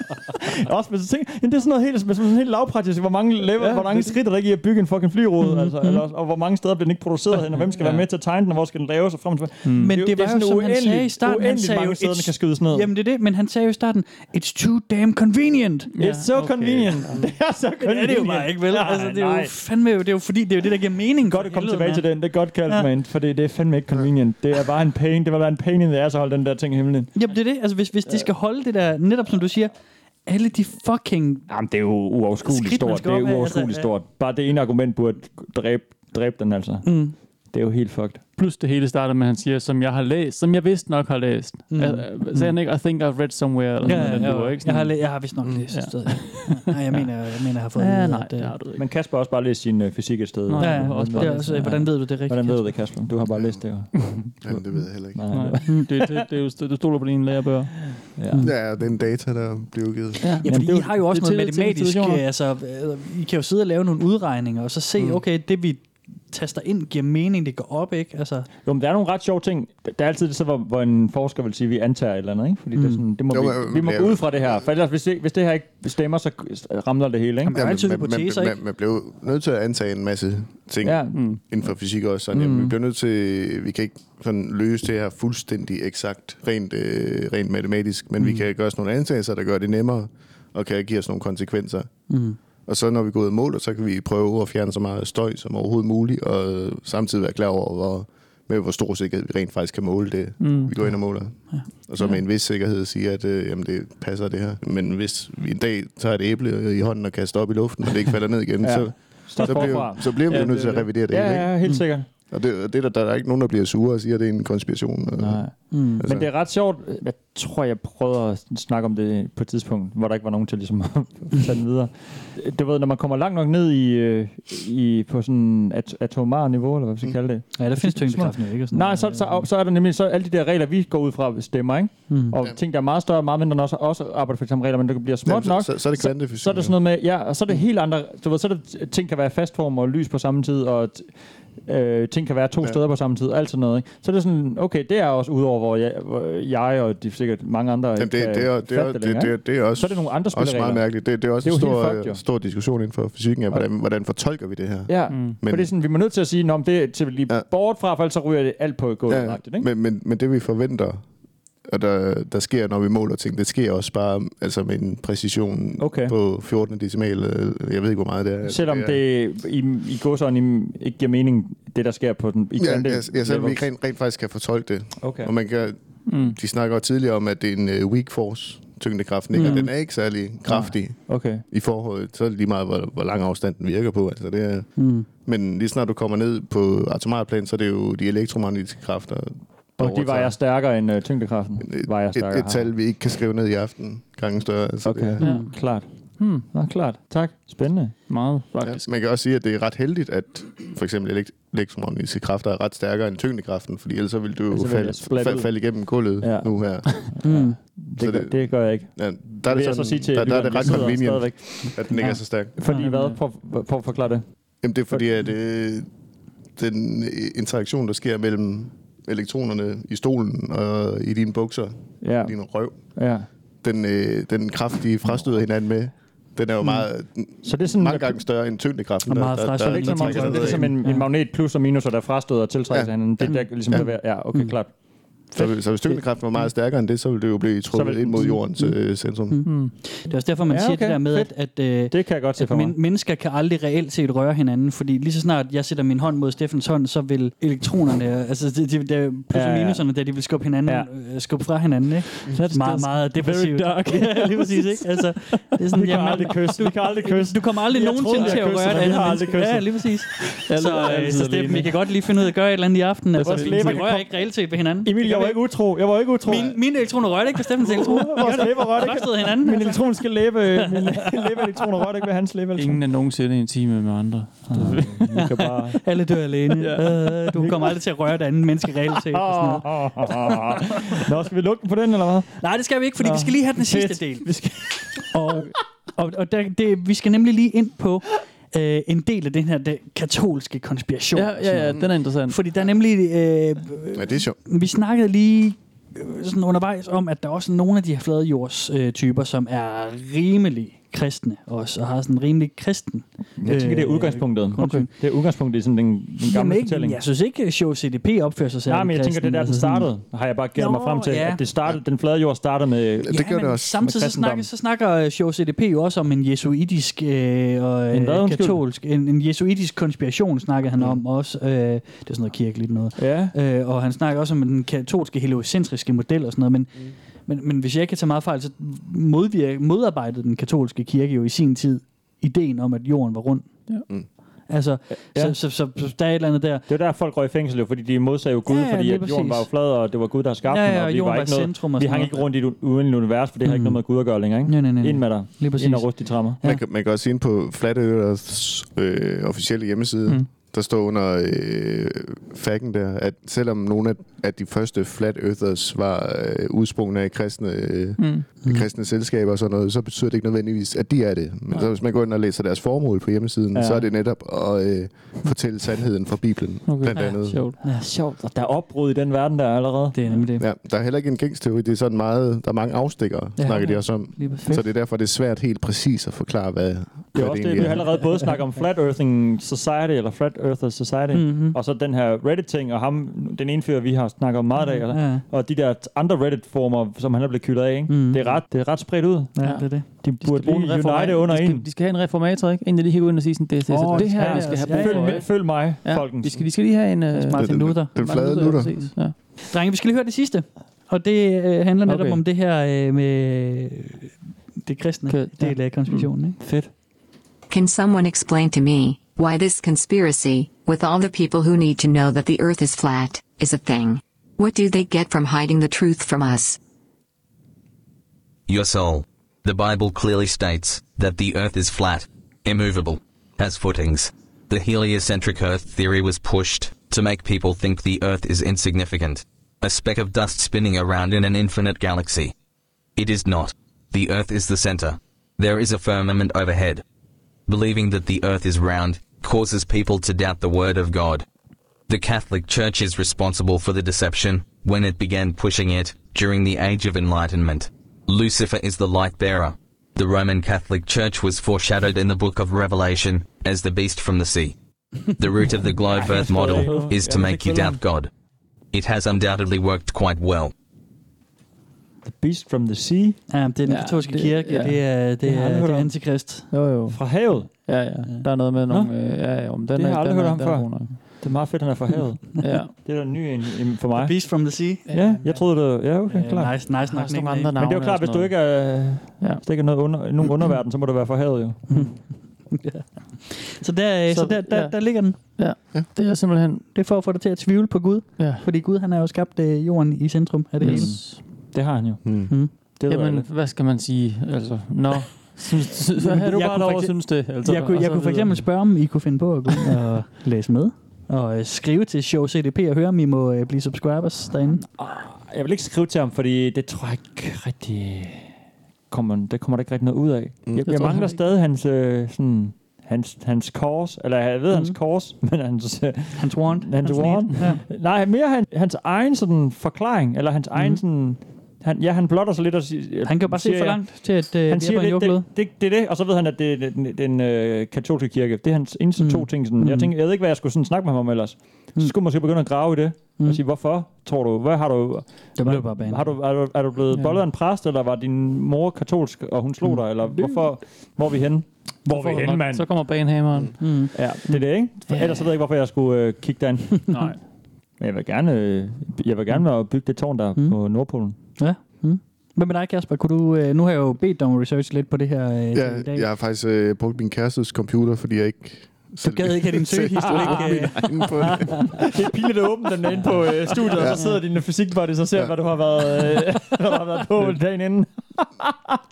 S5: Også hvis du tænker, jamen, det er sådan noget helt, hvis man sådan helt lavpraktisk, hvor mange, level,
S6: Ja,
S5: ja, hvor mange
S6: det-
S5: skridt er der ikke i at bygge en fucking flyrude, altså, eller, også- og hvor mange steder bliver den ikke produceret hen, og hvem skal ja. Mhm. være med til at tegne den, og hvor skal den laves, og frem og tilbage.
S4: Men
S5: er
S4: det, det
S5: er
S4: var jo,
S5: sådan
S4: som han sagde i
S5: uendeligt-
S4: starten, han
S5: uendeligt
S4: sagde jo,
S5: mange steder, den
S4: "It's-
S5: kan skydes ned.
S4: Jamen det er det, men han sagde jo i starten, it's too damn convenient.
S5: Ja, It's so okay. convenient. [LAUGHS] Det er så
S4: Men det er det jo
S5: convenient.
S4: bare ikke, vel?
S5: Nej,
S4: altså, det er
S5: nej.
S4: jo fandme, jo- det er jo fordi, det er jo det, der giver mening. Godt
S5: at komme tilbage til den. Det er godt kaldt, ja. man. For det, det er fandme ikke convenient. Det er bare en pain. Det var bare en pain in the ass at holde den der ting i himlen.
S4: Jamen det er det, altså hvis, hvis de skal holde det der, netop som du siger, alle de fucking...
S5: Jamen det er jo uoverskueligt
S4: Skridt, man
S5: stort.
S4: skal
S5: Det
S4: op ad,
S5: er
S4: altså,
S5: uoverskueligt
S4: ja.
S5: stort. Bare det ene argument burde dræbe, dræbe den altså.
S4: Mm.
S5: Det er jo helt fucked.
S6: Plus det hele starter med, at han siger, som jeg har læst, som jeg vidst nok har læst.
S4: Mm.
S6: Mm. Uh, sagde han ikke, I think I've read somewhere. Eller
S4: Ja,
S6: sådan noget,
S4: ja,
S6: den
S4: ja. Mm,
S6: duer,
S4: Jeg har
S6: Sådan-
S4: læ- jeg har vist nok læst et sted. Nej, [LAUGHS] jeg mener, jeg mener, jeg har fået
S6: Ja,
S4: at vide,
S6: nej,
S4: at, øh,
S6: det har du ikke.
S5: Men Kasper har også bare læst sin øh, fysik et sted.
S4: Nå, ja,
S5: Eller
S4: ja, også
S5: noget.
S4: bare læst, ja. Hvordan ved du det rigtigt,
S5: Hvordan ved du det, Kasper? Du har bare læst det jo. [LAUGHS] Jamen, det ved jeg heller ikke. Nej,
S6: Nej, det, det, det, er jo, st- du stoler på dine lærebøger. Mm.
S5: Ja.
S3: Ja, den data, der bliver givet.
S4: Ja, fordi I har jo også noget matematisk,
S6: institutioner.
S4: øh, altså, øh, I kan jo sidde og lave nogle udregninger, og så se, okay, det vi taster ind giver mening, det går op, ikke? Altså,
S5: [LAUGHS] Jo, men der er nogle ret sjove ting. Der er altid det så, hvor, hvor en forsker vil sige, at vi antager et eller andet, ikke? Fordi mm. det, er
S4: Mm.
S5: sådan, det må
S4: Jo,
S5: vi,
S4: men-
S5: vi må
S4: men-
S5: gå ud fra det her. For ellers, hvis, det- hvis det her ikke stemmer, så ramler det hele, ikke?
S3: Ja, man, man, man blev nødt til at antage en masse ting
S5: Ja.
S3: ja.
S5: Mm.
S3: inden for fysik også. Sådan,
S5: Mm.
S3: jamen, vi bliver nødt til, vi kan ikke sådan løse det her fuldstændig eksakt, rent, øh, rent matematisk, men mm. vi
S4: Mm.
S3: kan gøre os nogle antagelser, der gør det nemmere, og kan give os nogle konsekvenser.
S4: Mm.
S3: Og så når vi går ud af mål, så kan vi prøve at fjerne så meget støj som overhovedet muligt, og samtidig være klar over, hvor, med hvor stor sikkerhed vi rent faktisk kan måle det,
S4: Mm.
S3: mm. vi går ind og måler. Ja. Og så med en vis sikkerhed siger, at øh, jamen, det passer det her. Men hvis vi en dag tager et æble i hånden og kaster op i luften, og det ikke falder ned igen,
S5: Ja.
S3: ja. så,
S5: Start
S3: så, bliver,
S5: forfra.
S3: så bliver vi
S5: Ja,
S3: ja, nødt
S5: det-
S3: til at revidere det
S5: ja,
S3: hele.
S5: ja, helt Mm. sikkert.
S3: Og, det, og det, er der, der er ikke nogen, der bliver sure og siger, at det er en konspiration. Og,
S5: Nej.
S4: Mm.
S5: Men det er ret sjovt. Jeg tror, jeg prøvede at snakke om det på et tidspunkt, hvor der ikke var nogen til ligesom [LAUGHS] at tage den videre. Du ved, når man kommer langt nok ned i, øh, i på sådan at atomar niveau, eller hvad vi skal kalde det.
S4: Ja, der findes tyngdekraften jo ikke, og sådan
S5: Nej,
S4: noget.
S5: så, så, så, er der nemlig så alle de der regler, vi går ud fra, stemmer, ikke?
S4: Mm.
S5: Og ting, der er meget større og meget mindre, end også, også arbejder for eksempel regler, men det bliver småt
S3: Jamen, så-
S5: nok.
S3: så- så er det kvantefysik, Mm.
S5: Så, så er det sådan noget med, ja, og så er det helt andre, du ved, så er det, ting kan være fastform og lys på samme tid, og t- øh, ting kan være to ja.
S3: Ja.
S5: steder på samme tid, og alt sådan noget, ikke? Så er det sådan, okay, det er også udover, hvor jeg, hvor jeg og de, sikkert mange andre
S3: Jamen,
S5: ikke
S3: det,
S5: kan
S3: det, er, det, er,
S5: fatte
S3: det,
S5: længere,
S3: det, er,
S5: ikke?
S3: det er også,
S5: så er det nogle andre
S3: også
S5: spilleregler.
S3: meget mærkeligt. Det, det er også
S5: Det
S3: en
S5: er jo helt
S3: stor,
S5: fucked, jo.
S3: øh, stor diskussion inden for fysikken, af, hvordan, hvordan fortolker vi det her?
S5: Ja, mm. men, for det er sådan, vi må nødt til at sige, nå, men det er til lige ja. bort fra, for ellers så ryger det alt på gulvet. Ja.
S3: ja, men, men, men det vi forventer, og der, der sker, når vi måler ting, det sker også bare altså med en præcision
S5: Okay.
S3: på 14. decimal. eller Jeg ved ikke, hvor meget Øh, det er.
S5: Selvom det i, i godsøjne ikke giver mening, det der sker på den, i
S3: Ja,
S5: kvante-
S3: ja, ja, selvom vi
S5: levels.
S3: ikke rent, rent faktisk kan fortolke det.
S5: Okay.
S3: Og man kan,
S5: Mm.
S3: mm. De snakker jo tidligere om, at det er en øh, weak force, tyngdekraften, ikke? Mm.
S5: Mm.
S3: og den er ikke særlig kraftig.
S5: Okay.
S3: i forhold, så er det lige meget, hvor, hvor lang afstand den virker på. Altså det er,
S4: Mm.
S3: Men lige snart du kommer ned på atomart plan, så er det jo de elektromagnetiske kræfter. der
S5: Og de
S3: overtager.
S5: vejer stærkere end øh, tyngdekraften. Vejer stærkere.
S3: et, et tal, vi ikke kan skrive ned i aften, gange større. Altså
S5: Okay,
S3: det
S5: ja. klart. Hmm, nå, klart. Tak. Spændende. Meget, faktisk.
S3: Ja, man kan også sige, at det er ret heldigt, at for eksempel elekt- elektromagnetiske kræfter er ret stærkere end tyngdekraften, fordi ellers så vil du
S5: Altså,
S3: altså,
S5: vil
S3: falde,
S5: jeg splatte
S3: falde,
S5: ud.
S3: falde igennem gulvet
S5: Ja.
S3: ja.
S5: [LAUGHS]
S3: nu her.
S5: Mm.
S3: Så
S5: Det, gør, det, gør jeg ikke.
S3: Ja, der er
S5: Vil
S3: det
S5: jeg
S3: sådan-
S5: så sige til
S3: der- der er
S5: lytteren,
S3: det
S5: jeg
S3: ret
S5: sidder
S3: convenient,
S5: stadigvæk.
S3: at den ikke er så stærk.
S5: Fordi
S3: Ja.
S5: hvad? Prøv, prøv at forklare det.
S3: Jamen, det er fordi, at øh, den øh, interaktion, der sker mellem elektronerne i stolen og i dine bukser,
S5: ja.
S3: din røv,
S5: Ja.
S3: den, øh, den kraft, de frastøder hinanden med, den er jo meget,
S5: Mm. så det er sådan,
S3: mange gange større end tyngdekraften.
S5: Og meget så det er ikke så meget, det er ligesom en, en magnet plus og minus, og der frastøder og tiltrækker
S3: Ja.
S5: ja. hinanden. Det er der, ligesom, ja.
S3: Ja. Mm.
S5: der, ja, okay, klart.
S3: Så, vil- så hvis tyngdekraften var meget stærkere end det, så ville det jo blive trukket
S5: vil- Mm.
S3: ind mod jordens øh, centrum.
S4: Mm. Det er også derfor, man
S5: Ja,
S4: ja, siger
S5: okay.
S4: det der med, at, at, øh,
S5: det kan jeg godt se
S4: at
S5: for mig.
S4: men- mennesker kan aldrig reelt set røre hinanden, fordi lige så snart jeg sætter min hånd mod Steffens hånd, så vil elektronerne, øh, altså de, de, de, plus
S5: Ja,
S4: og
S5: ja.
S4: minuserne, der de vil skubbe, hinanden, ja. øh, skubbe fra hinanden, ikke? That's meget,
S6: just
S4: meget
S6: Mm. very
S4: depressivt.
S6: dark.
S4: [LAUGHS] ja, lige præcis, ikke? Altså, det er sådan,
S6: Vi kan
S4: jamen,
S6: aldrig kysse.
S4: Du,
S6: Vi kan aldrig kysse.
S4: Du kommer aldrig
S6: Jeg
S4: nogensinde
S6: troede,
S4: til
S6: jeg
S4: at røre
S6: kyssede,
S4: et
S6: men jeg
S4: andet
S6: har aldrig
S4: menneske.
S6: kysset.
S4: Ja, lige præcis.
S6: Jeg
S4: Så,
S6: lader
S4: øh,
S6: altid
S4: så Steffen,
S6: alene.
S4: vi kan godt lige finde ud af at gøre et eller andet i aften.
S6: Altså,
S4: Vores
S6: vi-
S4: læber
S6: vi
S4: rører ikke reelt set ved hinanden.
S5: Emil, jeg var ikke utro. Jeg var ikke utro.
S4: Min, mine elektroner rørte ikke ved Steffens
S5: [LAUGHS]
S4: elektroner.
S5: Vores læber rørte ikke.
S4: Frastød hinanden. altså?
S5: Min elektroniske læbe,
S4: [LAUGHS]
S5: min læbeelektroner rørte ikke ved hans læbe. altså.
S6: Ingen er nogensinde intime med andre.
S5: Du Ah, kan
S6: [LAUGHS]
S5: bare...
S4: Alle dør alene. ja. øh, du kommer aldrig til at røre et andet menneske reelt set. Og sådan
S5: noget. Nå, skal vi lukke den på den, eller hvad?
S4: Nej, det skal vi ikke, fordi vi skal lige have den sidste del.
S5: Vi skal...
S4: Og Og, og der, det, vi skal nemlig lige ind på øh, en del af den her det, katolske konspiration.
S6: Ja,
S4: og sådan
S6: ja, ja,
S4: noget.
S6: den er interessant.
S4: Fordi der er nemlig... Øh,
S3: Ja, det er sjovt.
S4: vi snakkede lige øh, sådan undervejs om, at der er også nogle af de her fladjordstyper, øh, typer, som er rimelig kristne også, og har sådan en rimelig kristen.
S5: Jeg tænker, det er
S4: øh,
S5: udgangspunktet.
S4: grundsyn.
S5: Det er udgangspunktet i sådan den, den gamle
S4: Jamen ikke,
S5: fortælling.
S4: jeg synes ikke, at Show CDP opfører sig særlig
S5: Nej, men jeg tænker,
S4: kristen,
S5: det er der, den
S4: altså sådan-
S5: startede, har jeg bare gættet mig
S4: Nå,
S5: frem til.
S4: ja.
S5: At det startede, den flade jord startede med
S4: Ja, men Samtidig så snakker, så snakker øh, Show CDP jo også om en jesuitisk øh, og
S5: En
S4: en
S5: hvad, undskyld? Mm.
S4: katolsk, en, en jesuitisk konspiration snakker han om også. Øh, det er sådan noget kirkeligt noget.
S5: Ja.
S4: Øh, og han snakker også om den katolske heliocentriske model og sådan noget, men
S5: Mm.
S4: men, men hvis jeg ikke kan tage meget fejl, så modvirk, modarbejdede den katolske kirke jo i sin tid ideen om, at jorden var rund.
S6: Ja.
S3: Mm.
S4: Altså,
S5: Ja.
S4: så, så, så, så der er et eller andet der.
S5: Det var der, folk røg i fængsel, jo, fordi de modsagde jo Gud,
S4: Ja, ja,
S5: ja, fordi
S4: lige
S5: at jorden
S4: præcis.
S5: var jo flad, og det var Gud, der havde skabt
S4: Ja, ja,
S5: den, og
S4: og
S5: vi
S4: jorden
S5: var
S4: var
S5: ikke
S4: i
S5: noget,
S4: centrum og
S5: vi
S4: sådan
S5: hang
S4: noget. Mm.
S5: ikke rundt i et u- uendeligt univers, for det har ikke noget med Gud at gøre længere, ikke?
S4: Nej, nej, nej.
S5: Ind med dig.
S4: Lige præcis.
S5: Ind og rust i trammer.
S3: Man, kan, man kan også se ind på Flat Earths øh, officielle hjemmeside,
S5: Mm.
S3: mm. der står under øh, fakken der, at selvom nogle af, af de første Flat Earthers var øh, udsprungne af kristne, øh,
S6: Mm.
S3: mm. kristne selskaber og sådan noget, så betyder det ikke nødvendigvis, at de er det. Men så, hvis man går ind og læser deres formål på hjemmesiden,
S5: Ja.
S3: ja. så er det netop at øh, fortælle sandheden fra Bibelen, okay. blandt andet.
S4: Ja, sjovt.
S5: Og der er opbrud i den verden, der er allerede.
S4: Det er nemlig det.
S3: Ja, der er heller ikke en gængsteori. Det er sådan meget, der er mange afstikkere,
S5: Ja,
S3: ja, snakker
S5: ja.
S3: de også om.
S5: Lige præcis.
S3: Så det er derfor, det er svært helt præcis at forklare, hvad,
S5: Det
S3: hvad
S5: er også det,
S3: egentlig
S5: vi allerede både snakker om Flat Earthing Society, eller Flat Earthers Society,
S4: Mhm.
S5: mm-hmm. og så den her Reddit-ting, og ham, den ene fyr, vi har snakket om meget i dag,
S4: Mhm, Ja. Mhm.
S5: og, og de der andre Reddit-former, som han er blevet kyldet af, ikke? Mm. det, er ret, det er ret spredt ud.
S4: Ja, det er det.
S5: De burde
S6: bruge en
S5: lige
S6: reformat-
S5: unite under
S6: de skal,
S5: en.
S6: De skal have en reformator, ikke? Inden de lige hiver ind og siger sådan, det, det,
S5: Åh,
S6: det, det her,
S5: ja,
S6: vi skal have
S5: ja,
S6: brug for,
S5: følg-
S6: ikke?
S5: følg mig,
S6: ja,
S5: folkens.
S6: De skal, de skal lige have en... Øh,
S4: Martin Luther.
S6: ja, præcis.
S4: ja. Drenge, vi skal lige høre det sidste. Og det øh, handler netop
S6: Okay.
S4: om det her øh, med det kristne
S6: Kød,
S4: del af
S6: Mm.
S4: konspirationen. Ikke?
S5: Fedt.
S18: Can someone explain to me why this conspiracy, with all the people who need to know that the earth is flat, is a thing? What do they get from hiding the truth from us?
S19: Your soul. The Bible clearly states that the earth is flat, immovable, has footings. The heliocentric earth theory was pushed to make people think the earth is insignificant, a speck of dust spinning around in an infinite galaxy. It is not. The earth is the center. There is a firmament overhead. Believing that the earth is round causes people to doubt the word of God. The Catholic Church is responsible for the deception when it began pushing it during the Age of Enlightenment. Lucifer is the light bearer. The Roman Catholic Church was foreshadowed in the book of Revelation as the beast from the sea. The root of the globe earth model is to make you doubt God. It has undoubtedly worked quite well.
S5: The Beast from the Sea.
S4: Ja, det er den katolske kirke, det er- det er- det er antikrist.
S6: Jo, jo.
S5: Fra havet?
S6: Ja, ja. Der er noget med nogle... Øh, ja, ja, om den
S5: det
S6: er,
S5: har jeg aldrig
S6: den
S5: hørt
S6: er-
S5: om
S6: den er
S5: før.
S6: god nok.
S5: Det er meget fedt, han er fra
S6: [LAUGHS]
S4: [LAUGHS]
S5: havet.
S6: Ja.
S5: Det er da en ny en, en for mig.
S4: Beast from the Sea.
S5: Ja, jeg troede det. Ja, okay,
S4: Øh,
S5: klart.
S4: nice- nice nok, Nick,
S5: Men
S4: Nick.
S5: det er jo klart, hvis du ikke er, ja. hvis der ikke er noget under, nogen underverden, så må det være fra havet jo.
S4: [LAUGHS] Så, der, øh, så,
S6: Så-
S4: så der, der,
S6: ja.
S4: der ligger den.
S6: Ja. det er simpelthen...
S4: Det er for at få dig til at tvivle på Gud.
S6: Ja. Mm.
S4: Fordi Gud han har jo skabt øh, jorden i centrum af det
S6: Yes.
S4: hele.
S5: Det har han jo.
S3: Mm.
S4: Mm.
S5: ved
S6: Jamen,
S5: alle.
S6: hvad skal man sige? Altså,
S5: [LAUGHS]
S6: nå. Synes, synes,
S4: Jamen,
S6: hvad er du
S4: jeg
S6: bare
S4: kunne for
S6: derovre,
S4: eksempel-
S6: synes det? Altså,
S4: jeg kunne,
S6: og
S4: jeg
S6: så
S4: kunne for
S6: videre.
S4: eksempel spørge, om I kunne finde på at gå ind og [LAUGHS] læse med. Og øh, skrive til Show CDP og høre, om I må øh, blive subscribers derinde.
S5: Ah, Jeg vil ikke skrive til ham, fordi det tror jeg ikke rigtig... Kommer, der kommer der ikke rigtig noget ud af. Mm. Jeg,
S4: Det
S5: jeg
S4: tror jeg
S5: mangler
S4: ikke.
S5: stadig hans, øh, sådan, hans, hans kors, eller jeg ved mm. hans kors, [LAUGHS] men hans... Øh,
S4: Hmm. hans warrant.
S5: Hans,
S4: Hans
S5: warrant.
S4: net,
S5: Ja. Nej, mere hans, hans egen sådan, forklaring, eller hans mm. egen sådan... Han, ja, han blotter sig lidt og siger...
S4: Han kan jo bare se
S5: siger,
S4: for
S5: ja.
S4: langt til, at, øh, vi er
S5: han
S4: på en
S5: siger, det,
S4: jordklode.
S5: det, det, det er det, og så ved han, at det er den, den øh, katolske kirke. Det er hans eneste mm. to ting. Sådan.
S4: Mm.
S5: Jeg tænkte, jeg ved ikke, hvad jeg skulle sådan snakke med ham om ellers. Så skulle man måske begynde at grave i det, mm. og sige, hvorfor tror du, hvad har du...
S4: Det var bare banen.
S5: Har du, er, du, er du blevet
S4: Ja.
S5: ja. bollet af en præst, eller var din mor katolsk, og hun slog mm. dig, eller hvorfor, hvor er vi henne? Hvor
S6: Så kommer- Så kommer banhammeren.
S4: Mm.
S5: Ja, det er det, ikke? For ellers så ved jeg ikke, hvorfor jeg skulle øh, kigge derind. Nej. Men jeg vil gerne, øh, jeg vil gerne være og bygge det tårn der mm. på Nordpolen.
S4: Ja. Mm. Hvad med dig, Kasper? Kunne du, øh, nu har jeg jo bedt dig om at researche lidt på det her øh, til i dag.
S3: Ja, jeg har faktisk øh, brugt min kærestes computer, fordi jeg ikke...
S4: Du gad ikke
S3: [LAUGHS]
S4: have din søgehistorik.
S5: ikke, Øh. [LAUGHS] det er pinligt at åbne den inde på øh, studiet, ja. og så sidder din fysik bare det, så ser ja. hvad du har været, øh, [LAUGHS] hvad du har været på dagen inden.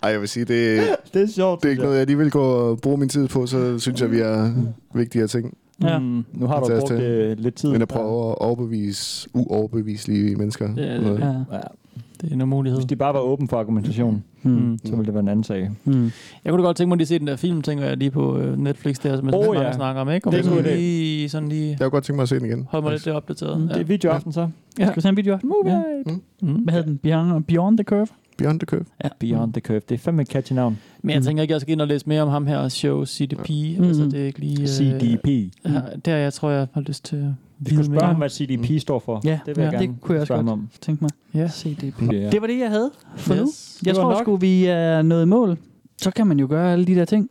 S3: Ej, jeg vil sige, det,
S5: [LAUGHS] det er sjovt.
S3: Det er ikke noget, jeg lige vil gå og bruge min tid på, så synes jeg, vi har vigtigere ting.
S5: Ja. Mm, nu har
S3: at
S5: du
S3: tage os
S5: brugt,
S3: til,
S5: øh, lidt tid.
S3: Men at prøve at overbevise uoverbeviselige mennesker.
S5: Ja, det er det. Ja.
S6: Det er en mulighed.
S5: Hvis de bare var åben for argumentation,
S6: Mm.
S5: mm. så ville det være en anden sag.
S6: Mm. Jeg kunne da godt tænke mig lige at se den der film, tænker jeg, lige på øh, Netflix der, som jeg
S5: Åh,
S6: oh, ja.
S5: ja.
S6: snakker om, ikke? Om
S5: Det er en god idé.
S6: lige, sådan lige...
S3: Jeg kunne godt tænke mig at se den igen.
S6: Hold mig lidt opdateret.
S4: Mm.
S5: Hmm.
S6: Ja. Hmm.
S4: Det er
S5: videoaften så.
S4: Ja. Skal vi tage en video? Move ja. mm. Hvad hed den? Beyond, Beyond the Curve?
S3: Beyond the Curve.
S4: Ja.
S5: Beyond the Curve. Det er fandme et catchy navn. Hmm.
S6: Men jeg tænker ikke, jeg skal ind og læse mere om ham her, show CDP. Mm. Altså, det er ikke lige...
S5: CDP.
S6: Ja, der jeg tror, jeg har lyst til at
S5: Vi kunne
S6: vide
S5: spørge
S6: mere.
S5: ham, hvad
S3: Hmm.
S5: CDP står for.
S6: Ja,
S5: det vil jeg
S6: ja,
S5: gerne
S6: det kunne jeg også
S5: spørge ham
S6: godt.
S5: om.
S4: Tænk mig.
S6: Ja, CDP.
S5: Ja.
S4: Det var det, jeg havde for
S6: Yes.
S4: nu. Jeg
S6: Det var
S4: tror
S6: nok.
S4: sgu, vi er nået i mål. Så kan man jo gøre alle de der ting.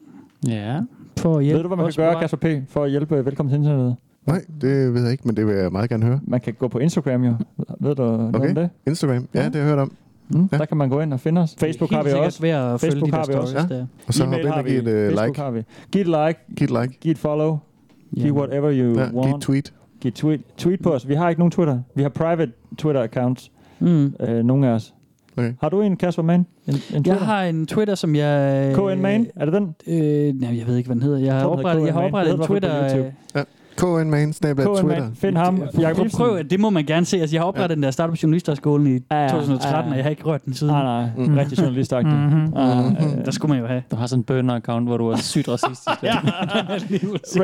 S6: Ja.
S4: For at hjælpe
S5: Ved du, hvad man
S4: os
S5: kan gøre,
S4: på vej.
S5: Kasper P., for at hjælpe øh, Velkommen til Internettet?
S3: Nej, det ved jeg ikke, men det vil jeg meget gerne høre.
S5: Man kan gå på Instagram jo. Ved du noget
S3: Okay.
S5: om det?
S3: Instagram. Ja, det har jeg hørt om.
S5: Mm, Der kan man gå ind og finde os. Facebook
S3: Helt
S5: har vi
S3: sikkert
S5: også.
S3: ved at følge de der stories der. Og så hop
S5: E-mail
S3: ind og
S5: har
S3: giv
S5: vi.
S3: et, øh,
S5: Facebook
S3: like.
S5: Har vi. Giv et like.
S3: Giv et like.
S5: Giv et follow.
S3: Ja.
S5: Giv whatever you
S3: Ja, giv
S5: want.
S3: et tweet.
S5: Giv et tweet. Tweet på os. Vi har ikke nogen Twitter. Vi har private Twitter accounts.
S4: Mm.
S5: Øh, nogle af os.
S3: Okay.
S5: Har du en,
S4: [LAUGHS]
S5: Kasper Mann? En, en Twitter?
S4: Jeg har en Twitter, som jeg...
S5: KN Main? Er det den?
S4: Øh, nej, jeg ved ikke, hvad den hedder. Jeg har
S5: tror, den hedder
S4: oprettet, jeg
S5: KN
S4: har
S5: Main.
S4: oprettet
S5: Det
S4: en
S5: hedder i hvert
S4: Twitter...
S5: fald på
S4: øh,
S5: YouTube.
S3: KN Main, snabel
S5: KN Main,
S3: Twitter.
S5: find ham. Jakob
S4: Prøv,
S5: Ibsen.
S4: prøv, at- det må man gerne se. Altså, jeg har oprettet ja. den der startup journalisterskolen i
S5: ja,
S4: 2013,
S6: ja.
S4: og jeg har ikke rørt den siden.
S5: Nej, nej. Mm. Rigtig journalistagtig.
S4: Mhm.
S5: Ah,
S6: øh,
S4: Der skulle man jo have.
S6: Du har sådan en burner-account, hvor du er sygt racistisk.
S4: [LAUGHS]
S6: ja.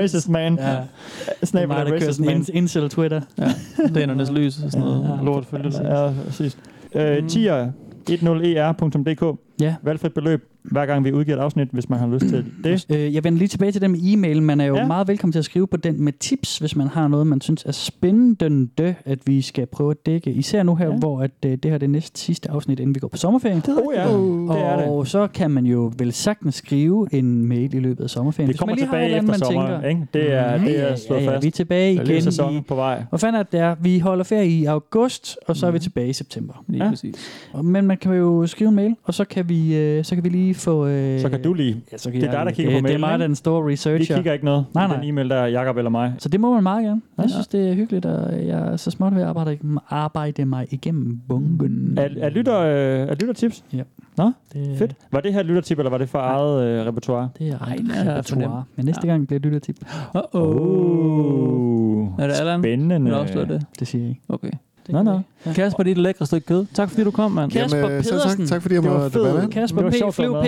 S5: Racist man.
S4: Ja. Det er
S5: Snabel
S4: mig, der kører
S5: racist
S4: sådan
S5: man.
S4: en incel Twitter.
S6: Ja. Danernes lys og sådan noget. Lort følger sig.
S5: Ja, præcis. Øh, 10'er, E 10er.dk.
S4: Ja.
S5: Valgfrit beløb, hver gang vi udgiver et afsnit, hvis man har lyst til det.
S4: Øh, jeg vender lige tilbage til det med e-mail. Man er jo ja. meget velkommen til at skrive på den med tips, hvis man har noget, man synes er spændende, at vi skal prøve at dække. Især nu her, ja. hvor at, øh, det her er det næste sidste afsnit, inden vi går på sommerferien.
S5: Oh ja, det er det.
S4: Og så kan man jo vel sagtens skrive en mail i løbet af sommerferien.
S5: Det
S4: hvis
S5: kommer
S4: man lige har et
S5: tilbage
S4: eller
S5: efter
S4: andet, man
S5: sommeren,
S4: tænker. Mm-hmm.
S5: ikke? Det er, det er slået
S4: ja, ja,
S5: fast.
S4: Vi er tilbage
S5: Der er lige
S4: igen.
S5: sæsonen
S4: i-
S5: på vej.
S4: Hvad fanden er det, det er? Vi holder ferie i august, og
S5: Mhm.
S4: så er vi tilbage i september.
S6: Lige præcis.
S4: Men man kan jo skrive en mail, og så kan vi, øh, så kan vi lige få... Øh,
S5: Så kan du lige.
S4: Ja, så kan
S5: det er dig,
S4: jeg
S5: der
S4: lige.
S5: kigger
S4: det,
S5: på mailen.
S4: Det er mig, der er den store researcher.
S5: Vi kigger ikke noget
S4: Nej,
S5: nej,
S4: nej.
S5: nej. den e-mail, der er Jacob eller mig.
S4: Så det må man meget gerne. Jeg synes, det er hyggeligt, og jeg er så småt ved at arbejde, ig- arbejde mig igennem bunken.
S5: Er, er, lytter, øh, er lyttertips?
S4: Ja.
S5: Nå,
S4: Det-
S5: det... fedt. Var det her et lyttertip, eller var det for eget øh, repertoire?
S4: Det er egen
S5: er
S4: repertoire.
S5: fornemt.
S4: Men altså, næste gang bliver det lyttertip. Oh.
S5: Uh,
S6: Er det Allan?
S5: Spændende.
S6: Vil du afsløre det?
S4: Det siger jeg ikke.
S6: Okay.
S5: Nå, nå.
S6: Kasper, dit lækre stykke kød. Tak fordi du kom, mand.
S4: Kasper Jamen, øh, Pedersen.
S3: øh, tak, tak fordi jeg
S4: Det var
S3: måtte
S4: fedt.
S3: være med.
S4: Kasper P. Flyv P.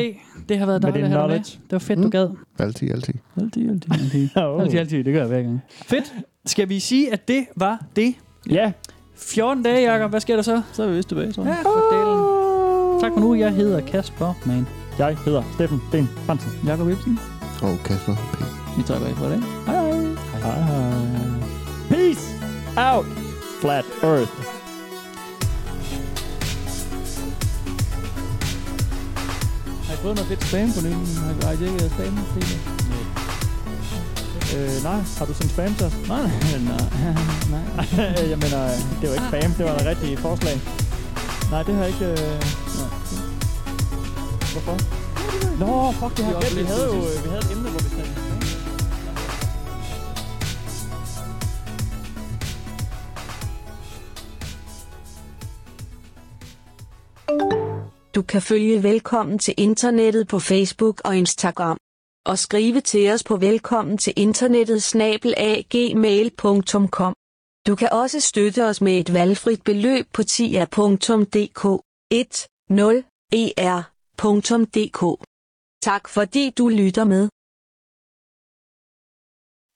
S4: Det har
S3: Med
S4: været dejligt
S3: din
S4: at have dig med. Mm.
S3: knowledge.
S4: Det var fedt, du gad.
S3: Altid, altid.
S6: Altid, altid, altid.
S4: Altid, altid. Det gør jeg hver gang. Fedt. Skal vi sige, at det var det?
S5: Ja.
S4: 14 dage, Jacob. Hvad sker der så?
S6: Så er vi vist tilbage, tror jeg.
S4: Ja, for delen. Tak for nu. Jeg hedder Kasper Mann.
S5: Jeg hedder Steffen Ben Fransen.
S6: Jakob Ibsen.
S3: Og Kasper P.
S6: Vi tager af for i dag. Hej.
S5: Hej. Peace out, flat earth.
S6: Har I fået noget fedt spam på nyheden? Har I- Har I tjekket jeres spam? Nej.
S5: Øh, nej, har du sendt spam så?
S6: Nej, [LAUGHS] nej, nej.
S5: [LAUGHS] jeg mener, øh, det var ikke spam, det var en rigtig forslag. Nej, det har jeg ikke... Øh... nej. Hvorfor? Nå, fuck, det har
S6: Vi
S5: jeg
S6: også
S5: glemt. Vi
S6: lidt
S5: havde jo
S6: til
S5: øh, vi havde et emne, hvor vi snakkede. om spam.
S2: Du kan følge Velkommen til Internettet på Facebook og Instagram. Og skrive til os på velkommen til internettet snabelagmail.com. Du kan også støtte os med et valgfrit beløb på tia.dk E 10er.dk. Tak fordi du lytter med.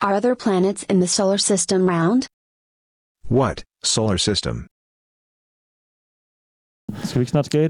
S20: Are there planets in the solar system round?
S9: What, solar system?
S5: Skal vi ikke snart skate?